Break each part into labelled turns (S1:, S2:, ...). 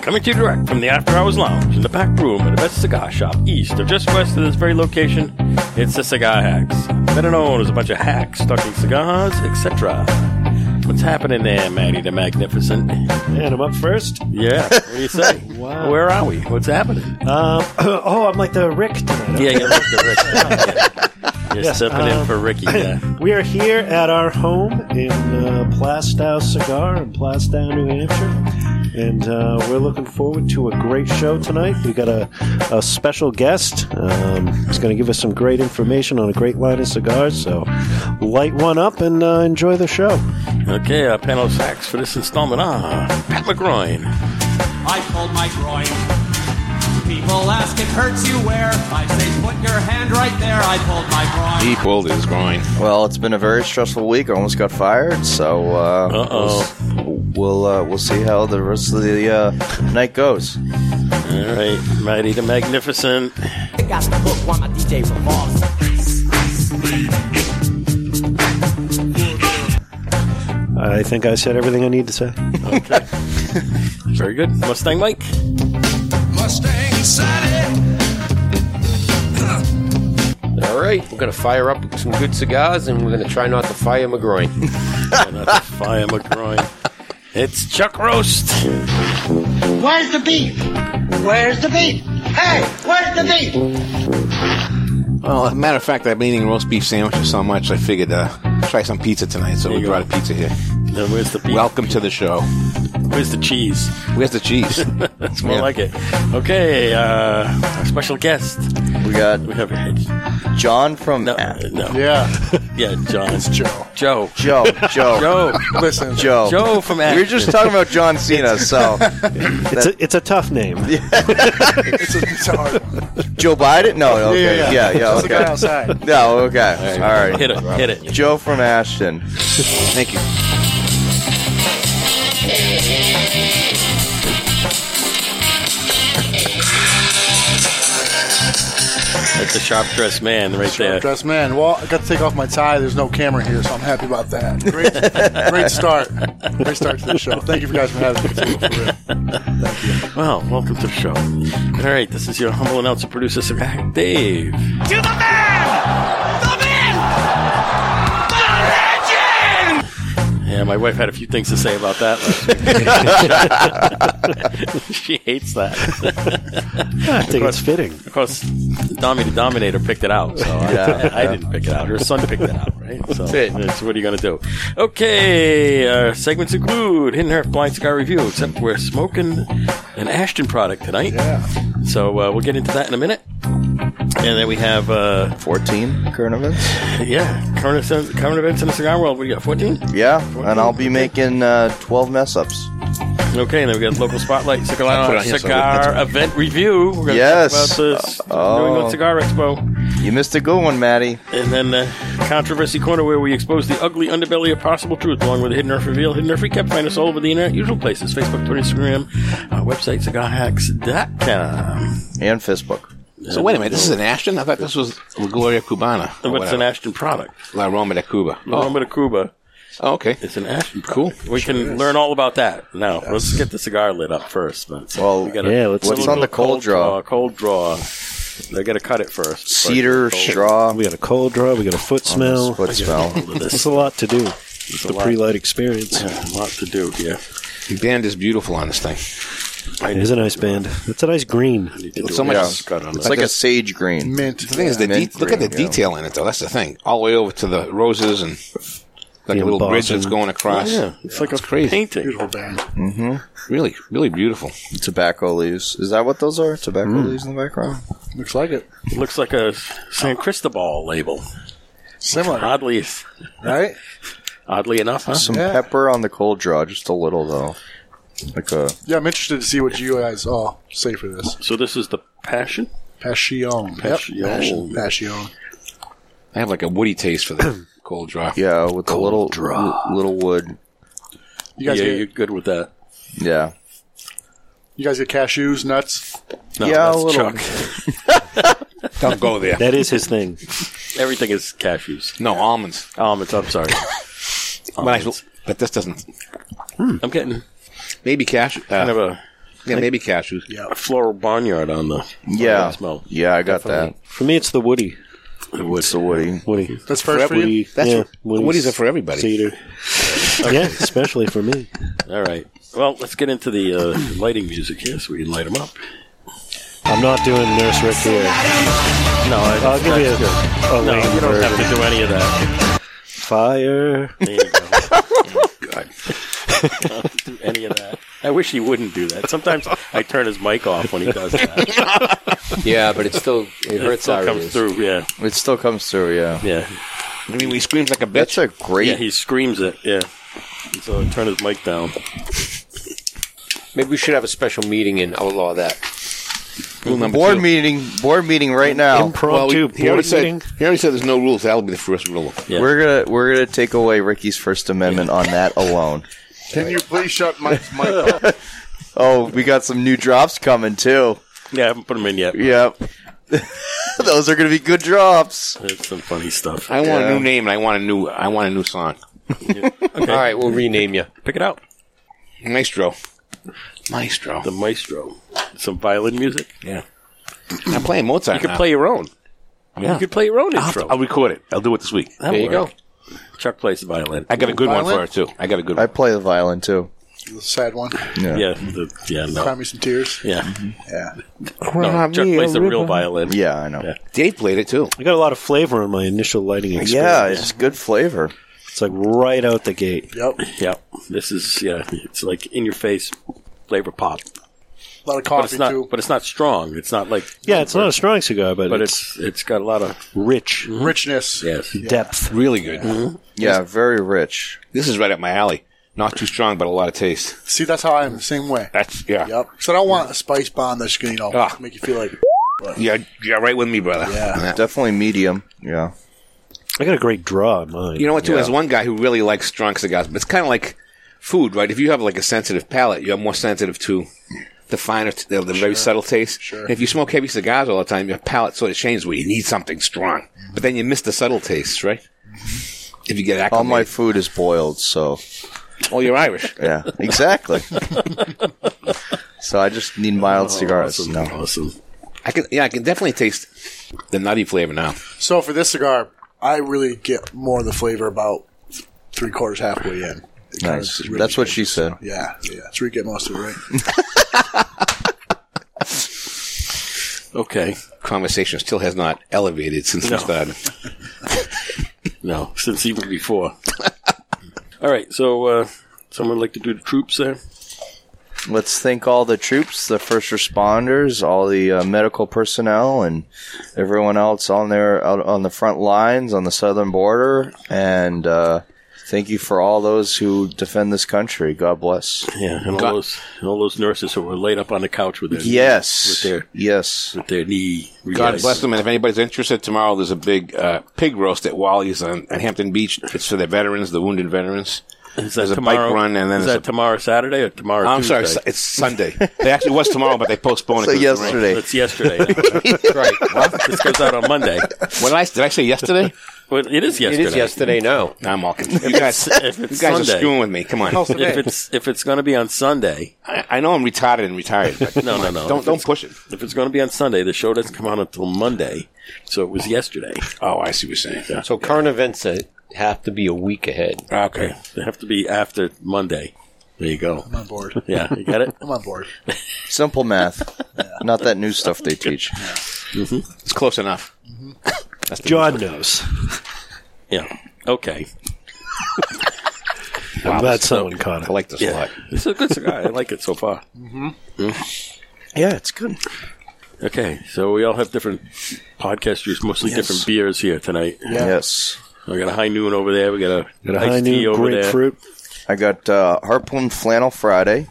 S1: Coming to you direct from the After Hours Lounge in the back room of the best cigar shop east or just west of this very location, it's the Cigar Hacks. Better known as a bunch of hacks talking cigars, etc. What's happening there, Maddie the Magnificent?
S2: And I'm up first.
S1: Yeah, what do you say?
S2: Wow.
S1: Where are we? What's happening?
S2: Um, oh, I'm like the Rick tonight.
S1: Yeah, you're looking Rick. Yeah. uh, You're
S2: Yes,
S1: stepping in
S2: um,
S1: for Ricky. Yeah.
S2: We are here at our home in uh, Plastow Cigar in Plastow, New Hampshire. And uh, we're looking forward to a great show tonight. We got a, a special guest. Um, he's going to give us some great information on a great line of cigars. So light one up and uh, enjoy the show.
S1: Okay, our panel of hacks for this installment are Pat McGroin,
S3: I pulled my groin. People ask it hurts you where. I say put your hand right there. I pulled my groin.
S4: He pulled his groin.
S5: Well, it's been a very stressful week. I almost got fired, so uh,
S1: Uh-oh.
S5: we'll we'll, uh, we'll see how the rest of the uh, night goes.
S1: All right, Mighty the Magnificent.
S6: got the hook while my DJ revolves.
S2: I think I said everything I need to say.
S1: Very good. Mustang Mike.
S7: All right, we're going to fire up some good cigars and we're going to try not to fire McGroin.
S1: And that's Fire McGroin. It's Chuck Roast.
S8: Where's the beef? Where's the beef? Hey, where's the beef?
S4: Well, as a matter of fact, I've been eating roast beef sandwiches so much, I figured uh, try some pizza tonight. So
S1: There
S4: we
S1: you
S4: brought a
S1: go.
S4: pizza here.
S1: Now, where's the beef?
S4: Welcome to the show.
S1: where's the cheese?
S4: Where's the cheese?
S1: That's more
S4: Yeah.
S1: like it. Okay, uh, our special guest.
S5: We got
S1: We have
S5: John from
S1: no,
S5: Ah,
S1: no,
S9: Yeah,
S1: yeah, John. It's Joe. Joe.
S5: Joe. Joe.
S1: Joe.
S9: listen.
S5: Joe.
S1: Joe from
S5: We were just talking about John Cena, so
S2: It's a, it's a tough name.
S9: It's a, it's a hard one.
S5: Joe Biden? No, okay,
S9: yeah.
S5: yeah, yeah,
S9: That's the guy
S5: okay.
S9: outside.
S5: No, okay, all right.
S1: Hit it. Hit it.
S5: Joe from Ashton.
S4: Thank you.
S1: That's a sharp dressed man right there.
S9: Dressed man. Well, I got to take off my tie. There's no camera here, so I'm happy about that. Great, great start. Great start to the show. Thank you guys for having me. For real.
S1: Well, welcome to the show. All right, this is your humble announcer producer, Cigar Dave.
S3: To the man! The man! The legend!
S1: Yeah, my wife had a few things to say about that. Last week. she hates that.
S2: I think it's fitting.
S1: Of course, Dommy the Dominator picked it out, so I,
S5: Yeah.
S1: I didn't pick it out. Her son picked it out, right? So
S7: it.
S1: that's- what are you going to do? Okay, our segments include Hidden Earth Blind Cigar Review, except we're smoking an Ashton product tonight.
S9: Yeah.
S1: So uh, we'll get into that in a minute. And then we have, uh,
S5: 14 current events.
S1: yeah, current, events- current events in the cigar world. What do you got, 14?
S5: Yeah, and I'll be making uh, 12 mess ups.
S1: Okay, and then we got local spotlight
S4: Put it
S1: cigar,
S4: on here so
S1: cigar event review. We're gonna
S5: Yes.
S1: talk about this
S5: Oh.
S1: New England Cigar Expo,
S5: You missed a good one, Maddie.
S1: and then uh, controversy corner where we expose the ugly underbelly of possible truth, along with the hidden earth reveal. Hidden earth recap. Find us all over the internet, usual places: Facebook, Twitter, Instagram, our website cigarhacks.com.
S5: And Fistbook.
S4: So wait a minute. This is an Ashton. I thought this was La Gloria Cubana. or
S1: And what's an
S4: whatever.
S1: Ashton product?
S4: La Roma de Cuba.
S1: Oh. Roma de Cuba.
S4: Oh, okay.
S1: It's an Ashton. Product. Cool. We can learn all about that now. Let's get the cigar lit up first. But
S5: Well,
S1: we gotta-
S2: yeah, let's-
S5: what's on the cold draw?
S1: Cold draw. They got to cut it first.
S5: Cedar, straw,
S2: We got a cold draw. We got a foot smell.
S5: foot smell.
S2: It's a lot to do. the
S1: lot.
S2: pre-light experience.
S1: Yeah, a lot to do here.
S4: The band is beautiful on this thing.
S2: It is a nice band. It's a nice green.
S4: so much.
S5: Yeah.
S1: cut on
S5: It's like a sage green.
S9: Mint.
S4: The thing is, the de-
S5: Mint
S4: look at the
S5: green, yeah.
S4: detail in it, though. That's the thing. All the way over to the roses and like
S2: The
S4: a little bridge
S2: embossing.
S4: that's going across.
S1: Yeah, it's like a
S4: crazy.
S1: painting.
S9: Beautiful band.
S4: Really, really beautiful.
S5: tobacco leaves. Is that what those are? Tobacco leaves in the background?
S9: Looks like it.
S1: It looks like a San Cristobal label.
S9: Similar,
S1: Oddly,
S9: right?
S1: oddly enough, huh?
S5: Some
S9: Yeah.
S5: pepper on the cold draw, just a little though. Like a
S9: Yeah, I'm interested to see what you guys all say for this.
S1: So this is the passion.
S9: Passion.
S1: Passion.
S9: Yep. Passion. Passion.
S4: I have like a woody taste for the cold draw.
S5: yeah, with a little l- little wood.
S9: You guys,
S1: yeah,
S9: get,
S1: you're
S9: you,
S1: good with that.
S5: Yeah.
S9: guys get cashews, nuts.
S1: No,
S5: Yeah, a
S1: that's
S5: little.
S1: Chuck.
S4: Don't go there.
S2: That is his thing.
S1: Everything is cashews.
S4: No almonds.
S1: Almonds. I'm sorry.
S4: But, I,
S1: Almonds.
S4: but this doesn't.
S1: I'm getting
S4: Maybe cashew. Uh,
S1: kind of a,
S4: yeah, maybe cashews.
S1: a floral barnyard on the
S5: Yeah.
S1: smell.
S5: Yeah, I got
S2: For me, it's the Woody.
S5: that. What's the Woody?
S2: Woody.
S9: That's first for you.
S2: Woody.
S4: That's
S2: yeah,
S4: what- Woody's are for everybody.
S2: Cedar. Yeah, especially for me.
S1: All right. Well, let's get into the uh, lighting music here so we can light them up.
S2: I'm not doing Nurse Rick here.
S1: No, I,
S2: I'll give you
S1: that's good.
S2: a, a
S1: Uh, No,
S2: lame
S1: you don't have
S2: version.
S1: to do any of that.
S2: Fire.
S1: There you go. Oh, God. Don't do any of that. I wish he wouldn't do that. Sometimes I turn his mic off when he does that. It
S7: Yeah, but it still it hurts
S1: still
S7: our
S1: comes
S7: ears.
S1: through. Yeah,
S5: It still comes through, yeah.
S1: yeah,
S4: I mean, he screams like a bitch.
S5: That's a great.
S1: yeah. He screams it. Yeah. So I turn his mic down.
S7: Maybe we should have a special meeting and outlaw that.
S4: Rule number
S5: board
S4: two.
S5: meeting. Board meeting right now.
S4: Well,
S2: Impromptu
S4: he, he already
S2: board meeting.
S4: said, he already said there's no rules. That'll be the first rule.
S1: Yeah.
S5: We're gonna we're gonna take away Ricky's First Amendment on that alone.
S9: Can you please shut Mike's mic off?
S5: Oh, we got some new drops coming too.
S1: Yeah, I haven't put him in yet.
S5: Yep. Those are gonna be good drops.
S1: There's some funny stuff.
S4: I want a new name and I want a new I want a new song.
S7: All right, we'll rename you.
S1: Pick it out.
S4: Maestro. Maestro.
S1: The maestro. Some violin music.
S4: yeah. I'm playing Mozart.
S1: You could
S4: now.
S1: play your own.
S4: Yeah.
S1: You could play your own
S4: I'll,
S1: intro.
S4: I'll record it. I'll do it this week.
S1: there you go. Chuck plays the violin.
S4: I got a good one for her
S9: Violent?
S4: too. I got a good
S5: I
S4: one.
S5: play the violin too.
S9: the sad one.
S1: yeah, the, yeah,
S9: Cry
S1: no,
S9: me some tears.
S1: yeah.
S9: Yeah.
S1: No, Chuck plays the real violin.
S5: Yeah, I know.
S1: Yeah.
S5: Yeah,
S4: Dave played it too.
S2: I got a lot of flavor in my initial lighting experience.
S5: it's good flavor.
S2: It's like right out the gate.
S9: Yep.
S1: Yeah, this is yeah. It's like in your face flavor pop,
S9: A lot of
S1: but it's
S9: coffee
S1: not.
S9: too.
S1: But it's not strong. It's not like
S2: Yeah, it's not a strong cigar, but,
S1: But
S2: it's,
S1: it's it's got a lot of
S2: rich
S9: Richness.
S1: yes.
S2: depth.
S4: Really good.
S5: Yeah, very rich.
S4: This is right up my alley. Not too strong, but a lot of taste.
S9: See, that's how I am. the Same way.
S4: That's yeah.
S9: Yep. So I don't want a spice bomb that's going to you know,
S4: Ah.
S9: make you feel like
S4: Yeah, you're right with me, brother.
S9: Yeah.
S5: Definitely medium. Yeah.
S2: I got a great draw in mine.
S4: You know what? Too, there's one guy who really likes strong cigars, but it's kind of like food, right? If you have like a sensitive palate, you're more sensitive to the finer, the, the very subtle taste. Sure. if you smoke heavy cigars all the time, your palate sort of changes where you need something strong, but then you miss the subtle tastes, right? If you get
S5: All my
S4: acclimated.
S5: food is boiled, so
S4: Oh, you're Irish.
S5: yeah, exactly. so I just need mild cigars.
S1: Awesome,
S5: No.
S1: awesome.
S4: I can, yeah, I can definitely taste the nutty flavor now.
S9: So for this cigar, I really get more of the flavor about three quarters halfway in. It kinda
S5: Nice.
S9: really
S5: That's what
S9: hits.
S5: she said.
S9: Yeah, yeah. That's where you get most of it, right?
S1: Okay,
S4: Conversation still has not elevated since
S1: No.
S4: we started.
S1: no, since even before. All right, so uh, someone like to do the troops there.
S5: Let's thank all the troops, the first responders, all the uh, medical personnel, and everyone else on there out on the front lines on the southern border. And uh, thank you for all those who defend this country. God bless.
S1: Yeah, and all
S4: Got-
S1: those and all those nurses who were laid up on the couch with their
S5: Yes.
S1: with their
S5: Yes.
S1: with their knee.
S4: God
S1: relaxed.
S4: bless them. And if anybody's interested, tomorrow there's a big uh, pig roast at Wally's on, at Hampton Beach. It's for the veterans, the wounded veterans.
S1: Is that
S4: There's a bike
S1: tomorrow?
S4: run and then
S1: is
S4: it's
S1: that
S4: a-
S1: tomorrow Saturday or tomorrow?
S4: I'm sorry,
S1: Tuesday?
S4: su- it's Sunday. They actually was tomorrow, but they postponed it.
S5: So
S4: 'cause of the
S5: yesterday,
S4: rain.
S1: That's yesterday. right. this goes out on Monday.
S4: What did I, did I say yesterday?
S1: Well, it is yesterday.
S7: It is yesterday now.
S4: No, I'm all confused. You guys,
S1: if
S4: you
S1: it's
S4: guys are
S1: Sunday.
S4: screwing with me. Come on.
S1: If it's if it's going to be on Sunday,
S4: I, I know I'm retarded and retired. But
S1: no, no, no.
S4: don't
S1: If
S4: don't
S1: it's-
S4: push it.
S1: If it's going to be on Sunday, the show doesn't come out until Monday, so it was yesterday.
S4: Oh, I see what you're saying.
S7: So current events uh, have to be a week ahead.
S4: Okay.
S1: They have to be after Monday. There you go.
S9: I'm on board.
S1: Yeah, you got it.
S9: I'm on board.
S5: simple math, not that new stuff they teach.
S4: It's close enough.
S2: John knows.
S1: Yeah. Okay.
S2: I'm glad someone caught
S4: I
S2: it.
S4: like this a lot.
S1: This is a good cigar. I like it so far.
S2: Yeah, it's good.
S1: Okay, so we all have different podcasters, mostly different beers here tonight.
S5: Yes.
S1: We got a high noon over there. We got a
S2: Got a
S1: iced
S2: high
S1: tea
S2: new
S1: over
S2: grapefruit.
S5: I got uh, Harpoon Flannel Friday.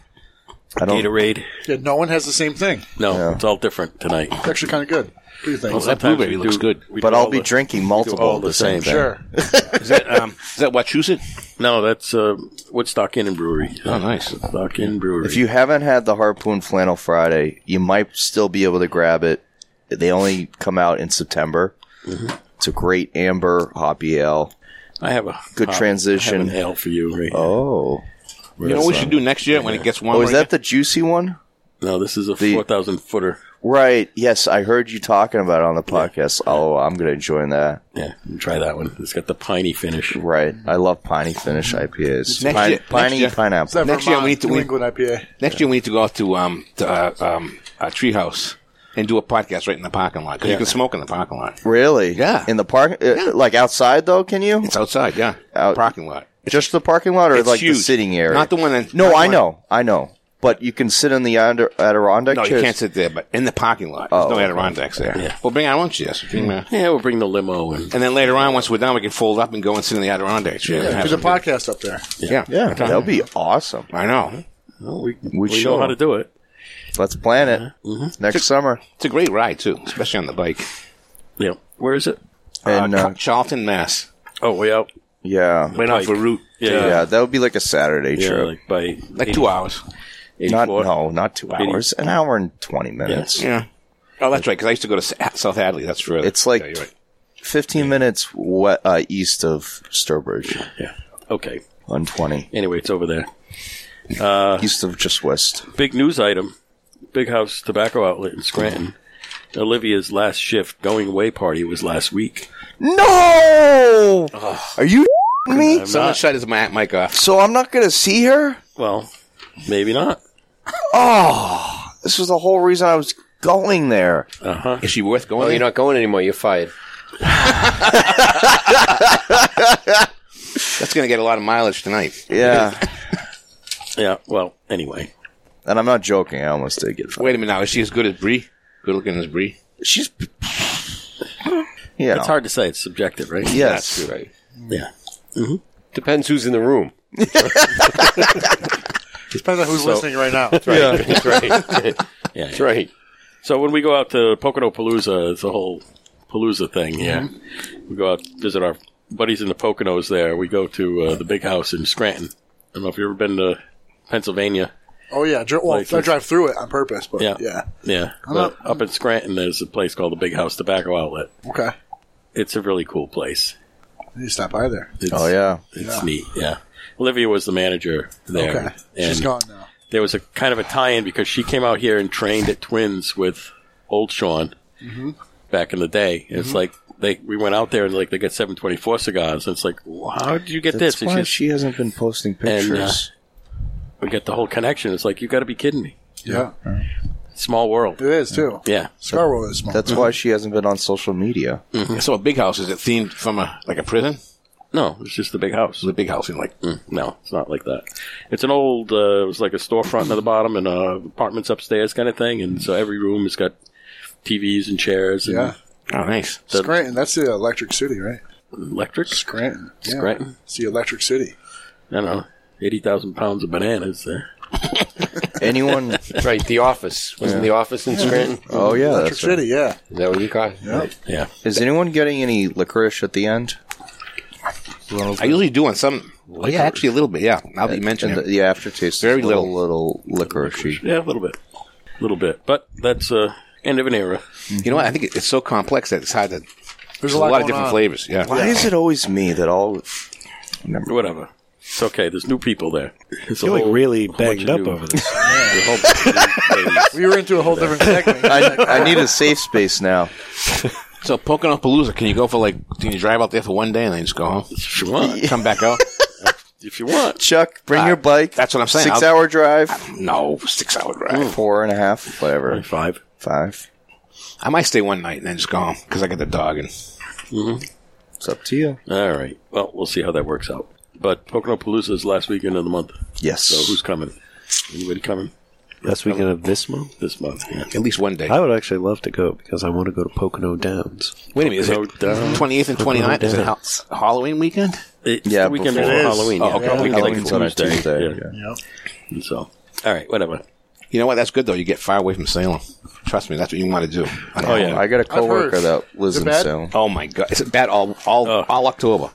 S5: I
S1: there.
S5: don't.
S1: Gatorade.
S9: Yeah, no one has the same thing.
S1: No, it's all different tonight.
S9: It's actually kind of good. What do you think?
S4: That
S1: Sometimes
S4: blueberry
S1: we
S4: looks
S1: do-
S4: good.
S1: we
S5: But
S1: do
S5: I'll
S1: all
S5: be
S1: the-
S5: drinking multiple
S1: all
S5: of
S1: the
S5: the
S1: same.
S5: same thing.
S9: Sure.
S4: Is that um, is that Wachusett?
S1: No, that's uh, Woodstock Inn and Brewery.
S4: Oh, nice.
S1: Woodstock Inn Brewery.
S5: If you haven't had the Harpoon Flannel Friday, you might still be able to grab it They only come out in September.
S4: Mm-hmm.
S5: It's a great amber hoppy ale.
S1: I have a
S5: Good
S4: Uh,
S1: I have
S5: transition.
S1: an ale for you. Right?
S5: Oh,
S4: You know what we should do next year when it gets warmer?
S5: oh, is that the juicy one?
S1: No, this is a
S5: The-
S1: four thousand footer.
S5: Right. Yes, I heard you talking about it on the podcast. Oh, I'm going to join that.
S1: Yeah, try that one. It's got the piney finish.
S5: Right. I love piney finish IPAs.
S4: Next
S5: Pine-
S4: year-
S5: piney
S4: next year.
S5: pineapple.
S9: That
S4: Next year we need to-
S9: New
S4: we-
S9: England IPA.
S4: Next year we need to go out to um to uh, um uh, treehouse and do a podcast right in the parking lot 'cause you can smoke in the parking lot.
S5: Really?
S4: Yeah.
S5: In the park, uh, like outside though. Can you?
S4: It's outside, yeah,
S5: Out-
S4: parking lot.
S5: Just the parking lot, or
S4: It's
S5: like the
S4: huge.
S5: sitting area?
S4: Not the one that-
S5: No,
S4: not the
S5: I
S4: one-
S5: know, I know. But you can sit in the Adir- Adirondack.
S4: No, you
S5: chairs.
S4: can't sit there, but in the parking lot. There's no
S5: Oh.
S4: Adirondacks there.
S1: Yeah.
S4: We'll bring our own chairs. Bring our-
S1: Yeah, we'll bring the limo and
S4: And then later on, once we're done, we can fold up and go and sit in the Adirondack chair. and
S9: Yeah,
S4: have
S9: do the
S4: some-
S9: podcast up there.
S4: Yeah.
S5: Yeah, that would be awesome.
S4: I know.
S1: well, we we,
S5: should.
S1: know how to do it.
S5: Let's plan it
S4: Uh-huh.
S5: next summer
S4: It's a great ride, too, especially on the bike.
S1: Yeah, where is it?
S5: and
S4: uh,
S5: uh,
S4: Ca- Charlton, Mass.
S1: Oh, way out.
S5: yeah,
S4: Right off a route.
S5: yeah,
S1: Yeah,
S5: that would be like a Saturday
S1: yeah,
S5: trip.
S1: like by
S4: uh, Like two hours.
S5: not
S1: 84.
S5: no, not two hours, an hour and twenty minutes.
S4: Yeah. Oh, that's right, because I used to go to Sa- South Hadley. That's further.
S5: It's like
S4: Yeah, you're right.
S5: fifteen minutes we- uh, east of Sturbridge
S1: Yeah. Okay.
S5: on twenty
S1: Anyway, it's over there.
S4: Uh-huh.
S5: east of just west.
S1: Big news item: Big House Tobacco Outlet in Scranton. Olivia's last shift going away party was last week.
S5: No, are you me?
S4: Someone shut his ma- mic off.
S5: So I'm not gonna see her.
S1: Well, maybe not.
S5: This was the whole reason I was going there.
S4: Is she worth going?
S7: Oh, you're
S4: there?
S7: not going anymore. You're fired.
S4: That's going to get a lot of mileage tonight.
S5: Yeah,
S1: Yeah. Well, anyway,
S5: and I'm not joking. I almost did get. Fired.
S4: Wait a minute now. Is she as good as Bree? Good looking as Bree?
S5: She's. Yeah,
S1: it's hard to say. It's subjective, right?
S5: Yes.
S4: You're right.
S1: Yeah.
S7: Depends who's in the room.
S9: Depends on who's listening right now.
S7: That's right.
S1: Yeah.
S7: That's right.
S1: So when we go out to Pocono Palooza, it's a whole Palooza thing. Yeah. We go out visit our buddies in the Poconos. There, we go to uh, the big house in Scranton. I don't know if you've ever been to Pennsylvania.
S9: Oh yeah, dri- well,
S1: Like-
S9: I drive through it on purpose, but
S1: Yeah.
S9: yeah,
S1: Yeah.
S9: not-
S1: But up in Scranton, there's a place called the Big House Tobacco Outlet.
S9: okay.
S1: It's a really cool place.
S9: You stop by there.
S1: It's,
S5: Oh yeah.
S1: It's neat. Yeah. Olivia was the manager there.
S9: Okay,
S1: And
S9: she's gone now.
S1: there was a kind of a tie-in because she came out here and trained at Twins with old Sean back in the day. And It's like they we went out there and like they got 724 cigars. And it's like, "Well, how did you get
S5: That's
S1: this? And
S5: why
S1: she's-
S5: she hasn't been posting
S1: And, uh,
S5: pictures.
S1: we get the whole connection. It's like you got to be kidding me.
S9: Yeah,
S1: Small world.
S9: it is too.
S1: Yeah.
S9: Scarwell is small.
S5: That's why she hasn't been on social media.
S4: So a big house is it themed from a like a prison?
S1: No, it's just the big house. Mm,
S4: The big house in like
S1: No, it's not like that. It's an old. Uh, it was like a storefront at the bottom and uh, apartments upstairs, kind of thing. And so every room has got TVs and chairs and
S9: yeah,
S4: oh nice.
S9: Scranton. That's the Electric City, right?
S1: electric.
S9: Scranton. Yeah.
S1: Scranton.
S9: It's the Electric City.
S1: I don't know, eighty thousand pounds of bananas eh? there.
S5: Anyone?
S7: That's right. The office. Wasn't the office in Scranton?
S5: oh yeah,
S9: Electric
S5: that's right.
S9: City. Yeah.
S7: Is that what you call it?
S1: Yeah,
S5: Is anyone getting any licorice at the end?
S4: I usually do on some. Well, Oh, yeah, actually a little bit. Yeah, now that you
S5: And
S4: mentioned
S5: the,
S4: it.
S5: the aftertaste,
S4: Very
S5: is a little, little licorice.
S1: yeah, a little bit, a little bit. But that's uh, end of an era.
S4: You know what? I think it- it's so complex that it's hard to.
S9: There's
S4: A lot, of
S9: going
S4: different
S9: on.
S4: flavors. Yeah.
S5: Why is it always me that all?
S1: Whatever. It's okay. There's new people there. It's a
S2: You're like
S1: whole-
S2: really
S1: whole bunch
S2: banged
S1: of
S2: up
S1: new-
S2: over this.
S1: a whole bunch of new ladies.
S9: We were into a whole different segment.
S5: I, I need a safe space now.
S4: So Pocono Palooza, can you go for like? Can you drive out there for one day and then just go home?
S1: If you want,
S4: Uh, Come back out?
S1: if you want,
S5: Chuck, uh, bring your bike.
S4: that's what I'm saying.
S5: 6
S4: I'll-
S5: hour drive,
S4: no, six hour drive.
S5: four and a half, whatever,
S1: five.
S5: Hmm. five.
S4: I might stay one night and then just go home because I got the dog and
S5: It's up to you.
S1: All right. Well, we'll see how that works out. But Pocono Palooza is last weekend of the month.
S5: Yes.
S1: So who's coming? Anybody coming
S2: Last weekend of this month,
S1: this month? Yeah.
S4: at least one day.
S2: I would actually love to go because I want to go to Pocono Downs.
S4: Wait a minute, is
S1: Pocono down.
S4: it twenty eighth and 29th? Is it ha- Halloween weekend?
S1: uh, It's
S5: Yeah,
S1: the weekend
S5: before-
S1: before
S5: It is.
S1: Halloween.
S4: Oh, okay.
S1: Yeah. Weekend like
S5: Halloween's on a Tuesday,
S1: Yeah. And So, all right, whatever.
S4: You know what? That's good though. You get far away from Salem. Trust me, that's what you want to do.
S1: Oh yeah.
S5: I got a coworker
S9: heard.
S5: that lives
S9: Is
S5: in
S9: it bad?
S5: Salem.
S4: Oh my god, it's bad all all
S1: Ugh.
S4: all October.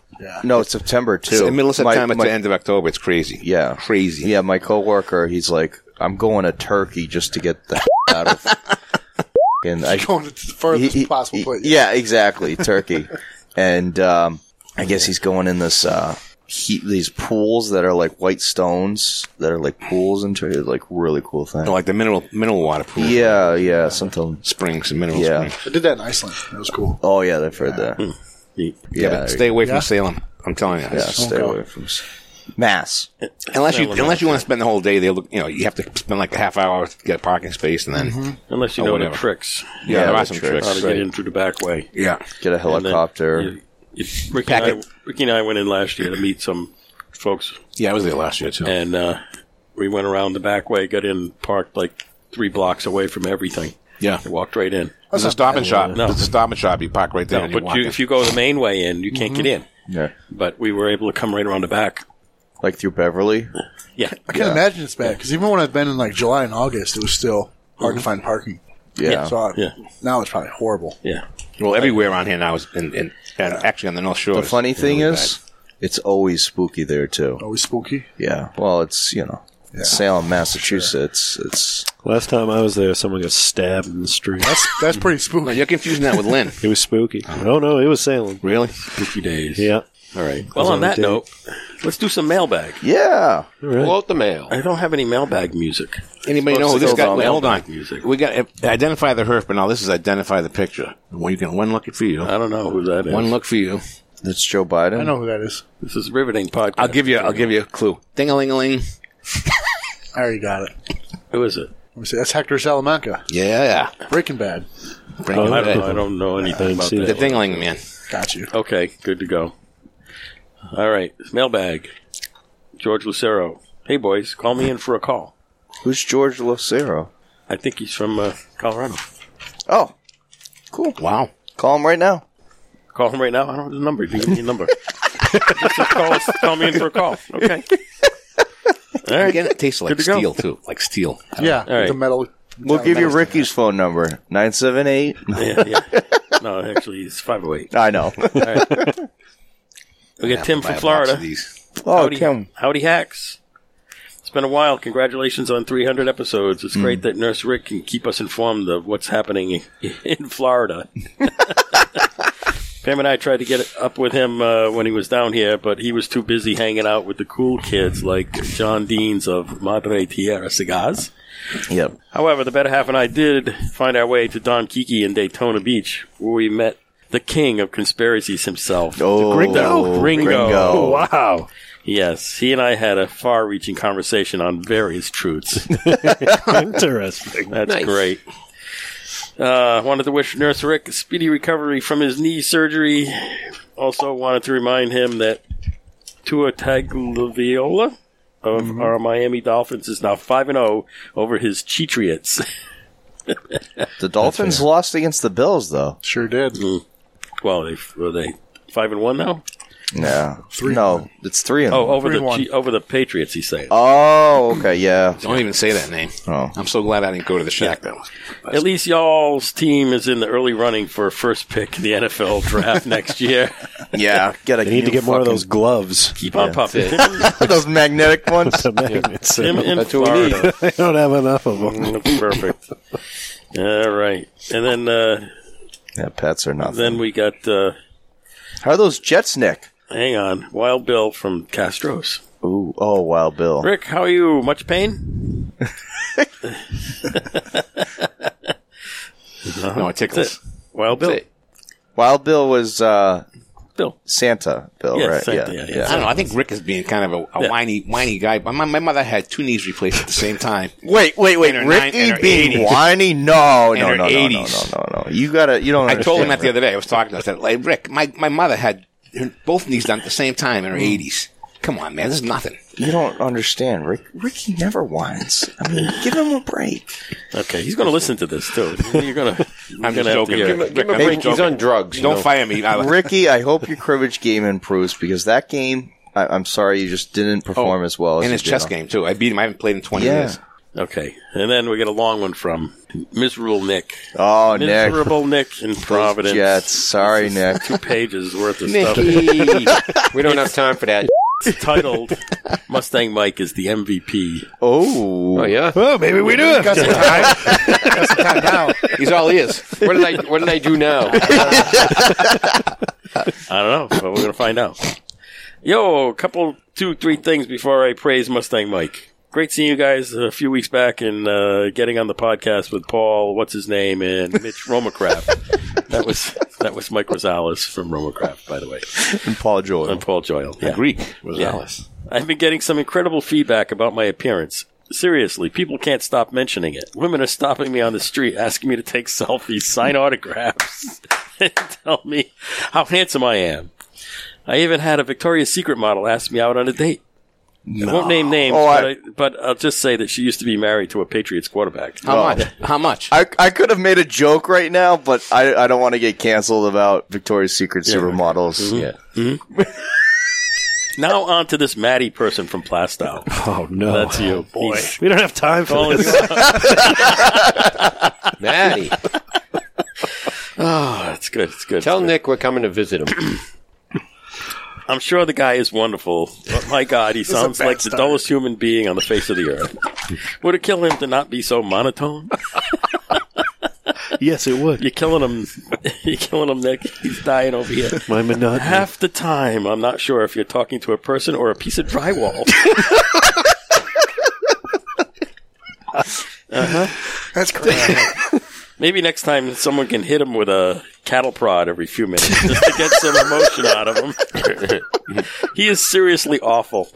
S5: No, it's September too.
S4: It's the middle of
S5: My-
S4: September
S5: my-
S4: to end of October. It's crazy.
S5: Yeah.
S4: crazy.
S5: Yeah, my coworker, he's like, I'm going to Turkey just to get the out of and I
S9: Going to the furthest
S5: he- he-
S9: possible place.
S5: Yeah, exactly. Turkey, and um, I guess he's going in this uh, heat. These pools that are like white stones that are like pools into it. Like really cool thing.
S4: like the mineral mineral water pool.
S5: yeah, yeah, something.
S4: Springs and mineral
S5: Yeah.
S4: springs.
S9: I did that in Iceland. That was cool.
S5: Oh yeah, they've heard that.
S1: Neat.
S4: Yeah,
S5: Yeah,
S4: but stay away
S9: yeah.
S4: from Salem. I'm telling you.
S5: Yeah,
S4: It's-
S5: stay away from s- mass.
S4: Unless you
S1: Salem,
S4: unless you want to spend the whole day, they look. You know, you have to spend like a half hour to get a parking space, and then
S1: Unless you
S4: Or
S1: know the
S4: whatever.
S1: tricks.
S4: yeah, there
S5: the
S4: are some
S5: tricks.
S4: tricks.
S1: How to get in through the back way.
S4: Yeah,
S5: Get
S1: And
S5: a
S1: then
S5: helicopter.
S1: you- you- Ricky, and I,
S4: Packet.
S1: Ricky and I went in last year to meet some folks,
S4: yeah, I was there last year too.
S1: and uh, we went around the back way, got in, parked like three blocks away from everything.
S4: yeah,
S1: I walked right in.
S4: there's a stop and shop.
S1: No.
S4: There's a stop and shop. You park right there.
S1: No,
S4: and you
S1: but
S4: walk
S1: you,
S4: in. Mm-hmm.
S1: if you go the main way in, you can't get in.
S5: yeah,
S1: But we were able to come right around the back.
S5: like through Beverly.
S1: Yeah,
S9: I can not imagine it's bad because even when I've been in like July and August, it was still hard to find parking.
S5: Mm-hmm. Yeah.
S9: So I,
S1: Yeah.
S9: now it's probably horrible.
S1: yeah.
S4: well, everywhere around here now is in, in, and actually on the North Shore.
S5: The
S4: is
S5: funny thing
S4: really
S5: is, it's always spooky there too.
S9: Always spooky.
S5: Yeah. Well, it's you know Salem, Massachusetts. It's
S2: Last time I was there, someone got stabbed in the street.
S9: That's that's pretty
S4: bad.
S9: spooky.
S4: you're confusing that with Lynn.
S2: It was spooky. Oh no, it was Salem.
S4: really?
S1: Spooky days.
S2: Yeah.
S1: All right. Well, on
S2: we
S1: that
S2: did.
S1: note, let's do some mailbag.
S5: yeah.
S7: Float the mail.
S1: I don't have any mailbag music.
S4: Anybody know who this
S5: Hold
S4: guy?
S5: on,
S4: Wait, hold on.
S1: hold on. Music.
S4: We got identify the herb, but now this is identify the picture. Uh, Well, you can one look for you.
S1: I don't know who that is.
S4: One look for you.
S5: It's Joe Biden.
S9: I know who that is.
S1: This is riveting podcast.
S4: I'll give you. I'll give you a clue. Ding a ling a ling.
S9: I already got it.
S1: Who is it?
S9: Let me see. That's Hector Salamanca.
S4: Yeah.
S9: Breaking Bad.
S4: Bring
S1: Oh, I,
S4: it
S1: don't, know.
S4: back.
S1: I don't know anything about
S2: see
S1: that.
S4: The ding a ling man.
S9: Got you.
S1: Okay, good to go. All right, mailbag. George Lucero. Hey, boys, call me in for a call.
S5: Who's George Lucero?
S1: I think he's from uh, Colorado.
S5: Oh,
S4: Wow.
S5: call him right now.
S1: Call him right now. I don't have his number. You can give me a number. Just call, us- call me in for a call. Okay. All right.
S4: Again, it tastes like
S1: Good to go.
S4: steel too, like steel.
S9: Yeah.
S1: right.
S9: The metal.
S5: We'll give you Ricky's phone number 978.
S1: Yeah, yeah. No, actually, it's 508.
S5: I know.
S1: We got Tim
S4: Buy a
S1: from
S4: box
S1: Florida.
S4: of these.
S5: Oh,
S1: Howdy,
S5: Tim.
S1: howdy hacks. It's been a while. Congratulations on 300 episodes. It's
S5: Mm.
S1: great that Nurse Rick can keep us informed of what's happening in Florida. Pam and I tried to get up with him uh, when he was down here, but he was too busy hanging out with the cool kids like John Deans of Madre Tierra Cigars.
S5: Yep.
S1: However, the better half and I did find our way to Don Kiki in Daytona Beach, where we met the king of conspiracies himself.
S5: Oh,
S1: Gringo.
S5: Gringo.
S1: Wow. Yes, he and I had a far reaching conversation on various truths.
S2: Interesting.
S1: That's great. Uh, wanted to wish Nurse Rick a speedy recovery from his knee surgery. Also, wanted to remind him that Tua Tagovailoa of our Miami Dolphins is now 5 and 0 over his Cheatriots.
S5: The Dolphins lost against the Bills, though.
S9: Sure did.
S1: Well, they were they five and one now.
S5: No. No, it's three of them.
S1: Oh, over
S9: Three
S1: the
S9: and one.
S1: Chi- over the Patriots, he's saying.
S5: Oh, okay. Yeah.
S4: Don't even say that name.
S5: Oh.
S4: I'm so glad I didn't go to the shack though.
S1: At least y'all's team is in the early running for first pick in the NFL draft next year.
S5: Yeah. Get a
S2: I need to
S5: new
S2: get more of
S5: fucking-
S2: those gloves.
S1: Keep on pumping.
S5: those magnetic ones.
S2: The magnets.
S1: Him in
S7: That's what we need.
S1: Florida. Mm,
S2: I don't have enough of them.
S1: Perfect. All right, and then uh,
S5: yeah, pets are nothing.
S1: then we got uh,
S5: How are those Jets, Nick?
S1: hang on, Wild Bill from Castros.
S5: Ooh. Oh, wow, Bill.
S1: Rick, how are you? Much pain?
S4: No, it tickles.
S1: Wild Bill.
S4: That's it.
S5: Wild Bill was uh,
S1: Bill.
S5: Santa Bill,
S1: Yes,
S5: right?
S1: Santa, yeah, yeah.
S4: I don't know. I think Rick is being kind of a, a
S1: Yeah.
S4: whiny, whiny guy. But my, my mother had two knees replaced at the same time.
S5: Wait, wait, wait.
S4: In her nine-
S5: Ricky
S4: in her
S5: being
S4: 80s.
S5: whiny? No, no,
S4: her
S5: no, no, no, no,
S4: 80s.
S5: no, no. You gotta. You don't.
S4: I told him that
S5: understand,
S4: the other day. I was talking to him. I said, like, Rick, my, my mother had her, both knees done at the same time
S5: Mm.
S4: in her 80s. Come on, man. This is nothing.
S5: Rick. You don't understand, Rick. Ricky never whines. I mean, give him a break.
S1: Okay, he's going to listen to this too. You're going to.
S4: I'm
S1: gonna
S4: just
S1: have
S4: joking.
S1: to hear
S4: Give
S1: it.
S4: him a- give him a
S5: Rick,
S4: break.
S5: I'm
S7: He's
S4: Joking.
S7: on drugs. you
S4: Don't
S7: know.
S4: fire me. I-
S5: Ricky, I hope your cribbage game improves because that game. I, I'm sorry, you just didn't perform as well as
S4: Oh, And
S5: you
S4: his
S5: did
S4: chess
S5: on-
S4: game, too. I beat him. I haven't played in 20
S5: Yeah.
S4: years.
S1: Okay, and then we get a long one from Miserable Nick.
S5: Oh, Nick.
S1: Miserable Nick in Providence.
S5: Jets. Sorry, Nick.
S1: Two pages worth of stuff.
S7: we don't have time for that.
S1: It's titled Mustang Mike is the MVP.
S5: Oh,
S7: Oh yeah.
S2: Well, maybe we do it.
S9: Got some time. Got some time now.
S4: He's all ears.
S7: What did I? What did I do now?
S1: I don't know, but we're gonna find out. Yo, a couple, two, three things before I praise Mustang Mike. Great seeing you guys a few weeks back and uh, getting on the podcast with Paul, what's his name, and Mitch Romacraft. that was that was Mike Rosales from Romacraft, by the way,
S5: and Paul Joy.
S1: and Paul Joyle. Yeah.
S4: Greek.
S1: Yeah. I've been getting some incredible feedback about my appearance. Seriously, people can't stop mentioning it. Women are stopping me on the street, asking me to take selfies, sign autographs, and tell me how handsome I am. I even had a Victoria's Secret model ask me out on a date. I won't name names,
S5: Oh,
S1: but,
S5: I-
S1: I, but I'll just say that she used to be married to a Patriots quarterback.
S4: How much? How much?
S5: I, I could have made a joke right now, but I, I don't want to get canceled about Victoria's Secret supermodels.
S1: Mm-hmm.
S5: Yeah.
S1: Now on to this Maddie person from Plastow.
S2: Oh no,
S1: That's you. boy.
S2: We don't have time for
S1: Calling
S2: this.
S1: you out.
S7: Maddie,
S1: Oh, it's good. It's good.
S7: tell Nick we're coming to visit him.
S1: I'm sure the guy is wonderful, but my God, he sounds like the dullest human being on the face of the earth. Would it kill him to not be so monotone?
S2: Yes, it would.
S1: You're killing him. You're killing him, Nick. He's dying over here.
S2: My monotony.
S1: Half the time, I'm not sure if you're talking to a person or a piece of drywall.
S9: That's crazy.
S1: Uh-huh. Maybe next time someone can hit him with a cattle prod every few minutes just to get some emotion out of him. he is seriously awful.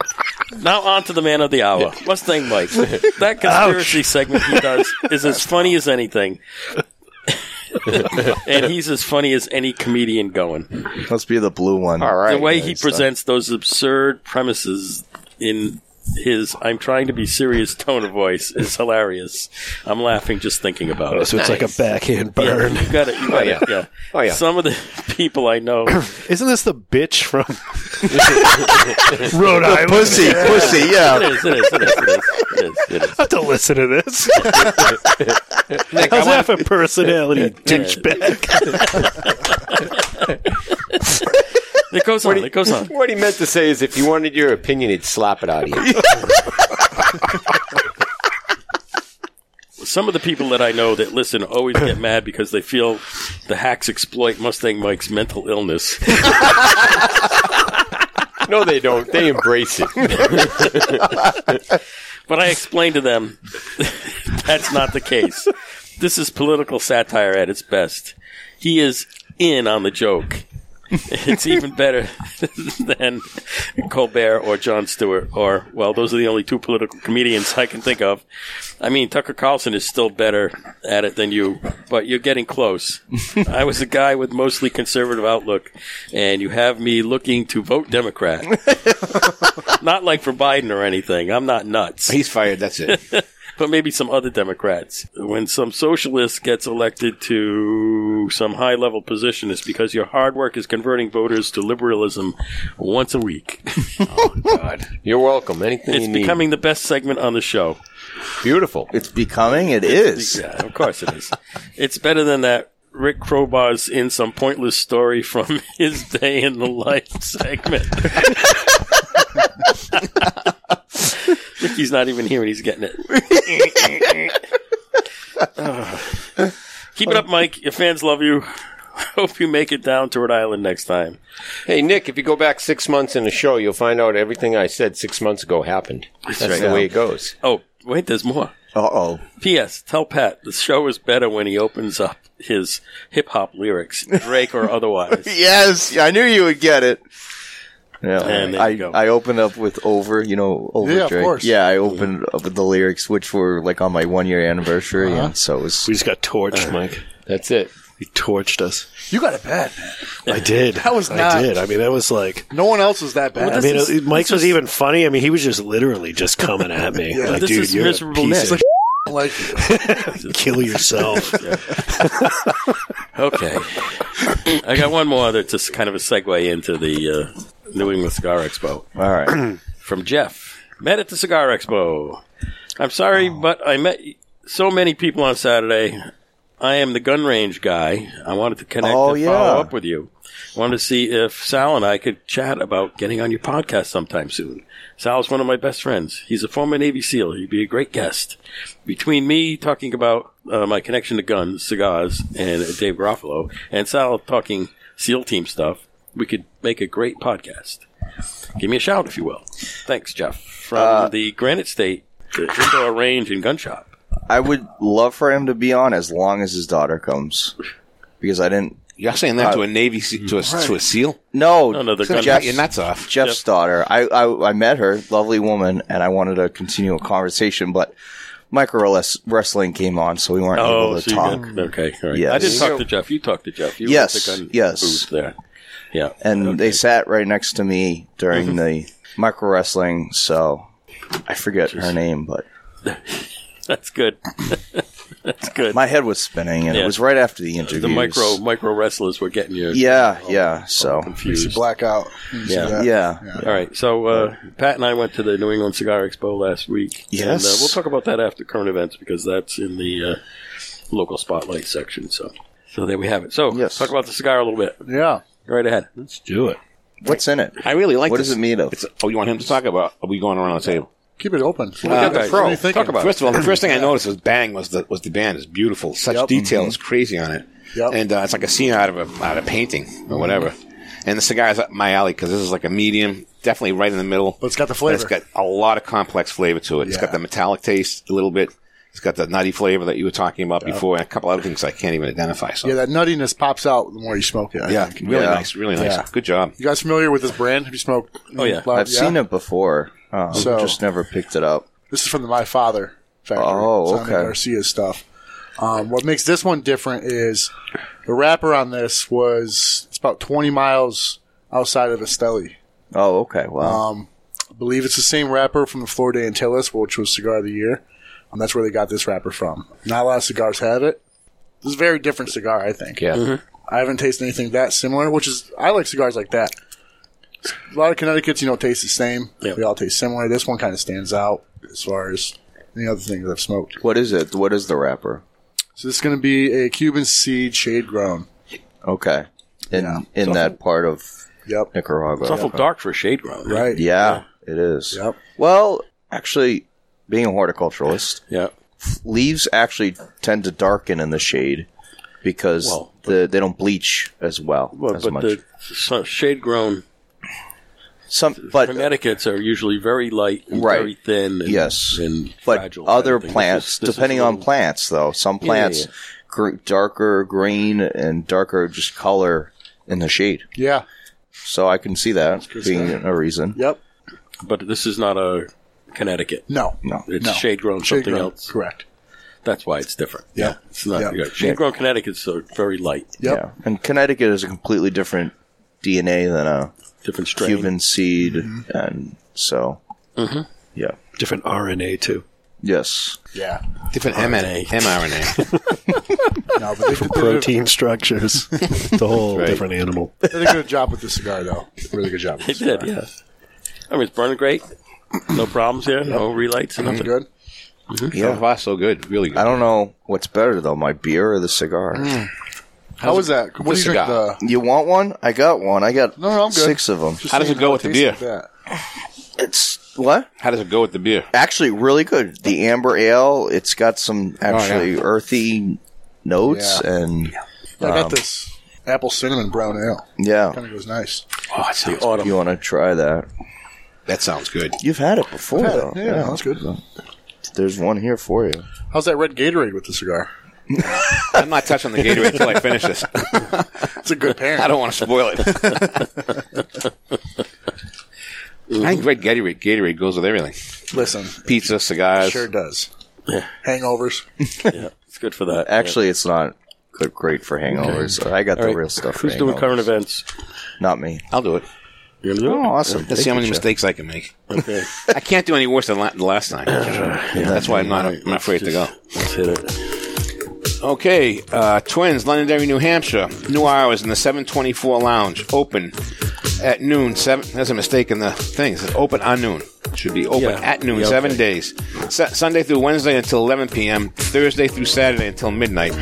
S1: Now on to the man of the hour, Mustang Mike. That conspiracy segment he does is as funny as anything. and he's as funny as any comedian going.
S5: Let's be the blue one.
S7: All right.
S1: the way he
S5: guys, so-
S1: presents those absurd premises in his I'm trying to be serious tone of voice is hilarious. I'm laughing just thinking about it.
S2: so it's like a backhand
S1: Yeah,
S2: burn.
S1: you got it. You got it. Yeah.
S7: Oh, yeah.
S1: Some of the people I know.
S2: Isn't this the bitch from Rhode Island?
S5: Pussy, pussy, yeah.
S1: It is. It is. It is. It is. It is. It is.
S2: I have to listen to this.
S7: Nick, I
S2: How's that
S7: want,
S2: for personality, douchebag?
S1: It goes on. It goes on.
S7: what he meant to say is, if you wanted your opinion, he'd slap it out of you.
S1: Some of the people that I know that listen always get mad because they feel the hacks exploit Mustang Mike's mental illness.
S7: No, they don't. They embrace it.
S1: But I explained to them that's not the case. This is political satire at its best. He is in on the joke. It's even better than Colbert or John Stewart or well, those are the only two political comedians I can think of. I mean, Tucker Carlson is still better at it than you, but you're getting close. I was a guy with mostly conservative outlook, and you have me looking to vote Democrat. not like for Biden or anything. I'm not nuts
S4: He's fired. That's it.
S1: but maybe some other Democrats. When some socialist gets elected to some high level position, it's because your hard work is converting voters to liberalism once a week.
S7: You're welcome. Anything
S1: It's
S7: you need.
S1: becoming the best segment on the show.
S7: beautiful.
S5: It's becoming, it is.
S1: Yeah, of course it is. It's better than that. Rick Crowbar's in some pointless story from his day in the life segment. Ricky's not even here and he's getting it. Ugh. Keep it up, Mike. Your fans love you. Hope you make it down to Rhode Island next time.
S7: Hey, Nick, if you go back six months in the show, you'll find out everything I said six months ago happened. That's, the way it goes.
S1: Oh, wait, there's more.
S5: Uh oh.
S1: P.S. Tell Pat the show is better when he opens up his hip hop lyrics, Drake or otherwise.
S5: Yes, I knew you would get it. Yeah,
S1: And there
S5: I,
S1: you go.
S5: I opened up with over, you know, over
S9: Yeah, of
S5: Drake.
S9: course.
S5: Yeah, I opened up with the lyrics, which were like on my one year anniversary, and so it was.
S2: We just got torched, Mike.
S7: That's it.
S2: He torched us.
S9: You got it bad, man.
S2: I did. That
S9: was
S2: I
S9: not-
S2: did. I mean, that was like.
S9: No one else was that bad.
S2: I mean, it- Mike's was even funny. I mean, he was just literally just coming at me. Like,
S1: This
S2: dude,
S1: is
S2: you're
S1: miserable
S2: a
S1: Nick.
S2: piece of
S9: like,
S2: shit. kill yourself.
S1: Okay. I got one more that's just kind of a segue into the uh, New England Cigar Expo
S5: All right.
S1: from Jeff. Met at the Cigar
S5: Oh.
S1: Expo. I'm sorry, but I met so many people on Saturday. I am the gun range guy. I wanted to connect
S5: Oh,
S1: and
S5: yeah.
S1: follow up with you. Wanted to see if Sal and I could chat about getting on your podcast sometime soon. Sal's one of my best friends. He's a former Navy SEAL. He'd be a great guest. Between me talking about uh, my connection to guns, cigars, and Dave Garofalo, and Sal talking SEAL team stuff, we could make a great podcast. Give me a shout, if you will. Thanks, Jeff. From the Granite State the Indoor Range and Gun Shop.
S5: I would love for him to be on as long as his daughter comes, because I didn't.
S4: You're saying that to
S5: Uh,
S4: a Navy, se- to a, to a SEAL?
S5: No,
S1: No, no, the
S4: It's gonna
S1: gun
S4: cut your nuts off.
S5: Jeff's daughter. I, I I met her, lovely woman, and I wanted to continue a conversation, but micro wres- wrestling came on, so we weren't
S1: Oh,
S5: able
S1: so
S5: to
S1: you
S5: talk.
S1: got- okay. All right.
S5: Yes.
S1: I didn't talk to Jeff. You talked to Jeff. You were at
S5: Yes,
S1: the gun
S5: yes.
S1: booth there. Yeah.
S5: and they sat right next to me
S1: Mm-hmm.
S5: during the micro wrestling. So I forget her name, but
S1: That's good. That's good.
S5: my head was spinning, and
S1: Yeah.
S5: it was right after the interview.
S1: the micro micro wrestlers were getting you
S5: Yeah, yeah. So
S1: confused.
S9: blackout.
S1: Yeah.
S5: yeah,
S1: All right. So uh, Pat and I went to the New England Cigar Expo last week.
S5: Yes.
S1: And, uh, we'll talk about that after current events because that's in the uh, local spotlight section. So so there we have it. So
S5: Yes.
S1: talk about the cigar a little bit.
S9: Yeah.
S1: Right ahead.
S2: Let's do it.
S5: What's in it?
S4: I really like
S5: What
S4: this.
S5: does it mean of?
S4: It's, oh, you want him to talk about? Are we going around the table?
S9: Keep it open.
S1: got the pro.
S9: What are you
S1: Talk about it.
S4: First of all, the first thing I noticed was Bang was the was the band. It's beautiful. Such
S9: Yep. Mm-hmm.
S4: detail is crazy on it.
S9: Yep. Mm-hmm.
S4: And uh, it's like a scene out of a out of a painting or whatever. And the cigar is up my alley because this is like a medium, definitely right in the middle.
S9: But it's got the flavor.
S4: It's got a lot of complex flavor to it. It's got
S9: Yeah.
S4: the metallic taste a little bit. It's got the nutty flavor that you were talking about before, and a couple other things I can't even identify. So
S9: Yeah, that nuttiness pops out the more you smoke it. I
S4: Yeah,
S9: think.
S4: really
S5: Yeah.
S4: nice, really nice.
S9: Yeah.
S4: Good job.
S9: You guys familiar with this brand? Have you smoked?
S1: Oh, yeah.
S5: I've seen it before. Um,
S9: So-
S5: just never picked it up.
S9: This is from the My Father factory.
S5: Oh,
S9: It's on the
S5: okay.
S9: Garcia stuff. Um, what makes this one different is the wrapper on this was it's about 20 miles outside of Esteli.
S5: Oh, okay. Wow.
S1: Um,
S9: I believe it's the same wrapper from the Florida Antilles, which was Cigar of the Year. Um, that's where they got this wrapper from. Not a lot of cigars have it. This is a very different cigar, I think.
S4: Yeah.
S9: I haven't tasted anything that similar, which is I like cigars like that. A lot of Connecticut's, you know, taste the same.
S1: Yep.
S9: They all taste similar. This one kind of stands out as far as any other things I've smoked.
S5: what is it? What is the wrapper?
S9: So this is going to be a Cuban seed shade grown.
S5: Okay. In
S9: Yeah.
S5: in that part of
S9: Yep.
S5: Nicaragua.
S1: It's awful dark for a shade ground.
S9: Right.
S5: Yeah, it is.
S9: Yep.
S5: Well, actually, being a horticulturalist,
S1: Yeah.
S5: leaves actually tend to darken in the shade because
S1: Well,
S5: the, they don't bleach as well,
S1: Well,
S5: as
S1: but
S5: much.
S1: the so, shade grown
S5: Some, but
S1: Connecticut's are usually very light and
S5: Right.
S1: very thin and,
S5: Yes.
S1: and
S5: but
S1: fragile.
S5: other
S1: I think.
S5: plants,
S1: This is- this is
S5: depending
S1: a
S5: on
S1: little-
S5: plants, though, some plants
S1: yeah.
S5: Gr- darker green and darker just color in the shade.
S9: Yeah.
S5: So I can see that being a reason.
S9: Yep.
S1: But this is not a Connecticut.
S9: No.
S5: No.
S1: It's
S9: No.
S1: shade grown
S9: Shade
S1: something
S9: grown.
S1: else.
S9: Correct.
S1: That's why it's different.
S9: Yeah.
S1: It's not
S9: Yeah.
S1: yeah. shade grown Connecticut's are very light,
S9: Yep.
S5: Yeah. And Connecticut is a completely different DNA than a
S1: different strain.
S5: Cuban seed, and so yeah,
S2: Different RNA too.
S5: yes,
S9: Yeah.
S4: Different mRNA. mRNA.
S9: No, but they, they, did
S2: Protein structures. it's a whole different animal.
S9: a, they did a good job with this cigar, though. Really good job. With
S1: They
S9: this
S1: did, yeah. I mean, it's burning great. No problems there. No relights.
S9: cigar.
S1: Nothing.
S9: Good.
S4: So far, so good. Really good.
S5: I don't know what's better though, my beer or the cigar.
S9: How was that? What do you drink?
S4: cigar?
S9: The
S5: You want one? I got one. I got
S9: No, no, I'm good.
S5: six of them.
S9: just
S4: How does
S9: saying
S4: it go with the
S9: tastes
S4: beer?
S9: like that.
S5: It's what?
S4: How does it go with the beer?
S5: Actually, really good. The amber ale. It's got some actually earthy notes,
S9: Yeah.
S5: and
S9: I got this apple cinnamon brown ale. Kind
S5: yeah,
S9: of goes nice.
S4: Oh, it sounds,
S5: if you want to try that.
S4: that sounds good.
S5: You've had it before,
S9: Yeah,
S5: though.
S9: yeah, that's good.
S5: There's one here for you.
S9: How's that red Gatorade with the cigar?
S4: I'm not touching the Gatorade until I finish this.
S9: It's a good pairing.
S4: I don't want to spoil it. I think red Gatorade, Gatorade goes with everything.
S9: Listen,
S4: Pizza, cigars.
S9: sure does. Hangovers.
S1: It's good for
S4: Uh,
S1: that.
S5: Actually, it's not good, great for hangovers. I got
S1: All
S5: the
S1: right.
S5: real stuff. for
S1: Who's doing
S5: hangovers.
S1: current events?
S5: Not me.
S4: I'll do it.
S1: You're gonna do it?
S5: Oh, awesome.
S4: Let's see how many mistakes I can make. I can't do any worse than la- the last time. That's why I'm not, I'm not afraid to go.
S1: Let's hit it.
S4: Okay, uh, Twins, Londonderry, New Hampshire. New hours in the 724 Lounge. Open at noon. Seven. There's a mistake in the thing. It says open on noon. Should be open
S1: Yeah.
S4: at noon,
S1: Yeah,
S4: seven
S1: okay.
S4: days. Su- Sunday through Wednesday until 11 p.m. Thursday through Saturday until midnight.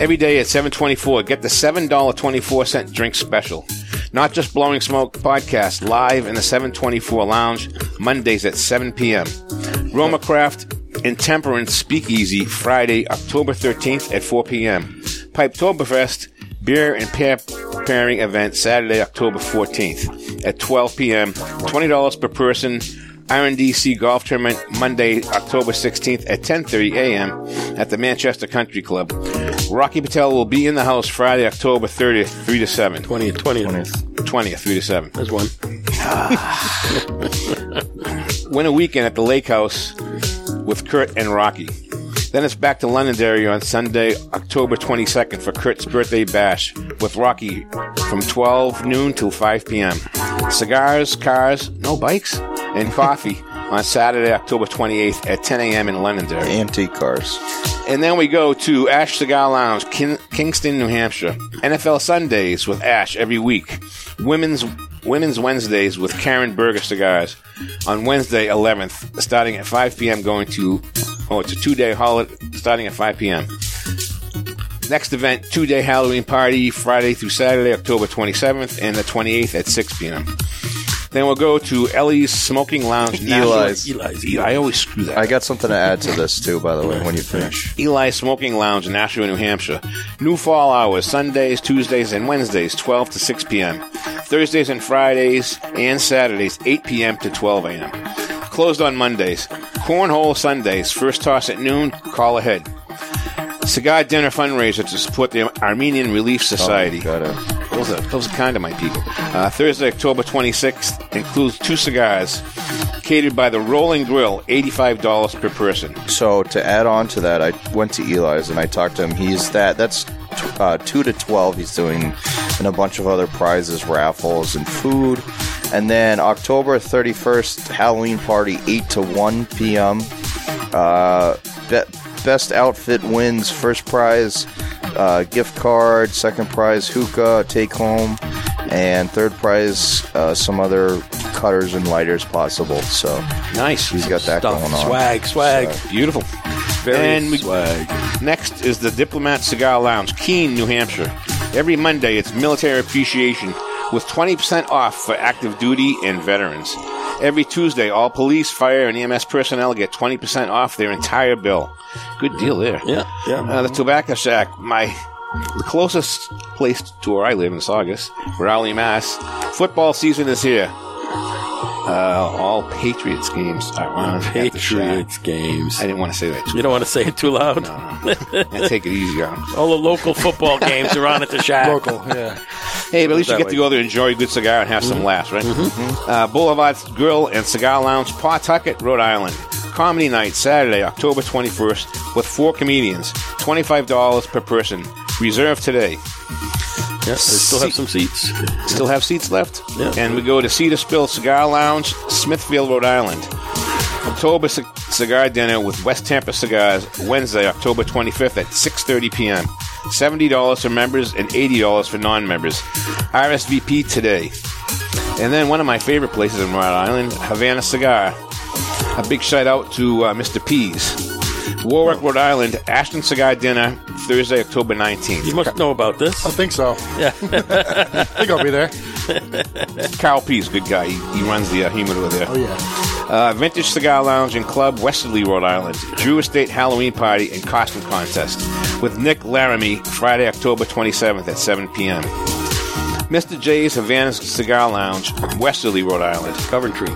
S4: every day at 724. Get the $7.24 drink special. Not just Blowing Smoke podcast, live in the 724 Lounge, Mondays at 7 p.m. Roma Craft Intemperance Speakeasy, Friday, October 13th at 4 p.m. Pipetoberfest Beer and Pair Pairing Event, Saturday, October 14th at 12 p.m. $20 per person. RNDC Golf Tournament Monday, October 16th at 10:30 a.m. at the Manchester Country Club. Rocky Patel will be in the house Friday, October 30th, 3 to 7.
S1: 20, 20.
S4: 20th, 3 to 7.
S1: There's one.
S4: Win a weekend at the Lake House with Kurt and Rocky. Then it's back to Londonderry on Sunday, October 22nd for Kurt's birthday bash with Rocky from 12 noon till 5 p.m. Cigars, cars, no bikes, and coffee on Saturday, October 28th at 10 a.m. in Londonderry.
S5: Antique cars.
S4: And then we go to Ash Cigar Lounge, Kin- Kingston, New Hampshire. NFL Sundays with Ash every week. Women's Women's Wednesdays with Karen Berger Cigars on Wednesday, 11th, starting at 5 p.m. Going to oh, it's a two-day holiday starting at 5 p.m. Next event, two day Halloween party, Friday through Saturday, October 27th and the 28th at 6 p.m. Then we'll go to Ellie's Smoking Lounge.
S5: Eli's.
S4: Eli's. Eli. I always screw that.
S5: I got something to add to this too, by the way, when you finish.
S4: Eli Smoking Lounge in Nashua, New Hampshire. New fall hours Sundays, Tuesdays, and Wednesdays, 12 to 6 p.m. Thursdays and Fridays and Saturdays, 8 p.m. to 12 a.m. Closed on Mondays. Cornhole Sundays, first toss at noon, call ahead. Cigar dinner fundraiser to support the Armenian Relief Society.
S5: Oh, Got it.
S4: Those are, those are kind of my people. Uh, Thursday, October 26th includes two cigars catered by the Rolling Grill, $85 per person.
S5: So to add on to that, I went to Eli's and I talked to him. He's that. That's t- uh, two to twelve. He's doing and a bunch of other prizes, raffles, and food. And then October thirty first, Halloween party, eight to one p.m. Uh, be- best outfit wins first prize, uh, gift card. Second prize, hookah take home, and third prize, uh, some other cutters and lighters possible. So
S4: Nice.
S5: he's got that
S1: Stuff.
S5: going on.
S1: Swag, swag.
S4: Beautiful.
S1: Very
S4: And we-
S1: swag.
S4: Next is the Diplomat Cigar Lounge, Keene, New Hampshire. Every Monday, it's military appreciation with 20% off for active duty and veterans. Every Tuesday, all police, fire, and EMS personnel get 20% off their entire bill. Good deal there.
S1: Yeah, yeah.
S4: Uh, the Tobacco Shack, my the closest place to where I live in Saugus, Raleigh, Mass. Football season is here. Uh, all Patriots games are on at the shack.
S1: Patriots games.
S4: I didn't want to say that.
S1: You don't want to say it too loud.
S4: I take it easy on 'em.
S1: All the local football games are on at the shack.
S9: Local, yeah.
S4: Hey, but at least you
S1: that
S4: get
S1: way.
S4: to go there, enjoy a good cigar, and have some laughs, right? Uh, Boulevard's Grill and Cigar Lounge, Pawtucket, Rhode Island. Comedy night, Saturday, October 21st, with four comedians. $25 per person. Reserve today.
S1: Yeah, they still have some seats.
S4: Still have seats left.
S1: Yeah.
S4: And we go to Cedar Spill Cigar Lounge, Smithfield, Rhode Island. October c- Cigar Dinner with West Tampa Cigars, Wednesday, October 25th at 6.30 p.m. $70 for members and $80 for non-members. RSVP today. And then one of my favorite places in Rhode Island, Havana Cigar. A big shout out to uh, Mr. Pease. Warwick, Rhode Island, Ashton Cigar Dinner, Thursday, October 19th.
S1: You must know about this.
S9: I think so. Yeah. I think I'll be there.
S4: Kyle Pease, good guy. He, he runs the uh, humidor there.
S9: Oh, yeah.
S4: Uh, Vintage Cigar Lounge and Club, Westerly, Rhode Island. Drew Estate Halloween Party and Costume Contest with Nick Laramie, Friday, October 27th at 7 p.m. Mr. J's Havana Cigar Lounge, Westerly, Rhode Island.
S1: Coventry.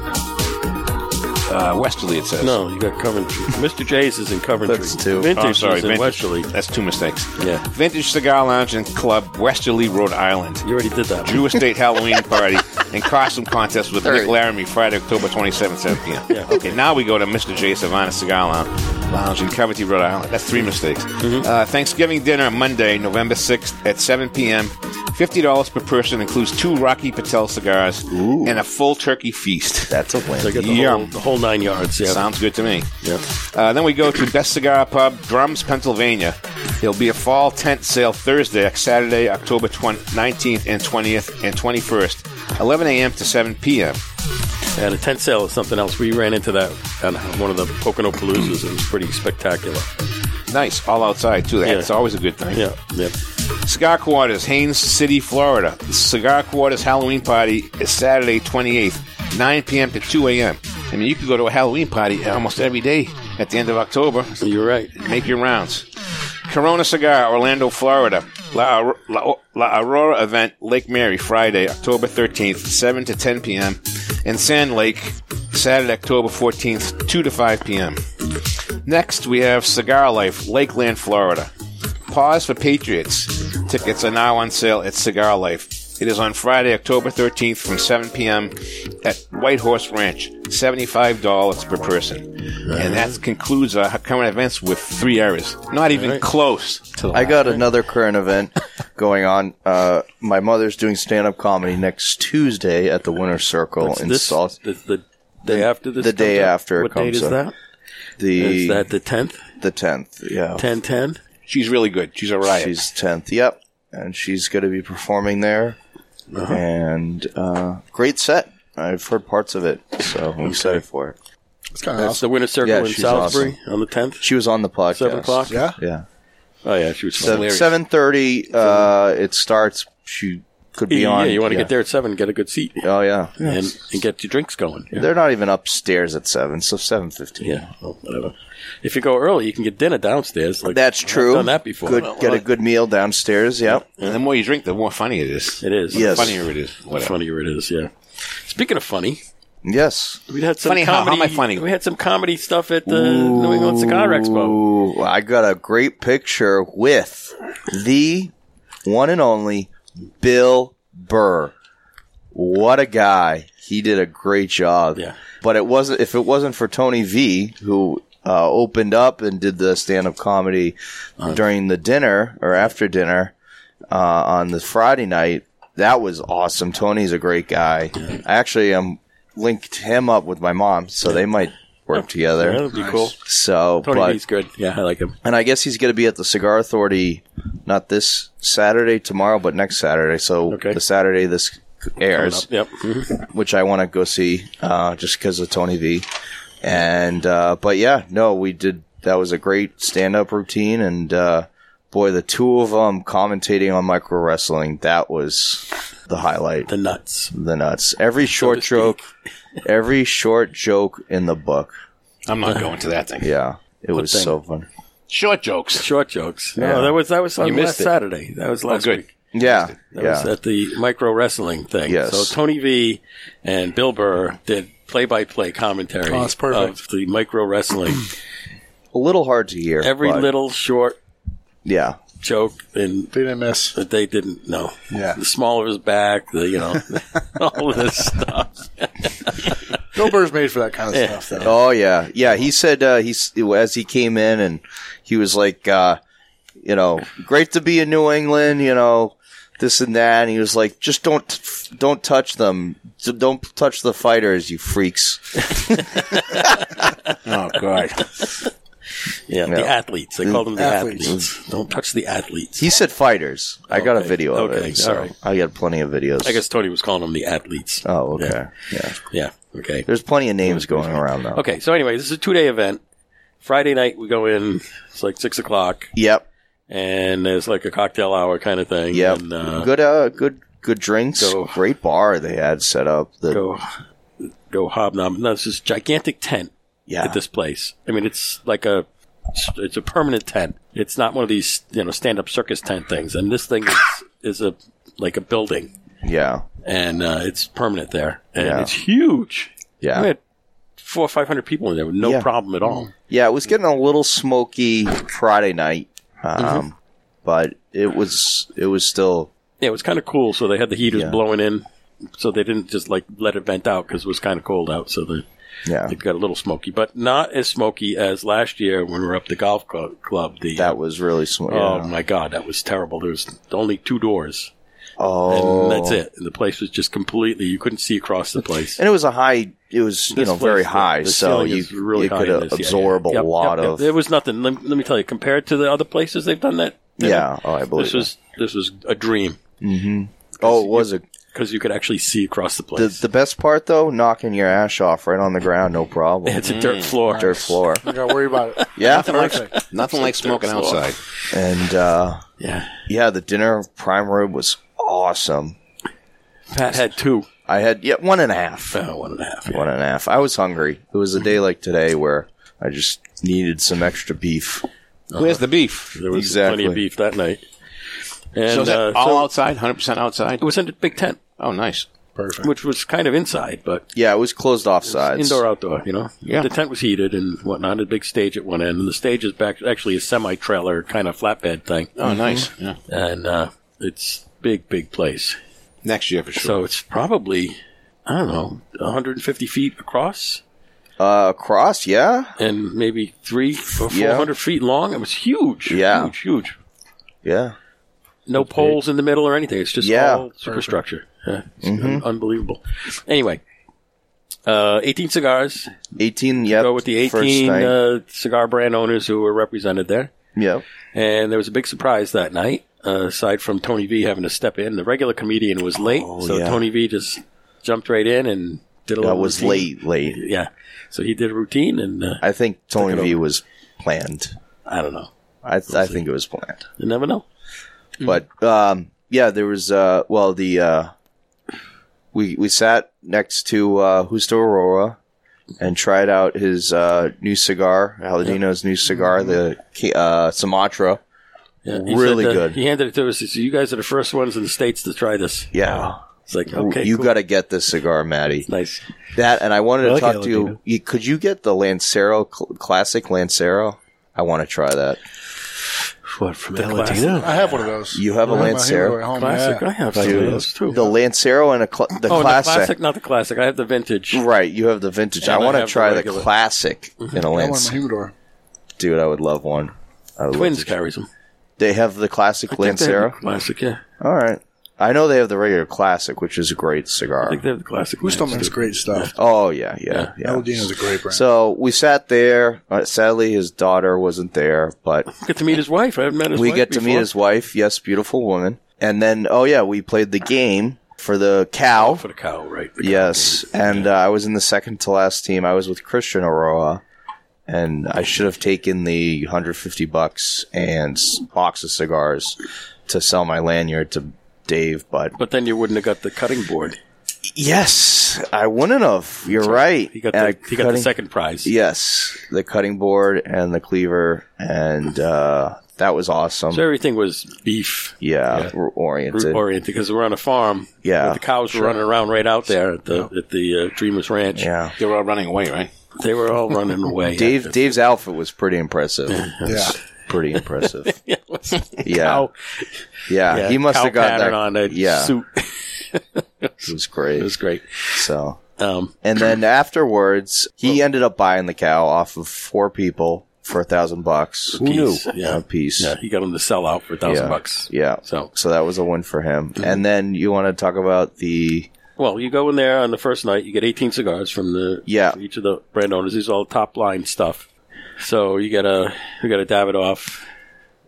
S4: Uh, Westerly, it says.
S1: No, you got Coventry. Mr. J's is in Coventry.
S5: That's two.
S1: Vintage
S4: Oh, I'm sorry,
S1: is in
S4: Vintage.
S1: Westerly.
S4: That's two mistakes.
S1: Yeah.
S4: Vintage Cigar Lounge and Club, Westerly, Rhode Island.
S1: You already did that. one.
S4: Drew Estate Halloween Party and Costume Contest with Nick Laramie Friday, October 27th, 7 p.m.
S1: Yeah.
S4: Okay, now we go to Mr. J. Savannah Cigar Lounge, Lounge in Coventry, Rhode Island. That's three mistakes. Uh, Thanksgiving dinner Monday, November 6th at 7 p.m. $50 per person includes two Rocky Patel cigars and a full turkey feast.
S5: That's a
S1: They
S5: win.
S1: got the,
S4: Yeah.
S1: whole, the whole nine yards. Yeah.
S4: Sounds good to me.
S1: Yeah.
S4: Uh, then we go to Best Cigar Pub, Drums, Pennsylvania. There'll be a fall tent sale Thursday, Saturday, October 20, 19th and 20th and 21st, 11 a.m. to 7 p.m.
S1: And a tent sale is something else. We ran into that on one of the Pocono Paloozas. It was pretty spectacular.
S4: Nice, all outside too. That's
S1: Yeah.
S4: always a good thing.
S1: Yeah, yeah.
S4: Cigar Quarters, Haines City, Florida. Cigar Quarters Halloween Party is Saturday, 28th, 9 p.m. to 2 a.m. I mean, you could go to a Halloween party almost every day at the end of October.
S1: You're right.
S4: Make your rounds. Corona Cigar, Orlando, Florida. La, La, La Aurora event, Lake Mary, Friday, October 13th, 7 to 10 p.m. And Sand Lake, Saturday, October 14th, 2 to 5 p.m. Next, we have Cigar Life, Lakeland, Florida. Pause for Patriots. Tickets are now on sale at Cigar Life. It is on Friday, October 13th from 7 p.m. at White Horse Ranch. $75 per person. And that concludes our current events with three errors. Not even close to the
S5: I got another current event going on. Uh, my mother's doing stand up comedy next Tuesday at the Winter Circle in
S1: this
S5: Salt.
S1: the, the day after this.
S5: the day
S1: comes out?
S5: after it
S1: What date
S5: comes
S1: is
S5: out.
S1: that? Is
S5: The Oh.
S1: that the tenth?
S5: the tenth. Yeah,
S1: Ten ten.
S4: She's really good. She's a riot.
S5: she's tenth. Yep, and she's going to be performing there.
S1: Uh-huh.
S5: And uh, great set. I've heard parts of it, so I'm excited for it.
S9: It's kind of
S1: That's
S9: awesome.
S1: the Winter Circle
S5: Yeah,
S1: in
S5: she's
S1: Salisbury on the tenth.
S5: She was on the podcast.
S1: Seven o'clock.
S9: Yeah.
S5: Yeah,
S1: Oh yeah, she was hilarious.
S5: seven thirty. Uh, it starts. She could be
S1: yeah,
S5: on.
S1: you want to get there at seven, get a good seat,
S5: Oh yeah.
S1: and, and get your drinks going. Yeah.
S5: They're not even upstairs at seven, so seven fifteen.
S1: Yeah, well, whatever. If you go early, you can get dinner downstairs. Like,
S5: That's
S1: I've
S5: true.
S1: done that before.
S5: Good, get a good meal downstairs. Yep.
S4: And the more you drink, the more funny it is.
S1: It is.
S5: Yes.
S4: Funnier it is.
S1: Whatever.
S4: Whatever.
S1: Funnier it is, yeah. Speaking of funny,
S5: Yes.
S1: we had some
S4: Funny how? How
S1: comedy.
S4: am I funny?
S1: We had some comedy stuff at the New England Cigar Expo.
S5: Ooh, I got a great picture with the one and only Bill Burr. What a guy! He did a great job.
S1: Yeah.
S5: But it wasn't if it wasn't for Tony V who. Uh, opened up and did the stand-up comedy
S1: Uh-huh.
S5: during the dinner or after dinner uh, on the Friday night. That was awesome. Tony's a great guy. I actually um, linked him up with my mom, so they might work together.
S1: That would be cool.
S5: So,
S1: Tony
S5: but,
S1: V's good. Yeah, I like him.
S5: and I guess he's going to be at the Cigar Authority, not this Saturday, tomorrow, but next Saturday. So
S1: Okay.
S5: the Saturday this airs,
S1: Yep. Mhm.
S5: which I want to go see, uh, just because of Tony V. And uh, but yeah, no, we did. That was a great stand-up routine, and uh, boy, the two of them commentating on micro wrestling. That was the highlight
S1: The nuts.
S5: the nuts. Every short joke, every short joke in the book.
S4: I'm not going to that thing.
S5: Yeah, it was
S1: thing?
S5: so fun.
S4: Short jokes.
S1: Short jokes. No,
S5: Yeah.
S1: that was that was on
S4: You missed
S1: last
S4: it.
S1: Saturday. That was
S4: Oh,
S1: last
S4: good.
S1: week.
S5: Yeah,
S1: That
S5: yeah,
S1: was at the micro wrestling thing.
S5: Yes.
S1: So Tony V and Bill Burr did play-by-play commentary
S9: Oh, that's perfect.
S1: of the micro wrestling.
S5: a little hard to hear.
S1: Every
S5: but-
S1: little short
S5: yeah,
S1: joke and
S9: They didn't miss.
S1: that they didn't know.
S9: Yeah.
S1: The small of his back, the you know all of this stuff.
S9: Bill Burr's made for that kind of stuff, though.
S5: oh yeah, yeah. He said uh, he's as he came in and he was like, uh, you know, great to be in New England, you know, this and that. And he was like, just don't, don't touch them, D- don't touch the fighters, you freaks.
S4: Oh, God.
S1: Yeah, the
S5: Yeah.
S1: athletes. They called them the
S9: Athletes.
S1: athletes. Don't touch the athletes.
S5: He said fighters. I got a
S1: Okay.
S5: video of
S1: Okay,
S5: it. So
S1: alright.
S5: I got plenty of videos.
S1: I guess Tony was calling them the athletes.
S5: Oh, okay.
S1: Yeah.
S5: yeah.
S1: Yeah. Okay.
S5: There's plenty of names going around though.
S1: Okay. So anyway, this is a two day event. Friday night we go in. It's like six o'clock,
S5: Yep.
S1: and there's like a cocktail hour kind of thing.
S5: Yep.
S1: And, uh,
S5: good. Uh, good. Good drinks.
S1: go-
S5: Great bar they had set up. The,
S1: go go hobnob. No, it's this gigantic tent
S5: Yeah.
S1: at this place. I mean, it's like a it's a permanent tent. It's not one of these you know stand up circus tent things. And this thing is, is a like a building,
S5: Yeah.
S1: and uh, it's permanent there, and
S5: Yeah.
S1: it's huge.
S5: Yeah.
S1: we had four or five hundred people in there with no
S5: Yeah.
S1: problem at all.
S5: Yeah, it was getting a little smoky Friday night, um,
S1: Mm-hmm.
S5: but it was it was still
S1: Yeah, it was kind of cool. So they had the heaters
S5: Yeah.
S1: blowing in, so they didn't just like let it vent out because it was kind of cold out. So they
S5: yeah
S1: it got a little smoky, but not as smoky as last year when we were up the golf club. club the
S5: that was really smoky.
S1: Oh
S5: Yeah.
S1: my god, that was terrible. There was only two doors, and
S5: Oh,
S1: that's it. And the place was just completely—you couldn't see across the place.
S5: And it was a high. It was you
S1: This
S5: know
S1: place,
S5: very
S1: the-
S5: high,
S1: the
S5: so
S1: ceiling
S5: you
S1: is really
S5: you
S1: high
S5: could
S1: in this, yeah,
S5: absorb
S1: yeah.
S5: a
S1: Yep,
S5: lot
S1: yep, yep.
S5: of
S1: There was nothing. Let, let me tell you, compared to the other places they've done that,
S5: yeah. Oh, I believe
S1: this was this was a dream.
S5: it. Oh, it was a
S1: because you could actually see across the
S5: The,
S1: place.
S5: the best part though, knocking your ash off right on the ground, no problem.
S1: it's a dirt floor.
S5: Mm. dirt floor.
S9: You gotta worry about it.
S5: Yeah,
S9: Perfect.
S4: Nothing like smoking
S1: Slow.
S4: outside.
S5: and uh,
S1: Yeah,
S5: yeah, the dinner prime rib was awesome.
S1: Pat had two.
S5: I had yeah one and a half.
S1: Oh, one and a half.
S5: One and a half. I was hungry. It was a day like today where I just needed some extra beef.
S4: Where's the beef?
S1: Uh-huh. There was plenty of
S5: Exactly.
S1: beef that night. And
S4: so is that
S1: uh,
S4: all
S1: so
S4: outside, hundred percent outside.
S1: it was in a big tent,
S4: Oh, nice.
S9: Perfect.
S1: which was kind of inside, but
S5: Yeah, it was closed off sides.
S1: indoor outdoor. You know,
S4: Yeah.
S1: The tent was heated and whatnot. A big stage at one end, and the stage is back actually a semi trailer kind of flatbed thing, Mm-hmm.
S4: Oh, nice. Yeah.
S1: and uh, it's big, big place.
S4: Next year for sure.
S1: So it's probably I don't know 150 feet across
S5: Uh, across, yeah,
S1: and maybe three or 400
S5: Yeah.
S1: feet long. It was huge.
S5: Yeah.
S1: huge, huge.
S5: yeah.
S1: No poles in the middle or anything. It's just
S5: Yeah. Mm-hmm.
S1: all superstructure. Yeah, it's un- unbelievable. Anyway, uh, 18 cigars.
S5: Eighteen. Yep.
S1: Go with the
S5: first
S1: 18
S5: night.
S1: uh, cigar brand owners who were represented there.
S5: yep.
S1: And there was a big surprise that night. Uh, aside from Tony V having to step in, the regular comedian was late, so
S5: Oh, yeah.
S1: Tony V just jumped right in and did a
S5: That
S1: little.
S5: was
S1: routine.
S5: late. Late.
S1: Yeah, so he did a routine, and uh,
S5: I think Tony V was planned.
S1: I don't know.
S5: I th- I think it was planned.
S1: You never know. Mm-hmm.
S5: But um, yeah, there was uh, well the uh, we we sat next to uh, Justo Aurora and tried out his uh, new cigar, Aladino's new cigar, the Ki- uh, Sumatra.
S1: Yeah, he
S5: Really
S1: said, uh,
S5: good.
S1: He handed it to us. He said, "You guys are the first ones in the states to try this."
S5: Yeah,
S1: It's like Oh, okay,
S5: you
S1: cool.
S5: got to get this cigar, Matty.
S1: nice.
S5: That and I wanted to
S2: I like
S5: talk to
S2: Aladino.
S5: you. you. Could you get the Lancero cl- classic Lancero? I want to try that.
S1: What from the
S2: Latino?
S9: I have one of those.
S5: You have a
S9: I my
S5: Lancero?
S9: Halo at home,
S1: Classic.
S9: yeah.
S1: I have some of
S5: Dude,
S1: those too.
S5: The Lancero and a cl- the
S1: oh,
S5: classic.
S1: the classic, not the classic. I have the vintage.
S5: Right, you have the vintage. I
S1: And I
S5: want to
S1: have the
S5: try the,
S1: regular. Mm-hmm.
S5: classic in a
S9: I want
S5: Lance.
S9: my humidor.
S5: Dude, I would love one. I would
S1: Twins
S5: love to-
S1: carries them.
S5: They have the classic Lancero.
S1: Classic, yeah.
S5: All right. I know they have the regular classic, which is a great
S1: I
S5: cigar.
S1: think they have the classic.
S9: Who still
S1: Lance,
S9: makes
S1: too.
S9: great stuff?
S5: Oh yeah, yeah, yeah.
S9: Aladino's a great brand.
S5: So we sat there. Uh, sadly, his daughter wasn't there, but
S1: Get to meet his wife. I haven't met his
S5: we
S1: wife.
S5: get to meet
S1: before.
S5: his wife. Yes, beautiful woman. And then, oh yeah, we played the game for the cow.
S1: for the cow, right? The cow
S5: Yes, and uh, I was in the second to last team. I was with Christian Aroa, and I should have taken the 150 bucks and s- box of cigars to sell my lanyard to Dave. But
S1: But then you wouldn't have got the cutting board.
S5: yes, I wouldn't have. You're right.
S1: He got
S5: And I
S1: the, he got the
S5: Uh, cutting-
S1: second prize.
S5: Yes, the cutting board and the cleaver, and uh, that was awesome.
S1: So everything was beef
S5: Yeah, we're oriented.
S1: root oriented because we're on a farm.
S5: Yeah.
S1: but the cows were running around right out there at the at the uh, Dreamers Ranch.
S5: yeah.
S4: They were all running away, right?
S1: They were all running away.
S5: Dave Dave's outfit was pretty impressive.
S9: yeah.
S5: pretty impressive.
S1: Yeah, it was a
S5: Yeah.
S1: cow-
S5: Yeah,
S1: yeah,
S5: he must
S1: cow
S5: have got
S1: pattern
S5: that
S1: on a
S5: yeah,
S1: suit.
S5: It was great.
S1: It was great.
S5: So,
S1: Um,
S5: and then afterwards, he ended up buying the cow off of four people for a thousand bucks. Who
S1: Apiece, yeah.
S5: A piece.
S1: yeah, he got him to sell out for a thousand bucks.
S5: Yeah.
S1: So- Mm-hmm.
S5: So, that was a win for him. And then you want to talk about the
S1: Well, you go in there on the first night, you get 18 cigars from the
S5: Yeah.
S1: from each of the brand owners. These are all top line stuff. So you got a you got a Davidoff.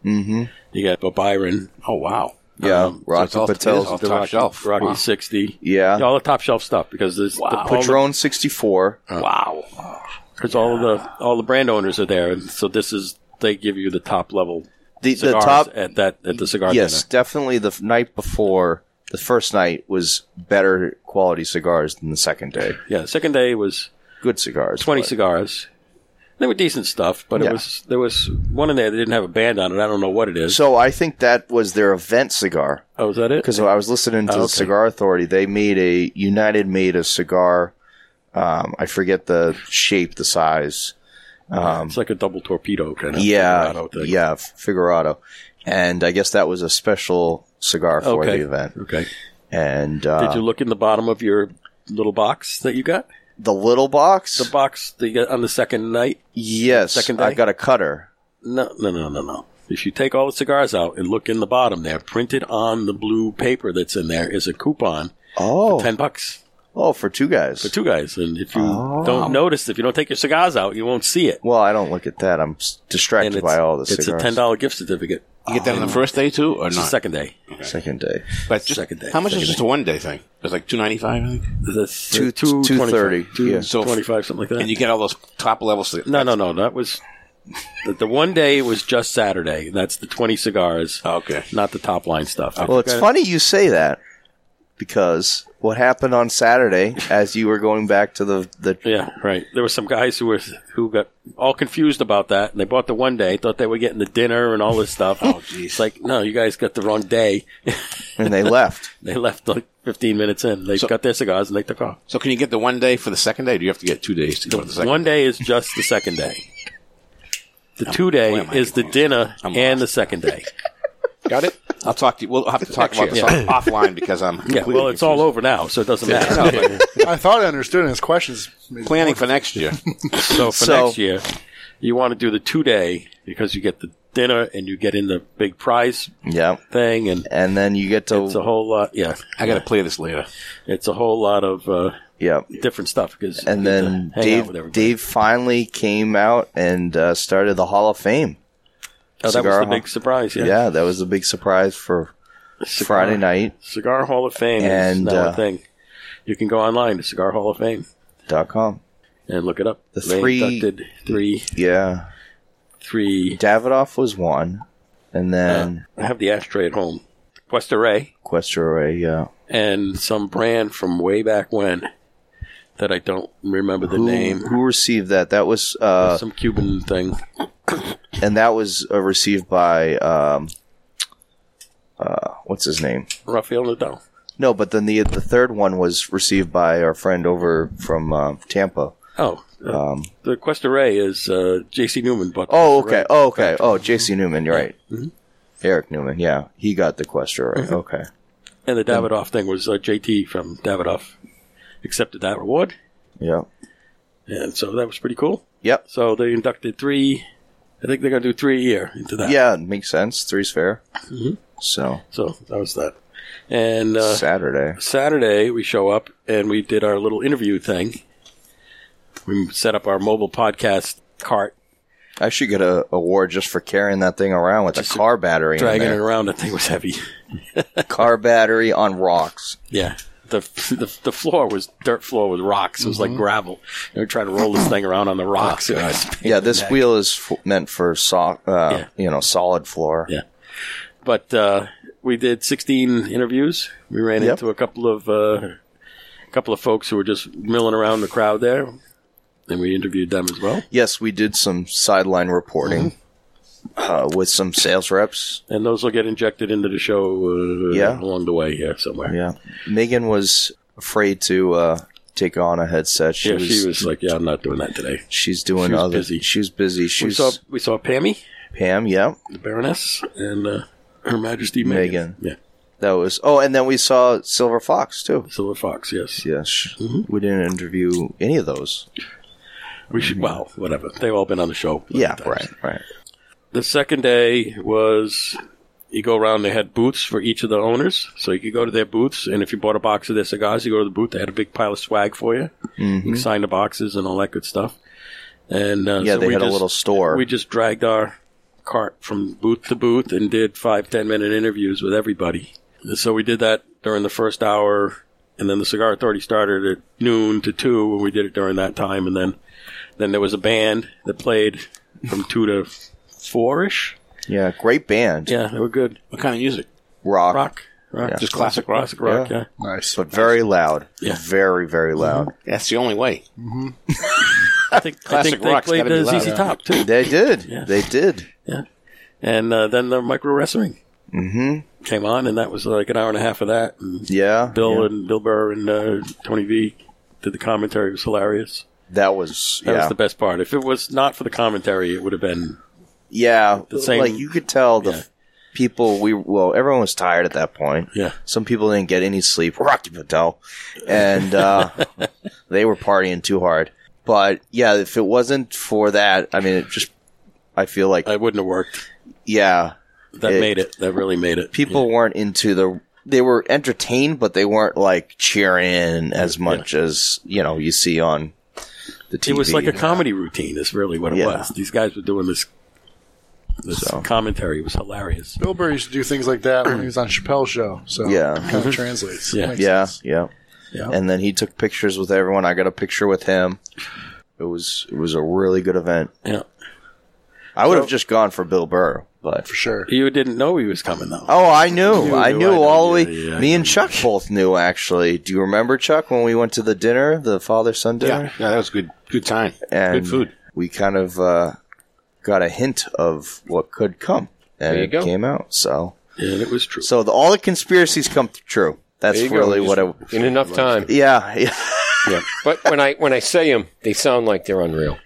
S5: Mhm.
S1: You got a Byron. Um, Oh wow.
S5: yeah
S4: so it's
S5: Rocky
S4: all-
S5: Patel's
S4: it is
S5: the
S4: top
S1: Rocky,
S4: shelf.
S1: Rocky
S4: Wow.
S1: 60.
S5: Yeah.
S1: All the top shelf stuff because there's the, all the-
S5: Padron sixty four.
S1: Uh, Oh, Wow. Because all of the all the brand owners are there, and so this is they give you the top level
S5: The the
S1: cigars
S5: top
S1: at that at the cigar
S5: yes, definitely the f- night before the first night was better quality cigars than the second day.
S1: dinner. Yeah. Second day was
S5: Good cigars.
S1: 20
S5: but-
S1: cigars. They were decent stuff, but it
S5: Yeah.
S1: was there was one in there that didn't have a band on it. I don't know what it is.
S5: So I think that was their event cigar.
S1: oh, is that it?
S5: because I was listening to
S1: Oh,
S5: the
S1: okay.
S5: Cigar Authority. They made a United made a cigar. Um, I forget the shape, the size.
S1: it's like a double torpedo kind of.
S5: um, Yeah,
S1: Colorado thing.
S5: yeah, Figurado, and I guess that was a special cigar for
S1: Okay.
S5: the event.
S1: Okay.
S5: And uh,
S1: Did you look in the bottom of your little box that you got?
S5: the little box?
S1: The box that you got on the second night?
S5: yes,
S1: second
S5: I
S1: day?
S5: got a cutter.
S1: No, no, no, no, no. If you take all the cigars out and look in the bottom there, printed on the blue paper that's in there is a coupon,
S5: Oh,
S1: ten bucks
S5: oh, for two guys.
S1: for two guys. And if you
S5: Oh.
S1: don't notice, if you don't take your cigars out, you won't see it.
S5: well, I don't look at that. I'm s-
S1: And
S5: distracted
S1: it's,
S5: by all the
S1: it's
S5: cigars.
S1: a ten dollar gift certificate.
S10: You get that on the first day too, or
S1: It's
S10: not?
S1: the second day.
S5: Second day.
S10: But just,
S1: Second day.
S10: How much
S1: Second
S10: is just a one day thing? It's like two ninety five, I think.
S1: The
S5: Two- two- two thirty, yeah.
S1: so twenty-five, something like that.
S10: And you get all those top level cigars.
S1: no, no, no. That was the, the one day was just Saturday. That's the twenty cigars,
S10: Okay.
S1: not the top line stuff.
S5: Well, it's funny you say that because what happened on Saturday as you were going back to the the
S1: Yeah, right. There were some guys who were who got all confused about that, and they bought the one day, thought they were getting the dinner and all this stuff. oh, jeez! It's like, no, you guys got the wrong day.
S5: and they left.
S1: They left like fifteen minutes in. They got their cigars and they took off.
S10: So can you get the one day for the second day? Or do you have to get two days to go to the second?
S1: One day is just the second day. The two day
S10: where am I
S1: is the
S10: confused?
S1: dinner
S10: I'm
S1: and the second day.
S10: Got it. I'll talk to you. We'll have to talk about this off- offline because I'm
S1: Yeah, well, it's all over now, so it doesn't matter.
S9: I thought I understood his questions.
S10: planning for next year.
S1: So for
S5: So-
S1: next year, you want to do the two day because you get the dinner and you get in the big prize
S5: Yeah.
S1: thing, and
S5: And then you get to
S1: it's a whole lot. Yeah,
S10: I got to play this later.
S1: it's a whole lot of uh,
S5: yeah.
S1: different stuff because
S5: And then Dave Dave finally came out and uh, started the Hall of Fame.
S1: oh, that was
S5: Cigar
S1: the
S5: Hall-
S1: big surprise. Yeah,
S5: Yeah. that was a big surprise for Friday night
S1: Cigar Hall of Fame is
S5: And,
S1: now
S5: uh,
S1: a thing. You can go online to Cigar Hall of Fame
S5: dot com.
S1: and look it up.
S5: The
S1: They
S5: three-
S1: inducted three
S5: Yeah.
S1: three.
S5: Davidoff was one and then
S1: I have the ashtray at home. Quest Array.
S5: Questore, yeah.
S1: and some brand from way back when that I don't remember the
S5: Who,
S1: name.
S5: who received that? That was uh,
S1: some Cuban thing.
S5: and that was uh, received by um, uh, what's his name?
S1: Rafael Nadal.
S5: No, but then the the third one was received by our friend over from uh, Tampa. Um,
S1: Oh, uh, the Quest Array is uh, J.C. Newman. But
S5: Oh, okay. Oh, okay. Oh, J.C. Newman. You're right. Eric Newman. Yeah, he got the Questore. Right. Okay.
S1: and the Davidoff thing was uh, J.T. from Davidoff accepted that reward,
S5: Yeah.
S1: and so that was pretty cool.
S5: Yep.
S1: So they inducted three. I think they're going to do three a year into that.
S5: Yeah, Mm-hmm. it makes sense. Three's fair. So
S1: So that was that. And uh,
S5: Saturday.
S1: Saturday, we show up and we did our little interview thing. We set up our mobile podcast cart
S5: I should get a award just for carrying that thing around with a car battery. In
S1: dragging it
S5: there.
S1: around. That thing was heavy.
S5: Car battery on rocks.
S1: Yeah. The, the, the floor was dirt floor with rocks. It was
S5: Mm-hmm.
S1: like gravel. They were trying to roll this thing around on the rocks.
S5: Oh,
S1: It was-
S5: Yeah, this wheel is f- meant for so- uh, you know solid floor.
S1: Yeah. but uh, we did 16 interviews. We ran
S5: Yep.
S1: into a couple of uh, a couple of folks who were just milling around the crowd there, and we interviewed them as well.
S5: Yes, we did some sideline reporting
S1: Mm-hmm.
S5: uh, with some sales reps.
S1: And those will get injected into the show uh,
S5: Yeah.
S1: along the way here somewhere.
S5: Yeah, Megan was afraid to uh, take on a headset. She
S1: Yeah,
S5: was,
S1: she was like, "Yeah, I'm not doing that today."
S5: She's doing
S1: she was
S5: other.
S1: busy.
S5: She was busy. She
S1: We
S5: was
S1: saw we saw Pammy,
S5: Pam. Yeah,
S1: the Baroness, and uh, Her Majesty
S5: Meghan.
S1: Megan. Yeah,
S5: that was. Oh, and then we saw Silver Fox too.
S1: Silver Fox. Yes,
S5: Yes, sh-
S1: Mm-hmm.
S5: we didn't interview any of those.
S1: We should, well, whatever. They've all been on the show.
S5: Yeah, right, right.
S1: The second day was you go around, they had booths for each of the owners. So you could go to their booths, and if you bought a box of their cigars, you go to the booth. They had a big pile of swag for you. You could sign the boxes and all that good stuff. And uh,
S5: Mm-hmm. Yeah,
S1: so
S5: they
S1: we
S5: had a
S1: just-
S5: little store.
S1: We just dragged our cart from booth to booth and did five, ten minute interviews with everybody. So we did that during the first hour, and then the Cigar Authority started at noon to two, and we did it during that time. And then, then there was a band that played from two to four ish.
S5: yeah, great band.
S1: Yeah, they were good.
S10: What kind of music?
S5: Rock,
S1: Rock, rock,
S5: Yeah.
S10: Just classic rock.
S1: classic rock. Yeah.
S9: Nice.
S5: but very loud.
S1: Yeah. Mm-hmm.
S5: very very loud.
S10: That's the only way.
S1: I think
S10: Classic
S1: I think they
S10: rock's
S1: played
S10: gotta be
S1: the
S10: loud.
S1: ZZ Top too,
S5: They did. They did.
S1: and uh, then the micro wrestling mm-hmm. came on, and that was like an hour and a half of that. And
S5: Yeah,
S1: Bill
S5: yeah.
S1: and Bill Burr and uh, Tony V did the commentary. It was hilarious.
S5: That was
S1: That
S5: yeah,
S1: was the best part. If it was not for the commentary, it would have been
S5: yeah.
S1: same-
S5: like you could tell the
S1: yeah.
S5: people we well, everyone was tired at that point.
S1: yeah.
S5: Some people didn't get any sleep. Rocky Patel, and uh, they were partying too hard. But yeah, if it wasn't for that, I mean, it just I feel like
S1: I wouldn't have worked.
S5: yeah,
S1: Uh, That
S5: It-
S1: made it. That really made it.
S5: people weren't into the. They were entertained, but they weren't like cheering as much as you know you see on the TV.
S1: It was like a comedy routine. Is really what it
S5: Yeah.
S1: was. These guys were doing this This commentary was hilarious.
S9: Bill Burr used to do things like that when he was on Chappelle's show. So
S5: Yeah.
S9: it kind of translates. Makes
S5: yeah,
S9: sense.
S5: yeah,
S9: Yeah.
S5: And then he took pictures with everyone. I got a picture with him. It was it was a really good event.
S1: Yeah.
S5: I would have just gone for Bill Burr, but
S9: for sure.
S1: You didn't know he was coming though.
S5: Oh, I knew.
S1: You
S5: I
S1: knew,
S5: knew
S1: I
S5: all the
S1: knew,
S5: way.
S1: yeah, yeah, I
S5: me and Chuck both knew, actually. Do you remember, Chuck, when we went to the dinner, the father son dinner?
S4: Yeah, that was good. Good time.
S5: And
S4: Good food.
S5: We kind of uh, got a hint of what could come. And
S4: There you
S5: it
S4: go.
S5: came out. So
S1: And it was true.
S5: So the, all the conspiracies come true. That's
S7: There you go.
S5: really
S7: Just
S5: what it
S7: in enough time.
S5: Yeah. yeah.
S7: Yeah. But when I when I say them, they sound like they're unreal.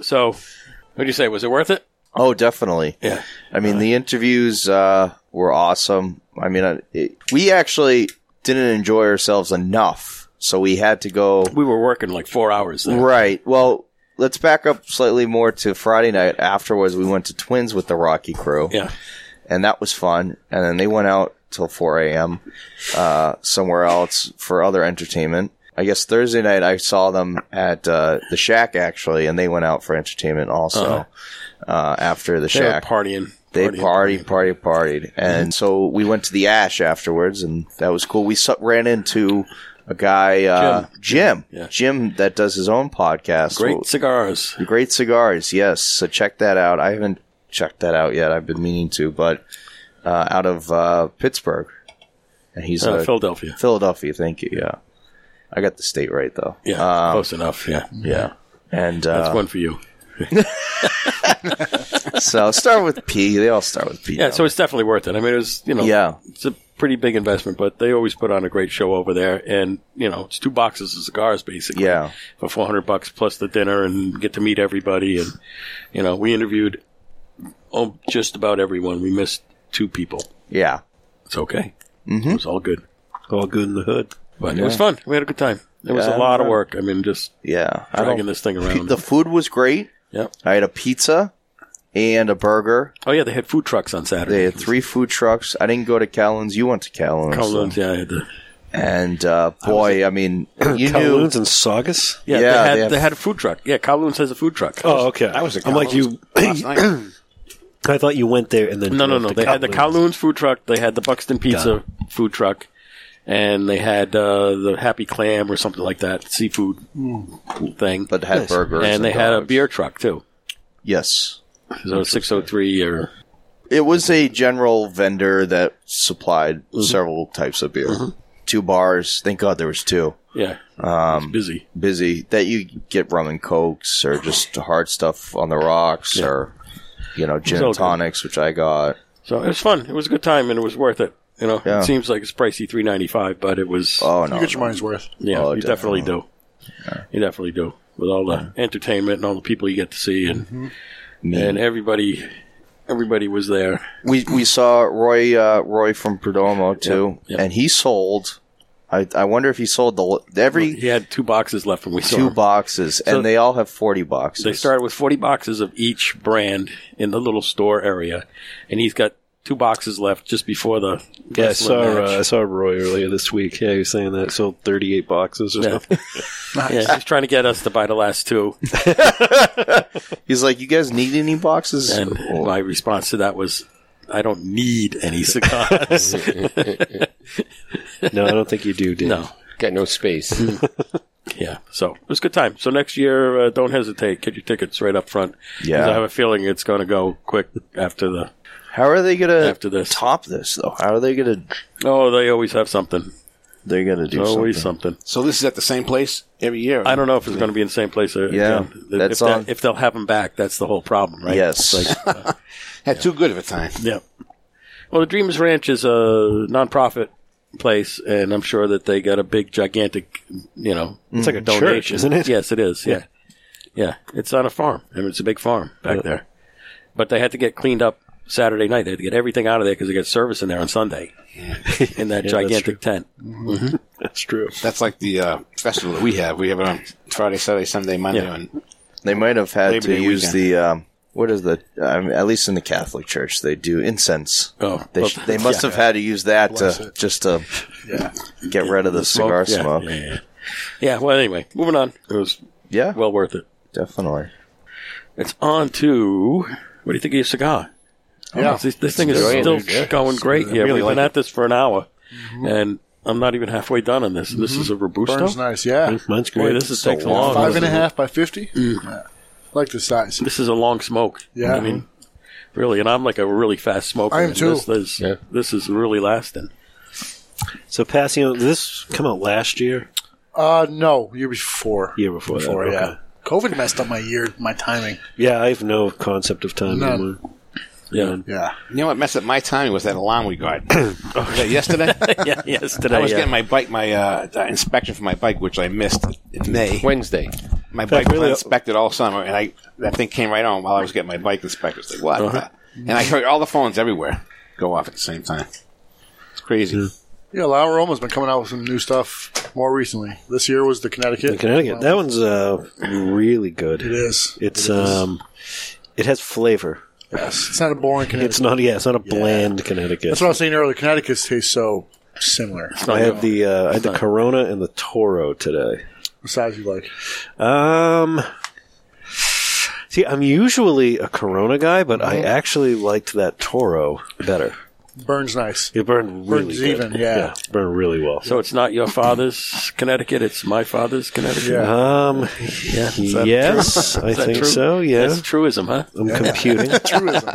S1: so, what do you say? Was it worth it?
S5: Oh, definitely.
S1: Yeah.
S5: I mean, the interviews uh, were awesome. I mean, I- it, we actually didn't enjoy ourselves enough, so we had to go.
S1: We were working like four hours. There.
S5: Right. Well, let's back up slightly more to Friday night. Afterwards, we went to Twins with the Rocky crew.
S1: Yeah.
S5: And that was fun. And then they went out till 4 a.m. Uh, somewhere else for other entertainment. I guess Thursday night I saw them at uh, the Shack actually, and they went out for entertainment also uh, after the
S1: Uh-huh. They were
S5: Shack.
S1: partying.
S5: They partied, party, partied, and so we went to the Ash afterwards, and that was cool. We su- ran into a guy, uh, Jim, Jim, that does his own podcast.
S1: Great cigars.
S5: Great cigars, yes. So check that out. I haven't checked that out yet. I've been meaning to, but uh, out of uh, Pittsburgh, and he's
S1: Uh,
S5: a-
S1: Philadelphia.
S5: Philadelphia, thank you. Yeah, I got the state right though.
S1: Yeah, close enough. Yeah,
S5: Um, yeah, and uh,
S1: That's one for you.
S5: so start with P. They all start with P.
S1: Yeah, so it's definitely worth it. I mean, it was you know,
S5: Yeah.
S1: it's a pretty big investment, but they always put on a great show over there, and you know, it's two boxes of cigars basically,
S5: Yeah.
S1: for four hundred bucks plus the dinner, and get to meet everybody, and you know, we interviewed oh just about everyone. We missed two people.
S5: yeah.
S1: It's okay.
S5: Mm-hmm.
S1: It was all good,
S2: All good in the hood.
S1: but it was fun. We had a good time. It was
S5: Yeah,
S1: a
S5: it
S1: lot of
S5: was fun.
S1: work. I mean, just
S5: Yeah, I
S1: dragging
S5: don't-
S1: this thing around.
S5: The food was great.
S1: Yep.
S5: I had a pizza and a burger.
S1: oh yeah, they had food trucks on
S5: They
S1: Saturday.
S5: had three food trucks. I didn't go to Callan's. You went to Callan's.
S1: Kowloon's, yeah, I had the
S5: And uh, boy, I, mean, you knew.
S2: Kowloon's and Saugus?
S1: Yeah,
S5: Yeah,
S1: they, had,
S5: they
S1: they,
S5: have-
S1: had a food truck. Yeah, Kowloon's has a food truck.
S2: Oh, okay. I
S4: was at
S2: I'm like you.
S4: Last night.
S2: I thought you went there and then.
S1: no, no,
S2: drove
S1: no.
S2: to
S1: They had the Kowloon's food truck. They had the Buxton Pizza food truck, and they had uh, the Happy Clam or something like that seafood thing.
S5: Hmm. But had burgers
S1: and
S5: and
S1: they had a
S5: dogs.
S1: beer truck too.
S5: Yes.
S1: So six oh three or
S5: It was a general vendor that supplied
S1: Mm-hmm.
S5: several types of beer. Two bars. Thank God there was two.
S1: yeah, um, busy.
S5: Busy. That you get rum and cokes or just hard stuff on the rocks or, you know, gin
S1: all
S5: and
S1: good.
S5: tonics, which I got.
S1: So it was fun. It was a good time, and it was worth it. You know,
S5: Yeah.
S1: it seems like it's pricey three ninety five, but it was.
S5: Oh, no.
S9: You get
S5: no.
S9: your money's worth.
S1: Yeah,
S5: Oh,
S1: you definitely, do. You definitely do with all the entertainment and all the people you get to see, and
S5: Mm-hmm.
S1: and everybody, everybody was there.
S5: we we saw Roy uh, Roy from Perdomo too,
S1: yep.
S5: and he sold. I I wonder if he sold the every
S1: He had two boxes left when we saw
S5: two
S1: him.
S5: boxes,
S1: So-
S5: and they all have forty boxes.
S1: They started with forty boxes of each brand in the little store area, and he's got two boxes left just before the
S2: Yeah, I
S1: wrestling
S2: saw, uh, I
S1: match.
S2: saw Roy earlier this week. Yeah, he was saying that sold 38 boxes or
S1: Yeah.
S2: something.
S1: Yeah, he's trying to get us to buy the last two,
S5: He's like, "You guys need any boxes?"
S1: and my response to that was, "I don't need any cigars.
S2: No, I don't think you do, Dave.
S1: no,
S7: Got no space.
S1: Yeah, so it was a good time. So next year, uh, don't hesitate. Get your tickets right up front. 'Cause
S5: Yeah.
S1: I have a feeling it's going to go quick after the.
S5: How are they gonna
S1: After this.
S5: top this though? How are they gonna
S1: Oh, they always have something.
S5: they're gonna do something?
S1: Always something.
S4: So this is at the same place every year.
S1: I don't know if it's going to be in the same place. uh,
S5: Yeah,
S1: again. If-
S5: that's
S1: if,
S5: on-
S1: if they'll have them back, that's the whole problem, right?
S5: Yes,
S1: It's like-
S4: Had too good of a time.
S1: yeah. Well, the Dreamers Ranch is a nonprofit place, and I'm sure that they got a big, gigantic, you know,
S2: It's like a church,
S1: donation,
S2: isn't it?
S1: Yes, it is. Yeah. yeah, It's on a farm. I mean, it's a big farm back there. But they had to get cleaned up Saturday night. They had to get everything out of there because they got service in there on Sunday in that gigantic tent.
S2: That's true.
S4: That's like the uh, festival that we have. We have it on Friday, Saturday, Sunday, Monday.
S1: Yeah.
S4: And
S5: they might have had
S4: Labor
S5: to
S4: Day
S5: use
S4: weekend.
S5: the. Um, what is the? I mean, at least in the Catholic Church, they do incense.
S1: Oh,
S5: they,
S1: well,
S5: sh- they must have had to use that to, just to
S9: Yeah.
S5: get rid of the cigar
S1: yeah,
S5: smoke.
S1: Yeah, yeah. Yeah, well, anyway, moving on. It was
S5: yeah
S1: well worth it.
S5: definitely.
S1: It's on to What do you think of your cigar?
S2: Yeah.
S1: Oh, this, this thing is
S2: It's great.
S1: still
S2: Yeah.
S1: going great
S2: I
S1: here.
S2: really
S1: We've
S2: like
S1: been
S2: it.
S1: at this for an hour, and I'm not even halfway done on this. This is a robusto.
S9: Burns nice, yeah.
S1: Mine's Boy, this is takes a long.
S9: Five and a half by 50? Yeah. Like the size.
S1: This is a long smoke.
S9: Yeah.
S1: I mean, really, and I'm like a really fast smoker.
S9: I am
S1: and
S9: too.
S1: This, this, this is really lasting.
S2: So passing on this come out last year,
S9: Uh, no, year before.
S2: year before, that,
S9: Before,
S2: okay.
S9: yeah. COVID messed up my year, my timing.
S2: Yeah, I have no concept of time
S9: None.
S2: anymore.
S1: Yeah.
S9: Yeah.
S4: You know what messed up my timing was that alarm we got. was that yesterday?
S1: yeah, yesterday.
S4: I was
S1: yeah.
S4: getting my bike, my uh, uh, inspection for my bike, which I missed in May.
S7: Wednesday.
S4: My
S2: In fact,
S4: bike was
S2: really-
S4: inspected all summer, and I that thing came right on while I was getting my bike inspected. It's like, what?
S1: Uh-huh.
S4: And I heard all the phones everywhere go off at the same time. It's crazy.
S1: Hmm.
S9: Yeah, Laura Roma's been coming out with some new stuff more recently. This year was the Connecticut.
S2: In Connecticut, that one's uh, really good. It
S9: is.
S2: It's um, it has flavor.
S9: Yes. It's not a boring Connecticut.
S2: It's not yeah, it's not a bland Connecticut.
S9: That's what I was saying earlier. Connecticut's taste so similar.
S2: I have the uh, I had the Corona and the Toro today.
S9: What size you like?
S2: Um, see, I'm usually a Corona guy, but I actually liked that Toro better.
S9: Burns nice.
S2: It burned really
S9: Burns
S2: good.
S9: even, yeah.
S2: burned really well.
S1: So it's not your father's Connecticut; it's my father's Connecticut.
S9: Yeah.
S2: Um,
S1: Yeah, is that
S2: yes,
S1: true?
S2: I
S1: Is that
S2: think
S1: true?
S2: so. Yeah,
S1: That's truism, huh?
S2: I'm computing.
S9: Truism.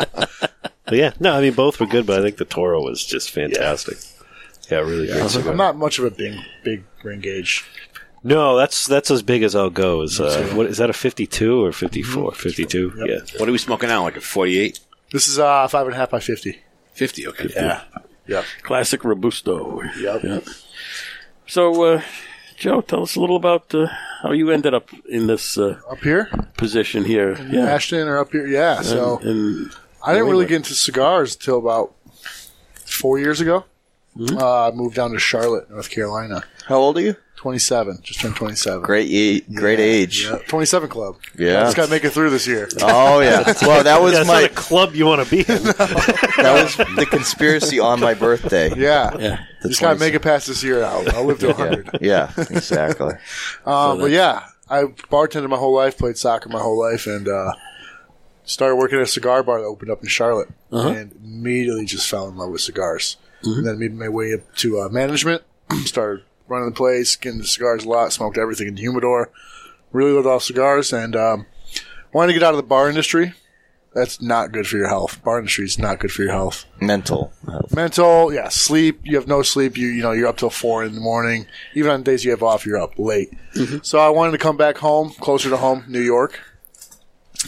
S2: But yeah, no, I mean both were good, but I think the Toro was just fantastic. Yeah, really great cigar.
S9: I'm not much of a big, big ring gauge.
S2: No, that's that's as big as I'll go. Is uh, what is that a 52 or 54? 52. Yeah.
S4: What are we smoking now? Like a 48?
S9: This is uh five and a half by fifty.
S4: 50, okay.
S9: Yep.
S1: Classic robusto.
S9: Yep.
S1: Yeah. So, uh, Joe, tell us a little about uh, how you ended up in this uh,
S9: Up here,
S1: position here. Yeah.
S9: Ashton, or up here. Yeah. So
S1: And,
S9: I didn't really
S1: England.
S9: get into cigars until about four years ago. Uh, I moved down to Charlotte, North Carolina.
S5: How old are you?
S9: 27, just turned 27.
S5: Great, ye- great age.
S9: Yeah, 27 Club.
S5: Yeah.
S9: I just got to make it through this year.
S5: Oh yeah. Well, that was
S2: That's
S5: my
S2: not a club you want to be in.
S5: that was the conspiracy on my birthday.
S9: Yeah.
S1: yeah.
S9: Just got to make it past this year out. I'll live to 100.
S5: Yeah, exactly.
S9: Um, but yeah, I bartended my whole life, played soccer my whole life, and uh, started working at a cigar bar that opened up in Charlotte, and immediately just fell in love with cigars. And then made my way up to uh, management, started running the place, getting the cigars a lot, smoked everything in the humidor, really lived off cigars, and um, wanted to get out of the bar industry. That's not good for your health. Bar industry is not good for your health
S5: Mental.
S9: mental yeah sleep you have no sleep you you know you're up till four in the morning even on days you have off you're up late
S1: Mm-hmm.
S9: so i wanted to come back home closer to home new york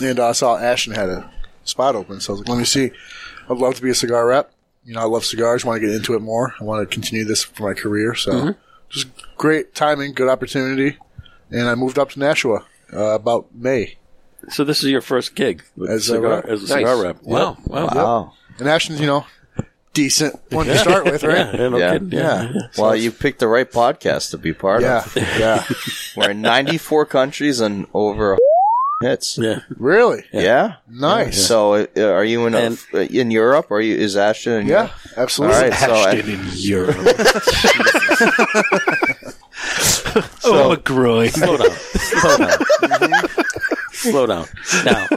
S9: and i saw ashton had a spot open so i was like let me see i'd love to be a cigar rep you know i love cigars want to get into it more i want to continue this for my career so
S1: Mm-hmm.
S9: just great timing good opportunity and i moved up to nashua uh, about may
S1: So this is your first gig with
S9: As a
S1: cigar,
S9: rep.
S1: as a cigar
S7: Nice.
S1: rep. Wow. Wow.
S5: Wow.
S9: and ashton's you know decent one to start with right
S1: Yeah, no
S5: Yeah.
S1: kidding. Yeah. yeah.
S5: Well, you picked the right podcast to be part
S9: yeah,
S5: of.
S9: yeah.
S5: We're in 94 countries and over hits. Yeah.
S1: Yeah.
S9: really nice
S5: So, uh, are you in a-
S1: And-
S5: uh, in Europe? Are you is Ashton? In
S9: Yeah,
S5: Europe? All
S9: absolutely.
S5: right. So,
S2: Ashton in Europe. oh, a groin.
S1: Slow down. Slow down. Slow down. Now,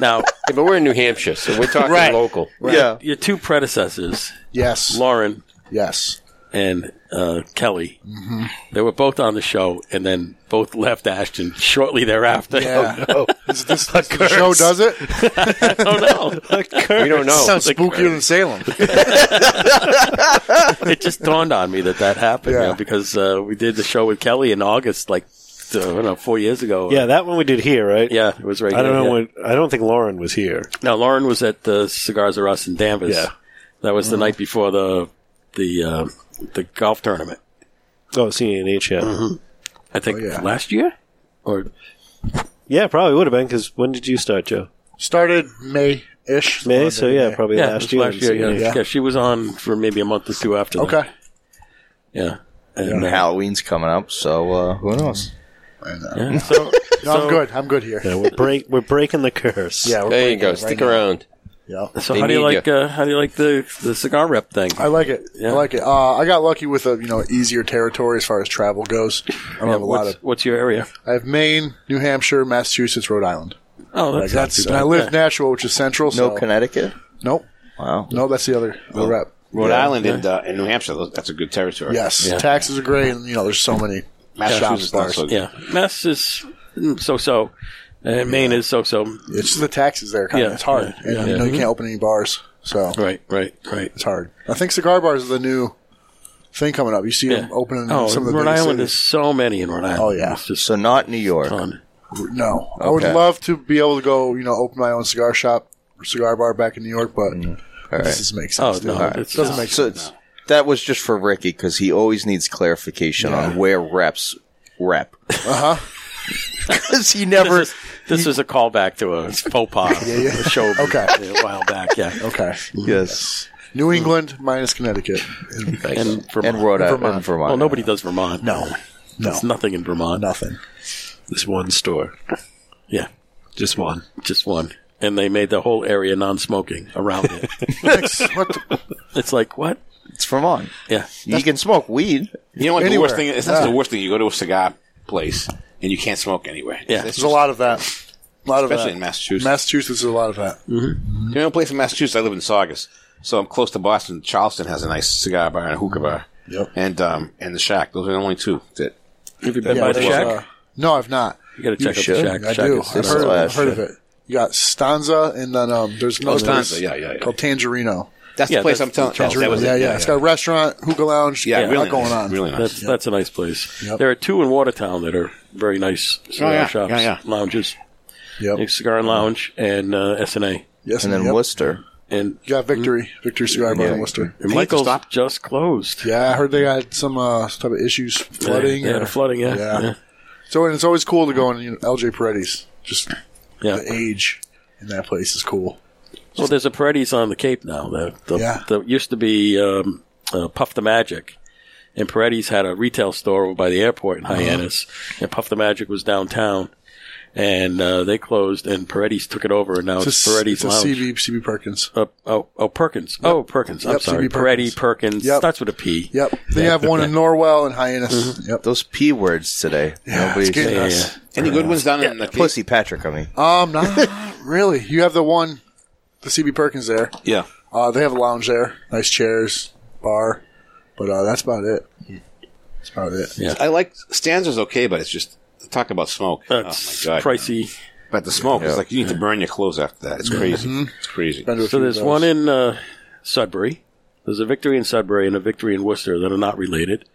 S1: now,
S7: Yeah, but we're in New Hampshire, so we're talking
S1: Right.
S7: local.
S5: yeah.
S1: your two predecessors,
S9: yes,
S1: Lauren
S9: yes.
S1: and uh, Kelly.
S9: Mm-hmm.
S1: They were both on the show, and then both left Ashton shortly thereafter.
S9: Yeah. Oh, Is this, this- the show does it?
S1: oh no!
S7: We don't know.
S9: Sounds spookier than Salem.
S1: it just dawned on me that that happened
S9: Yeah.
S1: you know, because uh, we did the show with Kelly in August, like uh, I don't know, four years ago.
S2: Yeah, that one we did here, right?
S1: yeah, it was right.
S2: I don't
S1: here,
S2: know
S1: yeah.
S2: when. I don't think Lauren was here.
S1: Now Lauren was at the Cigars R Us in Danvers.
S2: Yeah.
S1: that was
S7: Mm.
S1: the night before the the uh, the golf tournament.
S2: Oh, CNH, yeah.
S1: I think
S9: Oh, yeah.
S1: last year or
S2: Yeah, probably would have been because when did you start, Joe?
S9: Started May ish.
S2: May. So yeah, probably
S1: yeah,
S2: last
S1: it
S2: year.
S1: was last year. Yeah.
S9: Yeah.
S1: Yeah, she was on for maybe a month or two after. that.
S9: Okay.
S1: Yeah. And,
S5: And
S1: uh,
S5: Halloween's coming up, so uh, who knows?
S9: I know.
S1: yeah, so,
S9: No, I'm good. I'm good here.
S2: Yeah, we're break. We're breaking the curse.
S9: Yeah, we're
S7: There you
S9: breaking
S7: go.
S9: it right
S7: Stick
S9: now.
S7: around.
S9: Yeah.
S1: so
S7: They
S1: how do you
S7: need
S1: like uh, how do you like the the cigar rep thing?
S9: I like it. I like it. Uh, I got lucky with a you know easier territory as far as travel goes. I don't
S1: Yeah,
S9: have a lot
S1: what's,
S9: of.
S1: what's your area?
S9: I have Maine, New Hampshire, Massachusetts, Rhode Island.
S1: Oh,
S9: Like, that's- and I live Nashua, which is central.
S5: No
S9: so-
S5: Connecticut.
S9: Nope.
S5: Wow.
S9: No, that's the other
S4: Well,
S9: rep.
S4: Rhode
S9: Yeah.
S4: Island and,
S9: Yeah.
S4: uh, and New Hampshire. tho- That's a good territory.
S9: yes, taxes are great, and you know there's so many shops,
S4: Massachusetts
S9: bars.
S4: also.
S1: Yeah, Mass is so so, and Maine is so so.
S9: It's just the taxes there. Kind of,
S1: Yeah,
S9: it's hard,
S1: yeah,
S9: and
S1: yeah.
S9: you know you
S1: Mhm.
S9: can't open any bars. So
S1: Right, right, right.
S9: It's hard. I think cigar bars are the new thing coming up. You see them opening in
S1: Oh,
S9: some of the
S1: Rhode
S9: biggest
S1: Island
S9: cities.
S1: is so many in Rhode Island.
S9: Oh, yeah.
S5: so not New York.
S9: No, I would
S5: Okay.
S9: love to be able to go, you know, open my own cigar shop, or cigar bar back in New York, but this doesn't make
S1: Oh,
S9: sense. dude. it doesn't make
S5: So
S9: sense.
S5: it's- That was just for Ricky because he always needs clarification on where reps rep.
S9: Uh huh.
S5: Because he never.
S1: This is, this is a callback to a faux pas.
S9: Yeah, yeah.
S1: a show
S9: Okay.
S1: a while back. Yeah.
S9: Okay.
S5: yes.
S9: New England minus Connecticut.
S1: And Vermont.
S5: And Rhode
S9: And
S5: Island.
S9: Vermont.
S5: Vermont. Vermont.
S1: Well, nobody does Vermont.
S9: No, no,
S1: There's nothing in Vermont.
S9: nothing.
S2: This one store,
S1: Yeah.
S2: just one.
S1: Just one. And they made the whole area non smoking around it.
S9: Thanks. What the-
S1: it's like, what?
S5: It's Vermont.
S1: Yeah.
S5: You can smoke weed.
S4: You know what? The
S9: Anywhere.
S4: worst thing is that's
S9: Yeah.
S4: the worst thing. You go to a cigar place and you can't smoke anywhere.
S1: Yeah.
S4: It's
S9: There's
S4: just-
S9: a lot of that. A lot of uh,
S4: Especially
S9: that.
S4: in Massachusetts.
S9: Massachusetts is a lot of that.
S4: The only place in Massachusetts I live in Saugus, so I'm close to Boston. Charleston has a nice cigar bar and a hookah bar.
S9: Yep.
S4: And um and the shack. Those are the only two that.
S1: Have you been by the
S9: there's,
S1: shack?
S9: uh, no, I've not.
S1: you got to check out
S5: should.
S1: the shack.
S9: I
S1: shack
S9: do.
S1: is-
S9: I've
S5: it's the
S9: heard, of, it.
S5: last
S9: heard of it. You got Stanza, and then um, there's another place
S4: Oh, Stanza, yeah, yeah, yeah.
S9: called Tangerino.
S4: That's
S1: Yeah,
S4: the place
S1: that's
S4: I'm telling.
S1: Charleston.
S4: that was it.
S9: yeah, yeah, It's got a restaurant, hookah lounge. a
S4: Yeah,
S9: lot
S4: really
S9: going
S4: nice.
S9: on.
S4: Really nice.
S1: That's that's a nice place.
S9: Yep.
S1: There are two in Watertown that are very nice cigar
S4: Oh, yeah.
S1: shops,
S4: Yeah, yeah.
S1: lounges.
S9: Yep.
S1: There's Cigar and Lounge and uh, SNA.
S9: Yes,
S5: And then
S9: yep.
S5: Worcester.
S1: And
S9: You got Victory, Victory Cigar Bar
S5: Yeah.
S9: in Worcester.
S1: and Michael's just closed.
S9: Yeah, I heard they had some uh, type of issues, flooding.
S1: Yeah,
S9: or-
S1: the flooding, yeah.
S9: Yeah.
S1: Yeah.
S9: So and it's always cool to go in you know, LJ Paredes. Just
S1: Yeah.
S9: the age in that place is cool.
S1: Well, there's a Paredes on the Cape now. The, the,
S9: Yeah.
S1: the used to be um, uh, Puff the Magic, and Paredes had a retail store over by the airport
S9: Uh-huh.
S1: in Hyannis, and Puff the Magic was downtown, and uh, they closed, and Paredes took it over, and now it's,
S9: It's a,
S1: Oh, Paredes
S9: it's a
S1: Lounge.
S9: CB, CB Perkins.
S1: Uh, oh, oh, Perkins. Oh, Perkins. I'm
S9: Yep,
S1: sorry.
S9: CB
S1: Paredes,
S9: Perkins.
S1: Perkins.
S9: Yep.
S1: Starts with a P.
S9: Yep. They have one in Norwell and Hyannis. Yep.
S5: Those P words today. Nobody's
S9: it's getting
S1: Yeah,
S9: us.
S1: yeah.
S4: Any good ones down in the Cape?
S5: Pussy Patrick, I mean.
S9: Um, not really. You have the one, the CB Perkins there.
S4: Yeah.
S9: Uh, they have a lounge there, nice chairs, bar, but uh, that's about it. That's about it.
S1: Yeah.
S4: I like Stanza's okay, but it's just talk about smoke.
S1: That's
S4: oh my god.
S1: pricey.
S4: But the smoke is
S5: Yeah.
S4: like you need to burn your clothes after that. It's crazy. It's crazy.
S9: Been to Mm-hmm. a
S1: So
S9: few
S1: there's
S9: of
S1: one
S9: those.
S1: in uh, Sudbury. There's a victory in Sudbury and a victory in Worcester that are not related.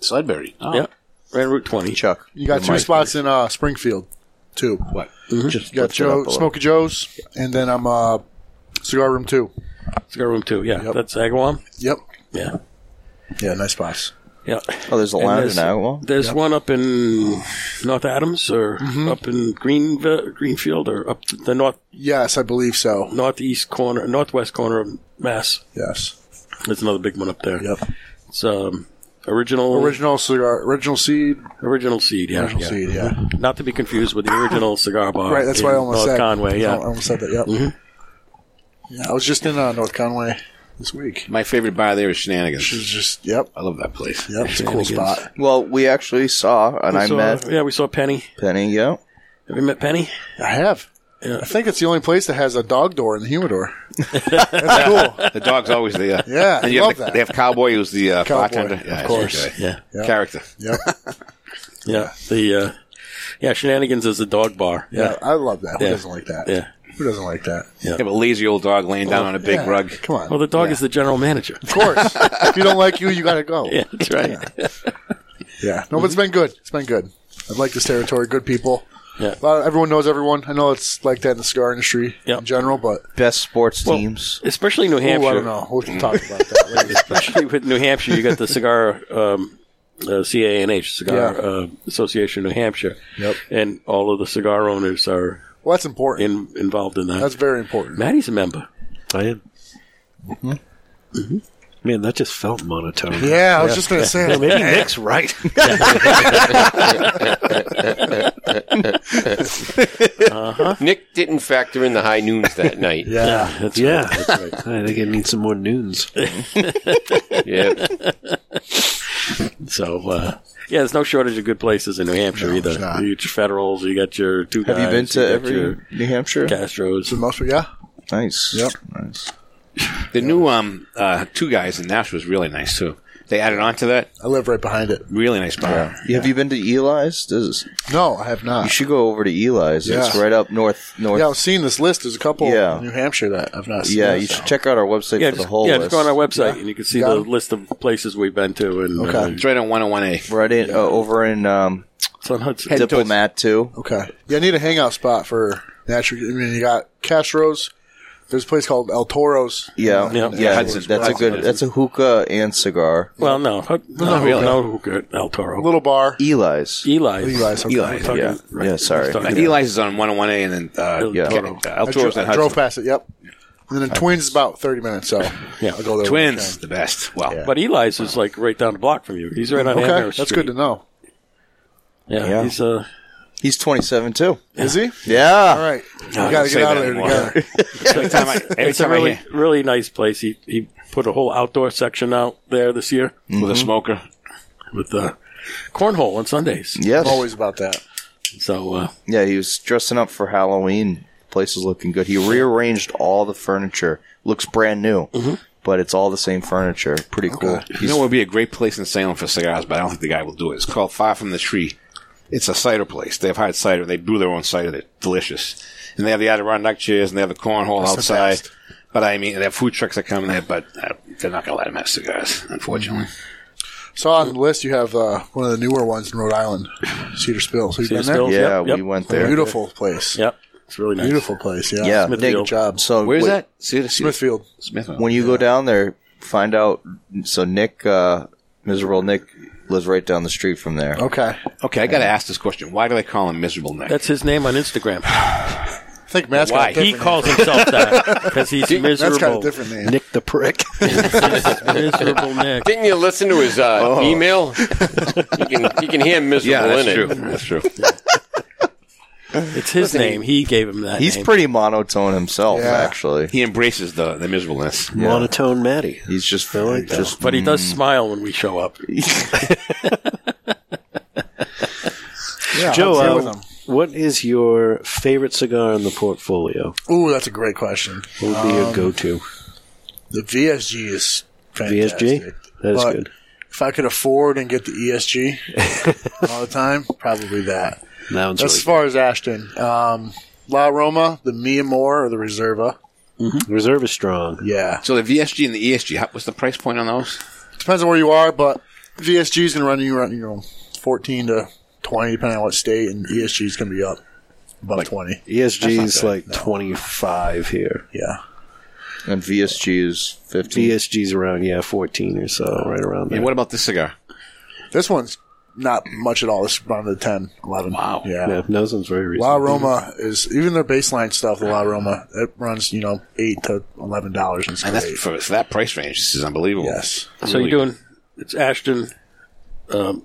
S4: Sudbury. Oh.
S1: Yeah. Right on Route 20.
S5: Chuck.
S9: You got two spots in uh, Springfield, two. What?
S1: Mm-hmm.
S5: Just
S9: You got
S5: lift it up a
S9: Joe,
S5: little.
S9: Smokey Joe's, and then I'm uh, Cigar Room Two.
S1: Cigar Room 2. Yeah.
S9: Yep.
S1: That's Agawam.
S9: Yep.
S1: Yeah.
S9: Yeah, nice spots.
S1: Yeah.
S5: Oh, there's a
S1: And
S5: lounge now. Well,
S1: There's one up in North Adams or
S9: Mm-hmm.
S1: up in Greenville, Greenfield or up the north
S9: Yes, I believe so.
S1: northeast corner, northwest corner of Mass.
S9: Yes.
S1: There's another big one up there.
S9: Yep.
S1: It's um, original,
S9: Original cigar, original seed,
S1: original seed. Yeah.
S9: original
S1: yeah.
S9: seed. Yeah.
S1: Not to be confused with the original cigar bar.
S9: Right. That's
S1: Uh, in
S9: why I almost
S1: North
S9: said
S1: Conway.
S9: I
S1: Yeah. Mm-hmm.
S9: almost said that. Yep. Yeah, I was just in uh, North Conway this week.
S4: My favorite bar there
S9: It
S4: is
S9: was
S4: Shenanigans.
S9: just yep.
S4: I love that place.
S9: Yep, it's a cool
S1: Shenanigans.
S9: spot.
S5: well, we actually saw, and I
S1: So,
S5: met
S1: yeah, we saw Penny.
S5: Penny. Yeah.
S1: Have you met Penny?
S9: I have. I think it's the only place that has a dog door in the humidor. That's cool.
S4: The dog's always there.
S9: Yeah, I
S4: and you
S9: love
S4: have the,
S9: that.
S4: They have Cowboy, who's the uh,
S9: Cowboy,
S4: bartender.
S9: of
S4: it's
S9: course.
S4: okay.
S1: Yeah.
S9: Yeah.
S4: Character.
S9: Yep.
S1: Yeah. The uh, yeah, Shenanigans is a dog bar.
S9: Yeah,
S1: Yeah.
S9: I love that. Who
S1: Yeah.
S9: doesn't like that?
S1: Yeah.
S9: Who doesn't like that?
S4: You have a lazy old dog laying down on a big
S9: Oh, Yeah,
S4: rug.
S9: Come on.
S1: Well, the dog is the general manager.
S9: of course. if you don't like you, you got to go.
S1: yeah, Mm-hmm. that's right.
S9: Yeah. No, but it's been good. It's been good. I like this territory. Good people.
S1: Yeah.
S9: A lot of- everyone knows everyone. I know it's like that in the cigar industry
S1: Yep.
S9: in general, but
S5: Best sports
S1: Well,
S5: teams.
S1: Especially New
S9: Ooh, I
S1: Hampshire.
S9: don't know. We'll talk about that later.
S1: Especially with New Hampshire, you got the cigar um, uh, CANH Cigar
S9: Yeah.
S1: uh, Association of New Hampshire.
S9: Yep.
S1: And all of the cigar owners are
S9: Well, that's important.
S1: in, involved in that.
S9: that's very important.
S1: Maddie's a member.
S2: I am. Man, that just felt monotone.
S9: Yeah, I was just going to say. that.
S2: Maybe Nick's right.
S7: Nick didn't factor in the high noons that night. yeah.
S1: Yeah, that's
S2: yeah, I think I need some more noons.
S7: yeah.
S1: good. So uh, yeah, there's no shortage of good places in New Hampshire either. You got your Federals, you got your two.
S5: Have you
S1: guys,
S5: been to
S1: got
S5: every
S1: your
S5: New Hampshire?
S1: Castro's?
S9: Most yeah.
S5: Nice. Yep. Nice.
S4: The new um uh, two guys in Nash was really nice too. They added on to that.
S9: I live right behind it.
S4: Really nice bar.
S5: Have you been to Eli's? Does
S9: no, I have not.
S5: You should go over to Eli's. It's
S9: Yeah.
S5: right up north. North.
S9: Yeah, I've seen this list. There's a couple
S5: Yeah.
S9: in New Hampshire that I've not seen.
S5: Yeah, you should check out our website
S1: Yeah,
S5: for
S1: just,
S5: the whole
S1: yeah, just
S5: list.
S1: go on our website and you can see
S9: Got
S1: the
S9: it.
S1: list of places we've been to. And
S9: Okay.
S1: uh,
S4: It's right on 101A.
S5: Right in uh, over in um,
S1: it's on Hudson.
S5: Diplomat too.
S9: Okay. Yeah, I need a hangout spot for natural. I mean, you got Castro's. There's a place called El Toro's.
S5: Yeah,
S1: Yeah.
S5: yeah,
S1: Hudson's
S5: that's a
S1: Hudson,
S5: good. That's a hookah and cigar.
S1: Well, no, Hud- no, no, good El Toro,
S9: Little bar.
S1: Eli's,
S5: Eli's.
S9: Oh, Eli's, okay.
S1: We're talking-
S5: Yeah.
S1: right.
S5: Yeah, sorry.
S1: We're talking-
S4: Eli's is on 101A, and then uh,
S5: Yeah.
S4: Ca- uh, El
S9: I,
S4: Toro's
S9: dro-
S4: on
S9: I drove
S4: Hudson.
S9: past it. Yep. And then Twins is about 30 minutes, so
S1: Yeah.
S9: I'll go there. when I
S4: Twins,
S9: can.
S4: the best. Well,
S1: But Eli's is like right down the block from you. He's right on
S9: Okay,
S1: Amherst
S9: that's
S1: Street.
S9: good to know.
S1: Yeah,
S5: Yeah.
S1: he's uh,
S5: He's 27 too.
S9: Is he?
S5: Yeah.
S9: All right.
S4: don't
S9: we got to
S4: say
S9: get out of there
S4: that anymore.
S9: together.
S4: every time I, every
S1: it's a
S4: time I
S1: really
S4: hear-
S1: really nice place. He he put a whole outdoor section out there this year
S5: Mm-hmm.
S4: with a smoker.
S1: with uh, cornhole on Sundays.
S5: Yes.
S9: I'm always about that.
S1: So uh,
S5: Yeah, he was dressing up for Halloween. Place is looking good. He rearranged all the furniture. Looks brand new, but it's all the same furniture. Pretty cool.
S4: You know, it would be a great place in Salem for cigars, but I don't think the guy will do it. It's called Far From the Tree. It's a cider place. They have hard cider. They brew their own cider. They're delicious. And they have the Adirondack chairs and they have the cornhole outside. But I mean, they have food trucks that come there, but uh, they're not going to let them have cigars, unfortunately.
S9: So on the list, you have uh, one of the newer ones in Rhode Island, Cedar Spill. So you've
S1: Cedar
S9: been there?
S1: Spill.
S5: Yeah,
S1: Yep, yep.
S5: we went there.
S9: Beautiful place.
S1: yep, it's really nice.
S9: Beautiful place. Yeah.
S5: Yeah,
S9: Smithfield.
S5: they-
S9: Good job.
S5: So
S4: Where's
S5: wait,
S4: that? See, see,
S9: Smithfield.
S4: Smithfield.
S5: When you go down there, find out. So Nick, uh, miserable Nick, lives right down the street from there.
S9: Okay.
S4: Okay, I got to ask this question. Why do they call him Miserable Nick?
S1: That's his name on Instagram.
S9: I think Matt's
S4: Why?
S9: got a
S1: He
S9: different
S1: calls himself that because he's
S9: That's got a
S1: miserable.
S9: different name.
S2: Nick the prick.
S1: miserable Nick.
S7: Didn't you listen to his uh, email? You can, you can hear miserable
S4: yeah, that's
S7: in
S4: true.
S7: it.
S4: That's true.
S1: It's his name. He gave him that.
S5: He's
S1: name.
S5: pretty monotone himself,
S9: Yeah.
S5: actually.
S4: He embraces the, the miserableness.
S2: Monotone Matty.
S5: He's just
S2: like that.
S5: just
S1: But he does smile when we show up.
S9: Yeah,
S2: Joe,
S9: I'm here
S2: uh,
S9: with him.
S2: what is your favorite cigar in the portfolio?
S9: Ooh, that's a great question.
S2: What would be
S9: Um,
S2: your go-to?
S9: The VSG is fantastic.
S2: VSG? That is
S9: But
S2: good.
S9: If I could afford and get the ESG all the time, probably that.
S2: That one's
S9: That's as far as Ashton. Um, La Roma, the Mia Moore, or the Reserva.
S2: really- Reserve is strong.
S9: Yeah.
S4: So the VSG and the ESG, how, what's the price point on those?
S9: Depends on where you are, but VSG is going to run you around you know, 14 to 20, depending on what state, and ESG is going to be up about 20.
S2: ESG is E like 25 here.
S9: Yeah.
S5: and VSG is fifteen.
S2: ESG's around, yeah, 14 or so, right around there.
S4: And what about this cigar?
S9: This one's not much at all. It's around the 10, 11.
S4: Wow.
S9: Yeah.
S2: yeah, Nose one's very recent.
S9: La Roma is even their baseline stuff. The La Roma it runs you know eight to eleven dollars and
S4: And that's for, for that price range. This is unbelievable.
S9: Yes,
S1: So you're doing it's Ashton, um,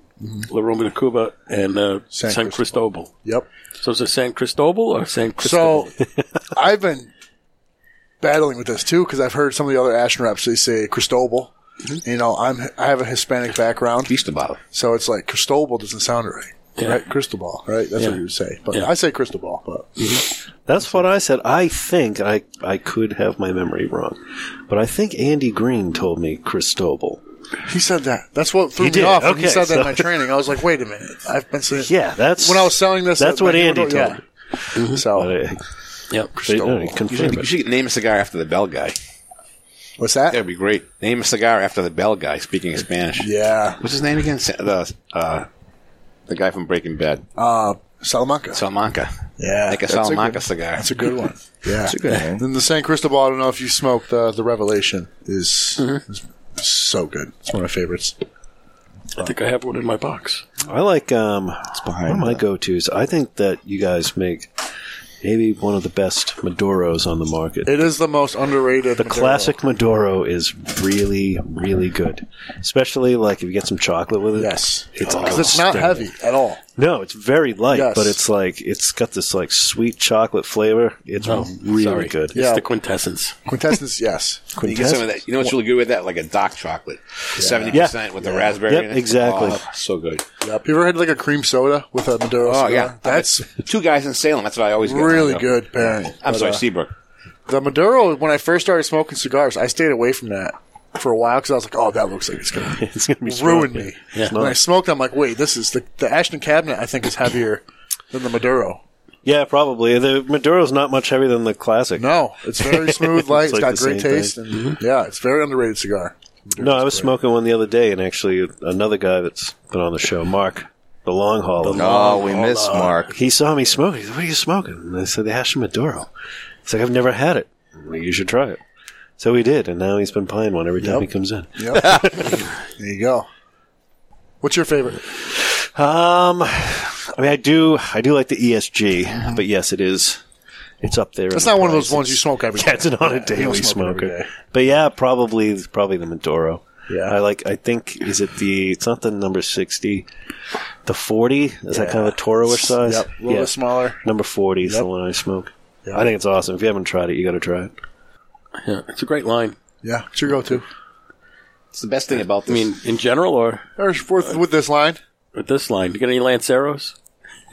S1: La Roma de Cuba, and uh, San,
S9: San
S1: Cristobal.
S9: yep.
S1: So is it San Cristobal or San Cristobal?
S9: So I've been battling with this too because I've heard some of the other Ashton reps they say Cristobal.
S4: Mm-hmm.
S9: You know, I'm I have a Hispanic background,
S4: Beast about
S9: so it's like Cristobal doesn't sound right. Right, Cristobal, right? That's
S1: Yeah.
S9: what you would say. But
S1: Yeah.
S9: I say Cristobal, but
S2: That's what I said. I think I I could have my memory wrong, but I think Andy Green told me Cristobal.
S9: he said that. That's what threw
S2: He
S9: me
S2: did,
S9: off. when he
S2: okay,
S9: said that
S2: so-
S9: in my training. I was like, wait a minute, I've been saying
S2: Yeah, that's
S9: when I was selling this.
S2: That's
S9: at my
S2: what Andy
S9: Hero-
S2: told
S9: yeah.
S2: me.
S9: So
S2: But I-
S1: yep.
S2: they- no, he
S4: You should,
S2: confirmed
S4: you
S2: it.
S4: should name a cigar after the Bell guy.
S9: what's that?
S4: That'd be great. Name a cigar after the Bell guy speaking Spanish.
S9: Yeah,
S4: What's his name again? Sa- The uh, the guy from Breaking Bad,
S9: Salamanca.
S4: Salamanca.
S9: Uh, Yeah,
S4: Like a
S9: that's a
S4: Salamanca cigar.
S9: That's a good one. Yeah,
S5: That's a good name.
S9: Then the San Cristobal. I don't know if you smoked uh, the Revelation. Is,
S4: Mm-hmm.
S9: is so good. It's one of my favorites.
S1: I think I have one in my box.
S2: I like um
S5: behind
S2: one of my
S5: that.
S2: go tos. I think that you guys make maybe one of the best Maduros on the market.
S9: It is the most underrated.
S2: the
S9: Maduro.
S2: classic Maduro is really, really good, especially like if you get some chocolate with it.
S9: Yes,
S2: it's
S9: because it's not
S2: outstanding.
S9: heavy at all.
S2: No, it's very light,
S9: Yes.
S2: but it's like it's got this like sweet chocolate flavor. It's
S9: Oh,
S2: really
S9: sorry.
S2: good.
S9: It's Yeah. the
S1: quintessence.
S9: Quintessence, yes.
S4: You get some of that. You know what's really good with that? Like a dark chocolate, seventy percent with the raspberry. in it. Oh, so good.
S9: Yep. You ever had like a cream soda with a Maduro?
S4: Oh
S9: cigar?
S4: yeah,
S9: that's
S4: two guys in Salem. That's what I always get.
S9: really
S4: You know.
S9: good pairing.
S4: I'm
S9: But,
S4: sorry,
S9: uh,
S4: Seabrook.
S9: The Maduro. When I first started smoking cigars, I stayed away from that for a while because I was like, "Oh, that looks like it's gonna,
S2: it's gonna be
S9: ruin
S2: strong.
S9: me."
S2: Yeah.
S9: When I smoked, I'm like, "Wait, this is the the Ashton cabinet. I think is heavier than the Maduro.
S2: Yeah, probably. The Maduro's not much heavier than the classic.
S9: No, it's very smooth, light. it's
S2: like
S9: got
S2: the
S9: great
S2: same thing. Mm-hmm.
S9: taste, and yeah, it's a very underrated cigar."
S2: No, I was smoking one the other day, and actually another guy that's been on the show, Mark, the long hauler.
S5: The long Oh, we miss hauler. Mark.
S2: He saw me smoking. He's like, "What are you smoking?" And I said, "The Hash Maduro." He's like, "I've never had it. I'm like, you should try it." So we did, and now he's been buying one every time
S9: Yep.
S2: he comes in.
S9: Yep. there you go. What's your favorite?
S2: Um, I mean, I do, I do like the ESG, but yes, it is. It's up there.
S9: That's
S2: in the
S9: not one of
S2: price.
S9: those ones
S2: It's-
S9: you smoke every
S2: Yeah, it's
S9: day.
S2: an on
S9: Yeah,
S2: a
S9: you don't
S2: daily
S9: smoke it every
S2: smoker.
S9: day.
S2: But yeah, probably probably the Maduro.
S9: Yeah,
S2: I like. I think is it the? It's not the number sixty. The forty is that
S9: Yeah.
S2: kind of a Toro-ish size?
S9: Yep, a little bit smaller.
S2: Number forty is
S9: Yep.
S2: the one I smoke.
S9: Yeah.
S2: I think it's awesome. If you haven't tried it, you got to try it.
S1: Yeah, it's a great line.
S9: Yeah, it's your go-to.
S4: It's the best thing about
S1: I mean, in general or
S9: Or with, with this line?
S1: with this line. You got any Lanceros?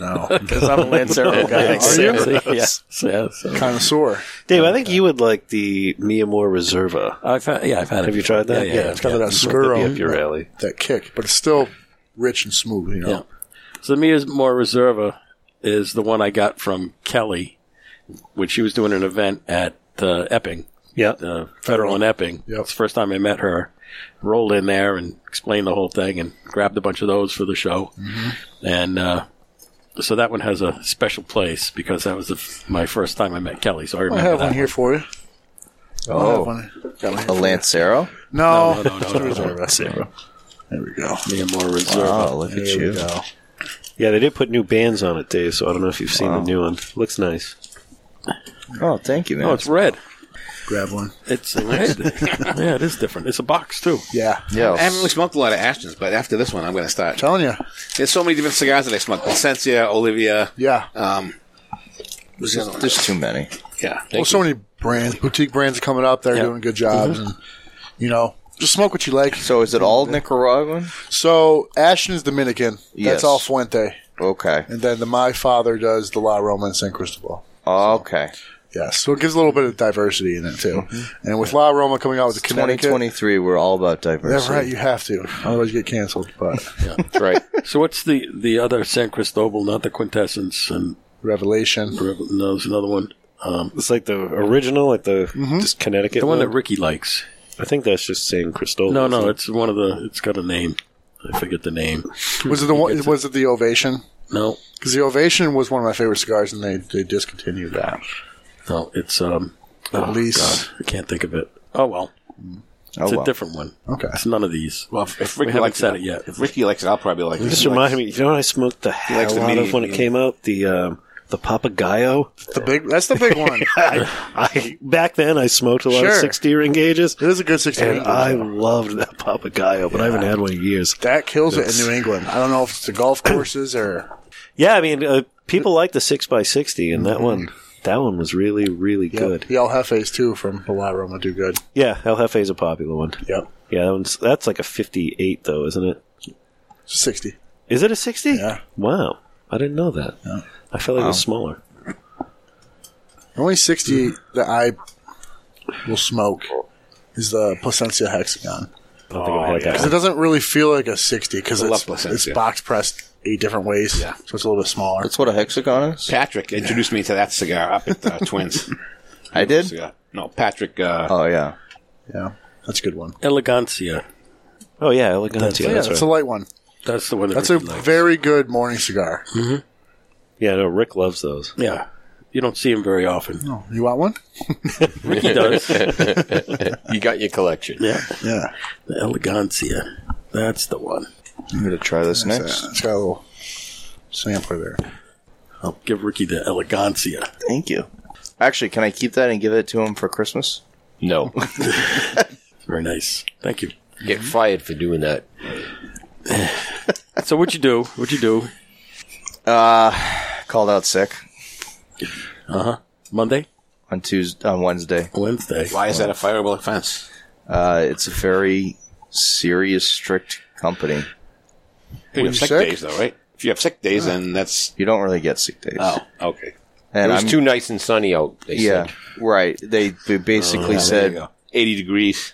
S9: No.
S1: Because I'm a Lancero guy.
S5: Oh,
S1: Yes. yes.
S9: Connoisseur.
S2: Dave, I think you would like the Miyamore Reserva.
S1: I've had, yeah, I've had it.
S2: Have you tried that?
S1: Yeah, yeah,
S9: it's kind of that
S2: That'd be up
S9: scuro,
S2: your alley.
S9: that kick, but it's still rich and smooth. You know,
S1: Yeah. So Mia's more reserva is the one I got from Kelly when she was doing an event at uh, Epping.
S2: Yeah.
S1: Uh, Federal and Epping.
S9: Yep.
S1: It's the first time I met her. Rolled in there and explained the whole thing and grabbed a bunch of those for the show.
S9: Mm-hmm.
S1: And uh, so that one has a special place because that was the f- my first time I met Kelly. So I
S9: I
S1: remember
S9: have
S1: that.
S9: one here for you. I have
S5: Oh,
S9: one.
S5: a Lancero.
S1: No,
S9: No,
S1: no, no, no, no, no.
S9: there we go.
S1: Mia more reserva.
S5: Oh, look at
S9: There we
S5: you.
S9: go.
S2: Yeah, they did put new bands on it, Dave. So I don't know if you've seen the new one. Looks nice.
S5: Oh, thank you, man.
S1: Oh, it's red.
S9: Grab one.
S1: It's red. yeah, it is different. It's a box too.
S9: Yeah,
S5: yeah,
S4: I haven't really smoked a lot of Ashton's, but after this one, I'm going to start.
S9: telling you.
S4: There's so many different cigars that I smoke. Placencia, Olivia.
S9: Yeah.
S4: Um, what's the other one?
S5: there's too many.
S4: yeah.
S9: well, so many brands, boutique brands are coming up. They're
S1: Yeah.
S9: doing good jobs, and you know, just smoke what you like.
S5: So is it all Nicaraguan?
S9: So Ashton is Dominican.
S5: Yes.
S9: That's all Fuente,
S5: Okay.
S9: and then the My Father does the La Roma and San Cristobal.
S5: Okay.
S9: Yes, so it gives a little bit of diversity in it too.
S2: Mm-hmm.
S9: And with La Roma coming out with the Connecticut,
S5: 2023, we're all about
S9: That's
S5: diversity.
S9: right. You have to, otherwise you get canceled. But
S4: That's right.
S1: So what's the the other San Cristobal, not the quintessence, and uh,
S9: Revelation.
S1: no, there's another one, um,
S2: It's like the original, like the just
S1: Mm-hmm.
S2: Connecticut
S1: the one
S2: one.
S1: that Ricky likes.
S2: I think that's just San Cristobal.
S1: No,
S2: isn't
S1: no,
S2: it?
S1: it's one of the. It's got a name. I forget the name.
S9: Was it the one? Was it the Ovation?
S1: No,
S9: Because the Ovation was one of my favorite cigars, and they, they discontinued that.
S1: no, it's um.
S2: Oh,
S9: At least,
S1: God, I can't think of it. Oh well,
S5: Oh,
S1: it's
S5: well.
S1: a different one.
S9: Okay.
S1: it's none of these.
S4: Well, if, if
S1: We
S4: Ricky
S1: haven't
S4: likes
S1: said
S4: it,
S1: it yet.
S4: If Ricky likes it, I'll probably like it.
S2: This
S4: He likes-
S2: reminded me. You know what I smoked the hell
S4: likes the
S2: out of
S4: medium
S2: when it
S4: medium.
S2: came out? The um, the Papagayo.
S9: the big that's the big one.
S2: I back then I smoked a lot of
S9: Sure.
S2: six steering gauges,
S9: It is a good sixteen.
S2: and I
S9: England.
S2: loved that Papagayo, but I haven't had one in years.
S9: that kills it in New England. I don't know if it's the golf courses or
S2: Yeah, I mean, uh, people like the six x sixty, and that one. That one was really, really
S9: Yep.
S2: good.
S9: The El Jefes too from La Roma do good.
S2: Yeah, El Jefe is a popular one.
S9: Yep,
S2: Yeah, that one's, that's like a 58, though, isn't it?
S9: sixty.
S2: Is it a 60?
S9: Yeah.
S2: Wow. I didn't know that. I felt like it was smaller.
S9: Only sixty that I will smoke is the Placencia Hexagon
S2: I don't think
S4: Oh,
S2: I had that.
S9: because it doesn't really feel like a sixty because
S4: I love
S9: it's, it's
S4: Placencia.
S9: box pressed eight different ways, yeah. so it's a little bit smaller.
S5: That's what a hexagon is.
S4: Patrick introduced me to that cigar up at uh, Twins.
S5: I did.
S4: Cigar. No, Patrick. Uh,
S5: Oh yeah.
S9: yeah, that's a good one.
S1: Elegancia.
S2: Oh, yeah, Elegantia. That's,
S9: yeah,
S2: that's
S9: it's a
S2: right.
S9: light one.
S1: That's the one. That
S9: That's a
S1: Ricky likes.
S9: very good morning cigar.
S2: yeah, no, Rick loves those.
S1: yeah. You don't see him very often.
S9: Oh, you want one?
S1: Ricky does.
S7: You got your collection.
S1: Yeah,
S9: Yeah.
S1: the Elegancia. That's the one.
S5: I'm gonna try this next.
S9: It's got a little sampler there.
S1: I'll give Ricky the Elegancia.
S5: Thank you. Actually, can I keep that and give it to him for Christmas?
S7: No.
S1: Very nice. Thank you.
S7: Get fired for doing that.
S1: So what you do? What you do?
S5: Uh, called out sick.
S1: Uh huh. Monday.
S5: On Tuesday, on Wednesday.
S1: Wednesday.
S4: Why is that a fireable offense?
S5: Uh, it's a very serious, strict company.
S4: You have sick, days, though, right? If you have sick days, then that's
S5: you don't really get sick days.
S4: Oh, okay.
S5: And
S7: it was
S5: I'm-
S7: too nice and sunny out. They
S5: yeah,
S7: said.
S5: right. They, they basically
S7: Oh, yeah, there
S5: said,
S7: you go. 80 degrees.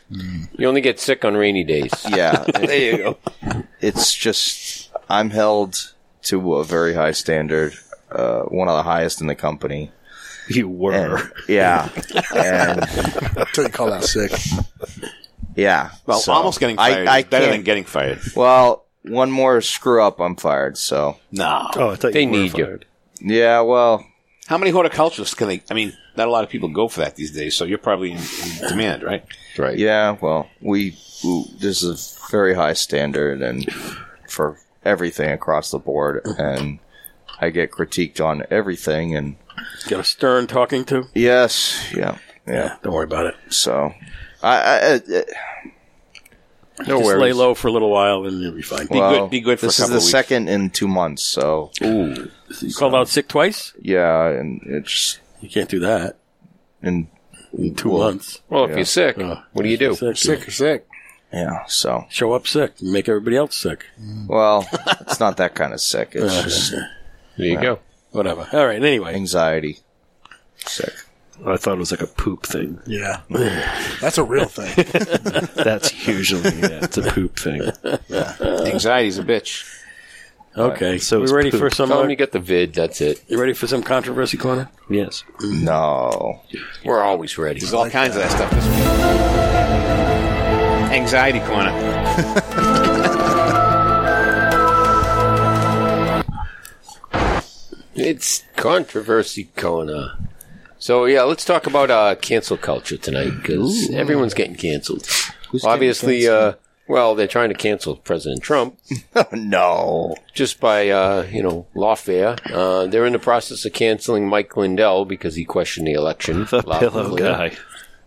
S7: You only get sick on rainy days.
S5: yeah,
S7: there you go.
S5: it's just I'm held to a very high standard, uh, one of the highest in the company.
S2: You were,
S5: yeah, and
S9: Until you call out sick.
S5: yeah.
S4: Well,
S5: so
S4: almost getting
S5: I-
S4: fired
S5: I
S4: is better
S5: can't-
S4: than getting fired.
S5: Well, one more screw up, I'm fired. So
S4: No.
S2: Oh, I thought
S7: They
S2: you were
S7: need you.
S2: fired.
S5: yeah, well,
S4: How many horticulturists can they? I mean, not a lot of people go for that these days, so you're probably in, in demand, right?
S7: Right.
S5: yeah, well, we, we this is a very high standard and for everything across the board, and I get critiqued on everything, and
S1: Got a stern talking to.
S5: yes, yeah, yeah.
S1: Don't worry about it.
S5: So, I, I, I
S1: No Just lay low for a little while, and you'll be fine.
S5: well,
S4: good- be good for a
S5: this
S4: couple
S5: is the
S4: of weeks.
S5: second in two months. So
S1: Ooh, you called out sick twice.
S5: yeah, and it's
S1: You can't do that
S5: and
S1: in two months.
S7: Well, if you're sick,
S1: Yeah.
S7: what do you do?
S1: Sick,
S9: Sick or sick.
S5: yeah. So
S1: Show up sick. and Make everybody else sick.
S5: well, it's not that kind of sick.
S9: Uh,
S5: It's just
S7: There you go.
S1: Whatever. All right. Anyway,
S5: anxiety. Sick.
S2: I thought it was like a poop thing.
S9: Yeah. That's a real thing.
S2: That's usually yeah, it's a poop thing.
S4: Anxiety's a bitch.
S1: okay.
S2: So
S1: So
S2: it's
S1: we ready
S2: poop.
S1: for some?
S7: Tell
S1: Uh,
S7: them you get the vid. That's it.
S1: you ready for some controversy corner?
S2: Yes.
S5: No.
S7: We're always ready.
S4: There's all kinds of that stuff. This week. Anxiety corner.
S7: It's controversy corner. So yeah, let's talk about uh, cancel culture tonight because everyone's getting canceled. Obviously, Uh, well, they're trying to cancel President Trump
S5: no.
S7: just by uh, you know lawfare. Uh, they're in the process of canceling Mike Lindell because he questioned the election.
S2: The
S7: Loud and
S2: pillow
S7: clear.
S2: guy.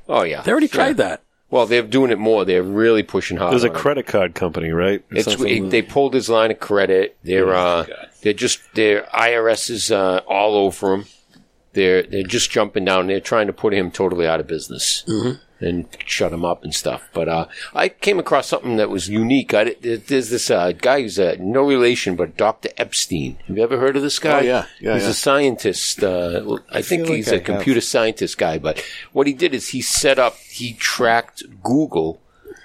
S7: Oh yeah,
S1: They already tried that.
S7: Well, they're doing it more. They're really pushing hard.
S2: There's a
S7: on it.
S2: credit card company, right? Or
S7: It's
S2: something?
S7: it, they pulled his line of credit. They're uh, they're just their IRS is uh, all over him. They're they're just jumping down. They're trying to put him totally out of business
S4: Mm-hmm.
S7: and shut him up and stuff. But uh, I came across something that was unique. I, di- there's this uh, guy who's uh, no relation, but Dr. Epstein. Have you ever heard of this guy?
S4: Oh, yeah. Yeah,
S7: he's
S4: yeah.
S7: a scientist. Uh, l- I, think
S5: feel
S7: he's
S5: like I
S7: a computer scientist guy. But what he did is he set up, he tracked Google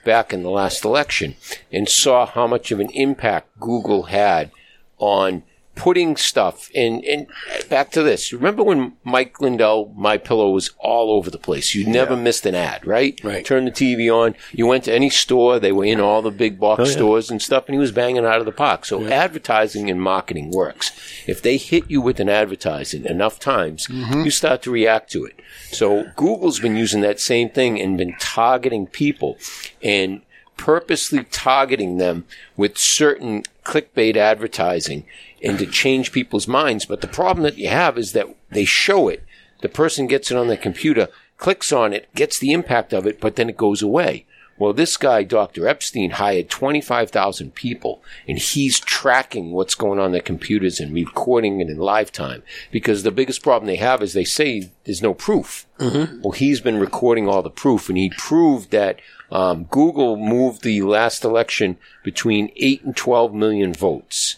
S7: back in the last election and saw how much of an impact Google had on putting stuff in and back to this remember when mike lindell my pillow was all over the place you never missed an ad right
S1: Right.
S7: turn the tv on you went to any store they were in all the big box stores and stuff and he was banging out of the park so advertising and marketing works if they hit you with an advertising enough times you start to react to it so google's been using that same thing and been targeting people and purposely targeting them with certain clickbait advertising and to change people's minds. But the problem that you have is that they show it. The person gets it on their computer, clicks on it, gets the impact of it, but then it goes away. Well, this guy, Dr. Epstein, hired 25,000 people and he's tracking what's going on their computers and recording it in live time because the biggest problem they have is they say there's no proof. Well, he's been recording all the proof and he proved that um, Google moved the last election between 8 and 12 million votes.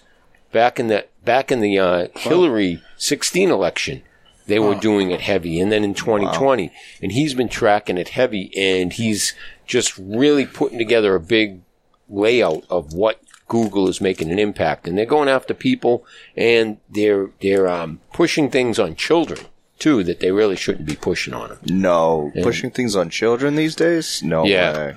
S7: Back in the, back in the uh, Hillary 16 election, they were doing it heavy. And then in 2020, and he's been tracking it heavy and he's just really putting together a big layout of what Google is making an impact. And they're going after people and they're, they're, um, pushing things on children too that they really shouldn't be pushing on them.
S5: No. Pushing things on children these days? No
S7: Yeah.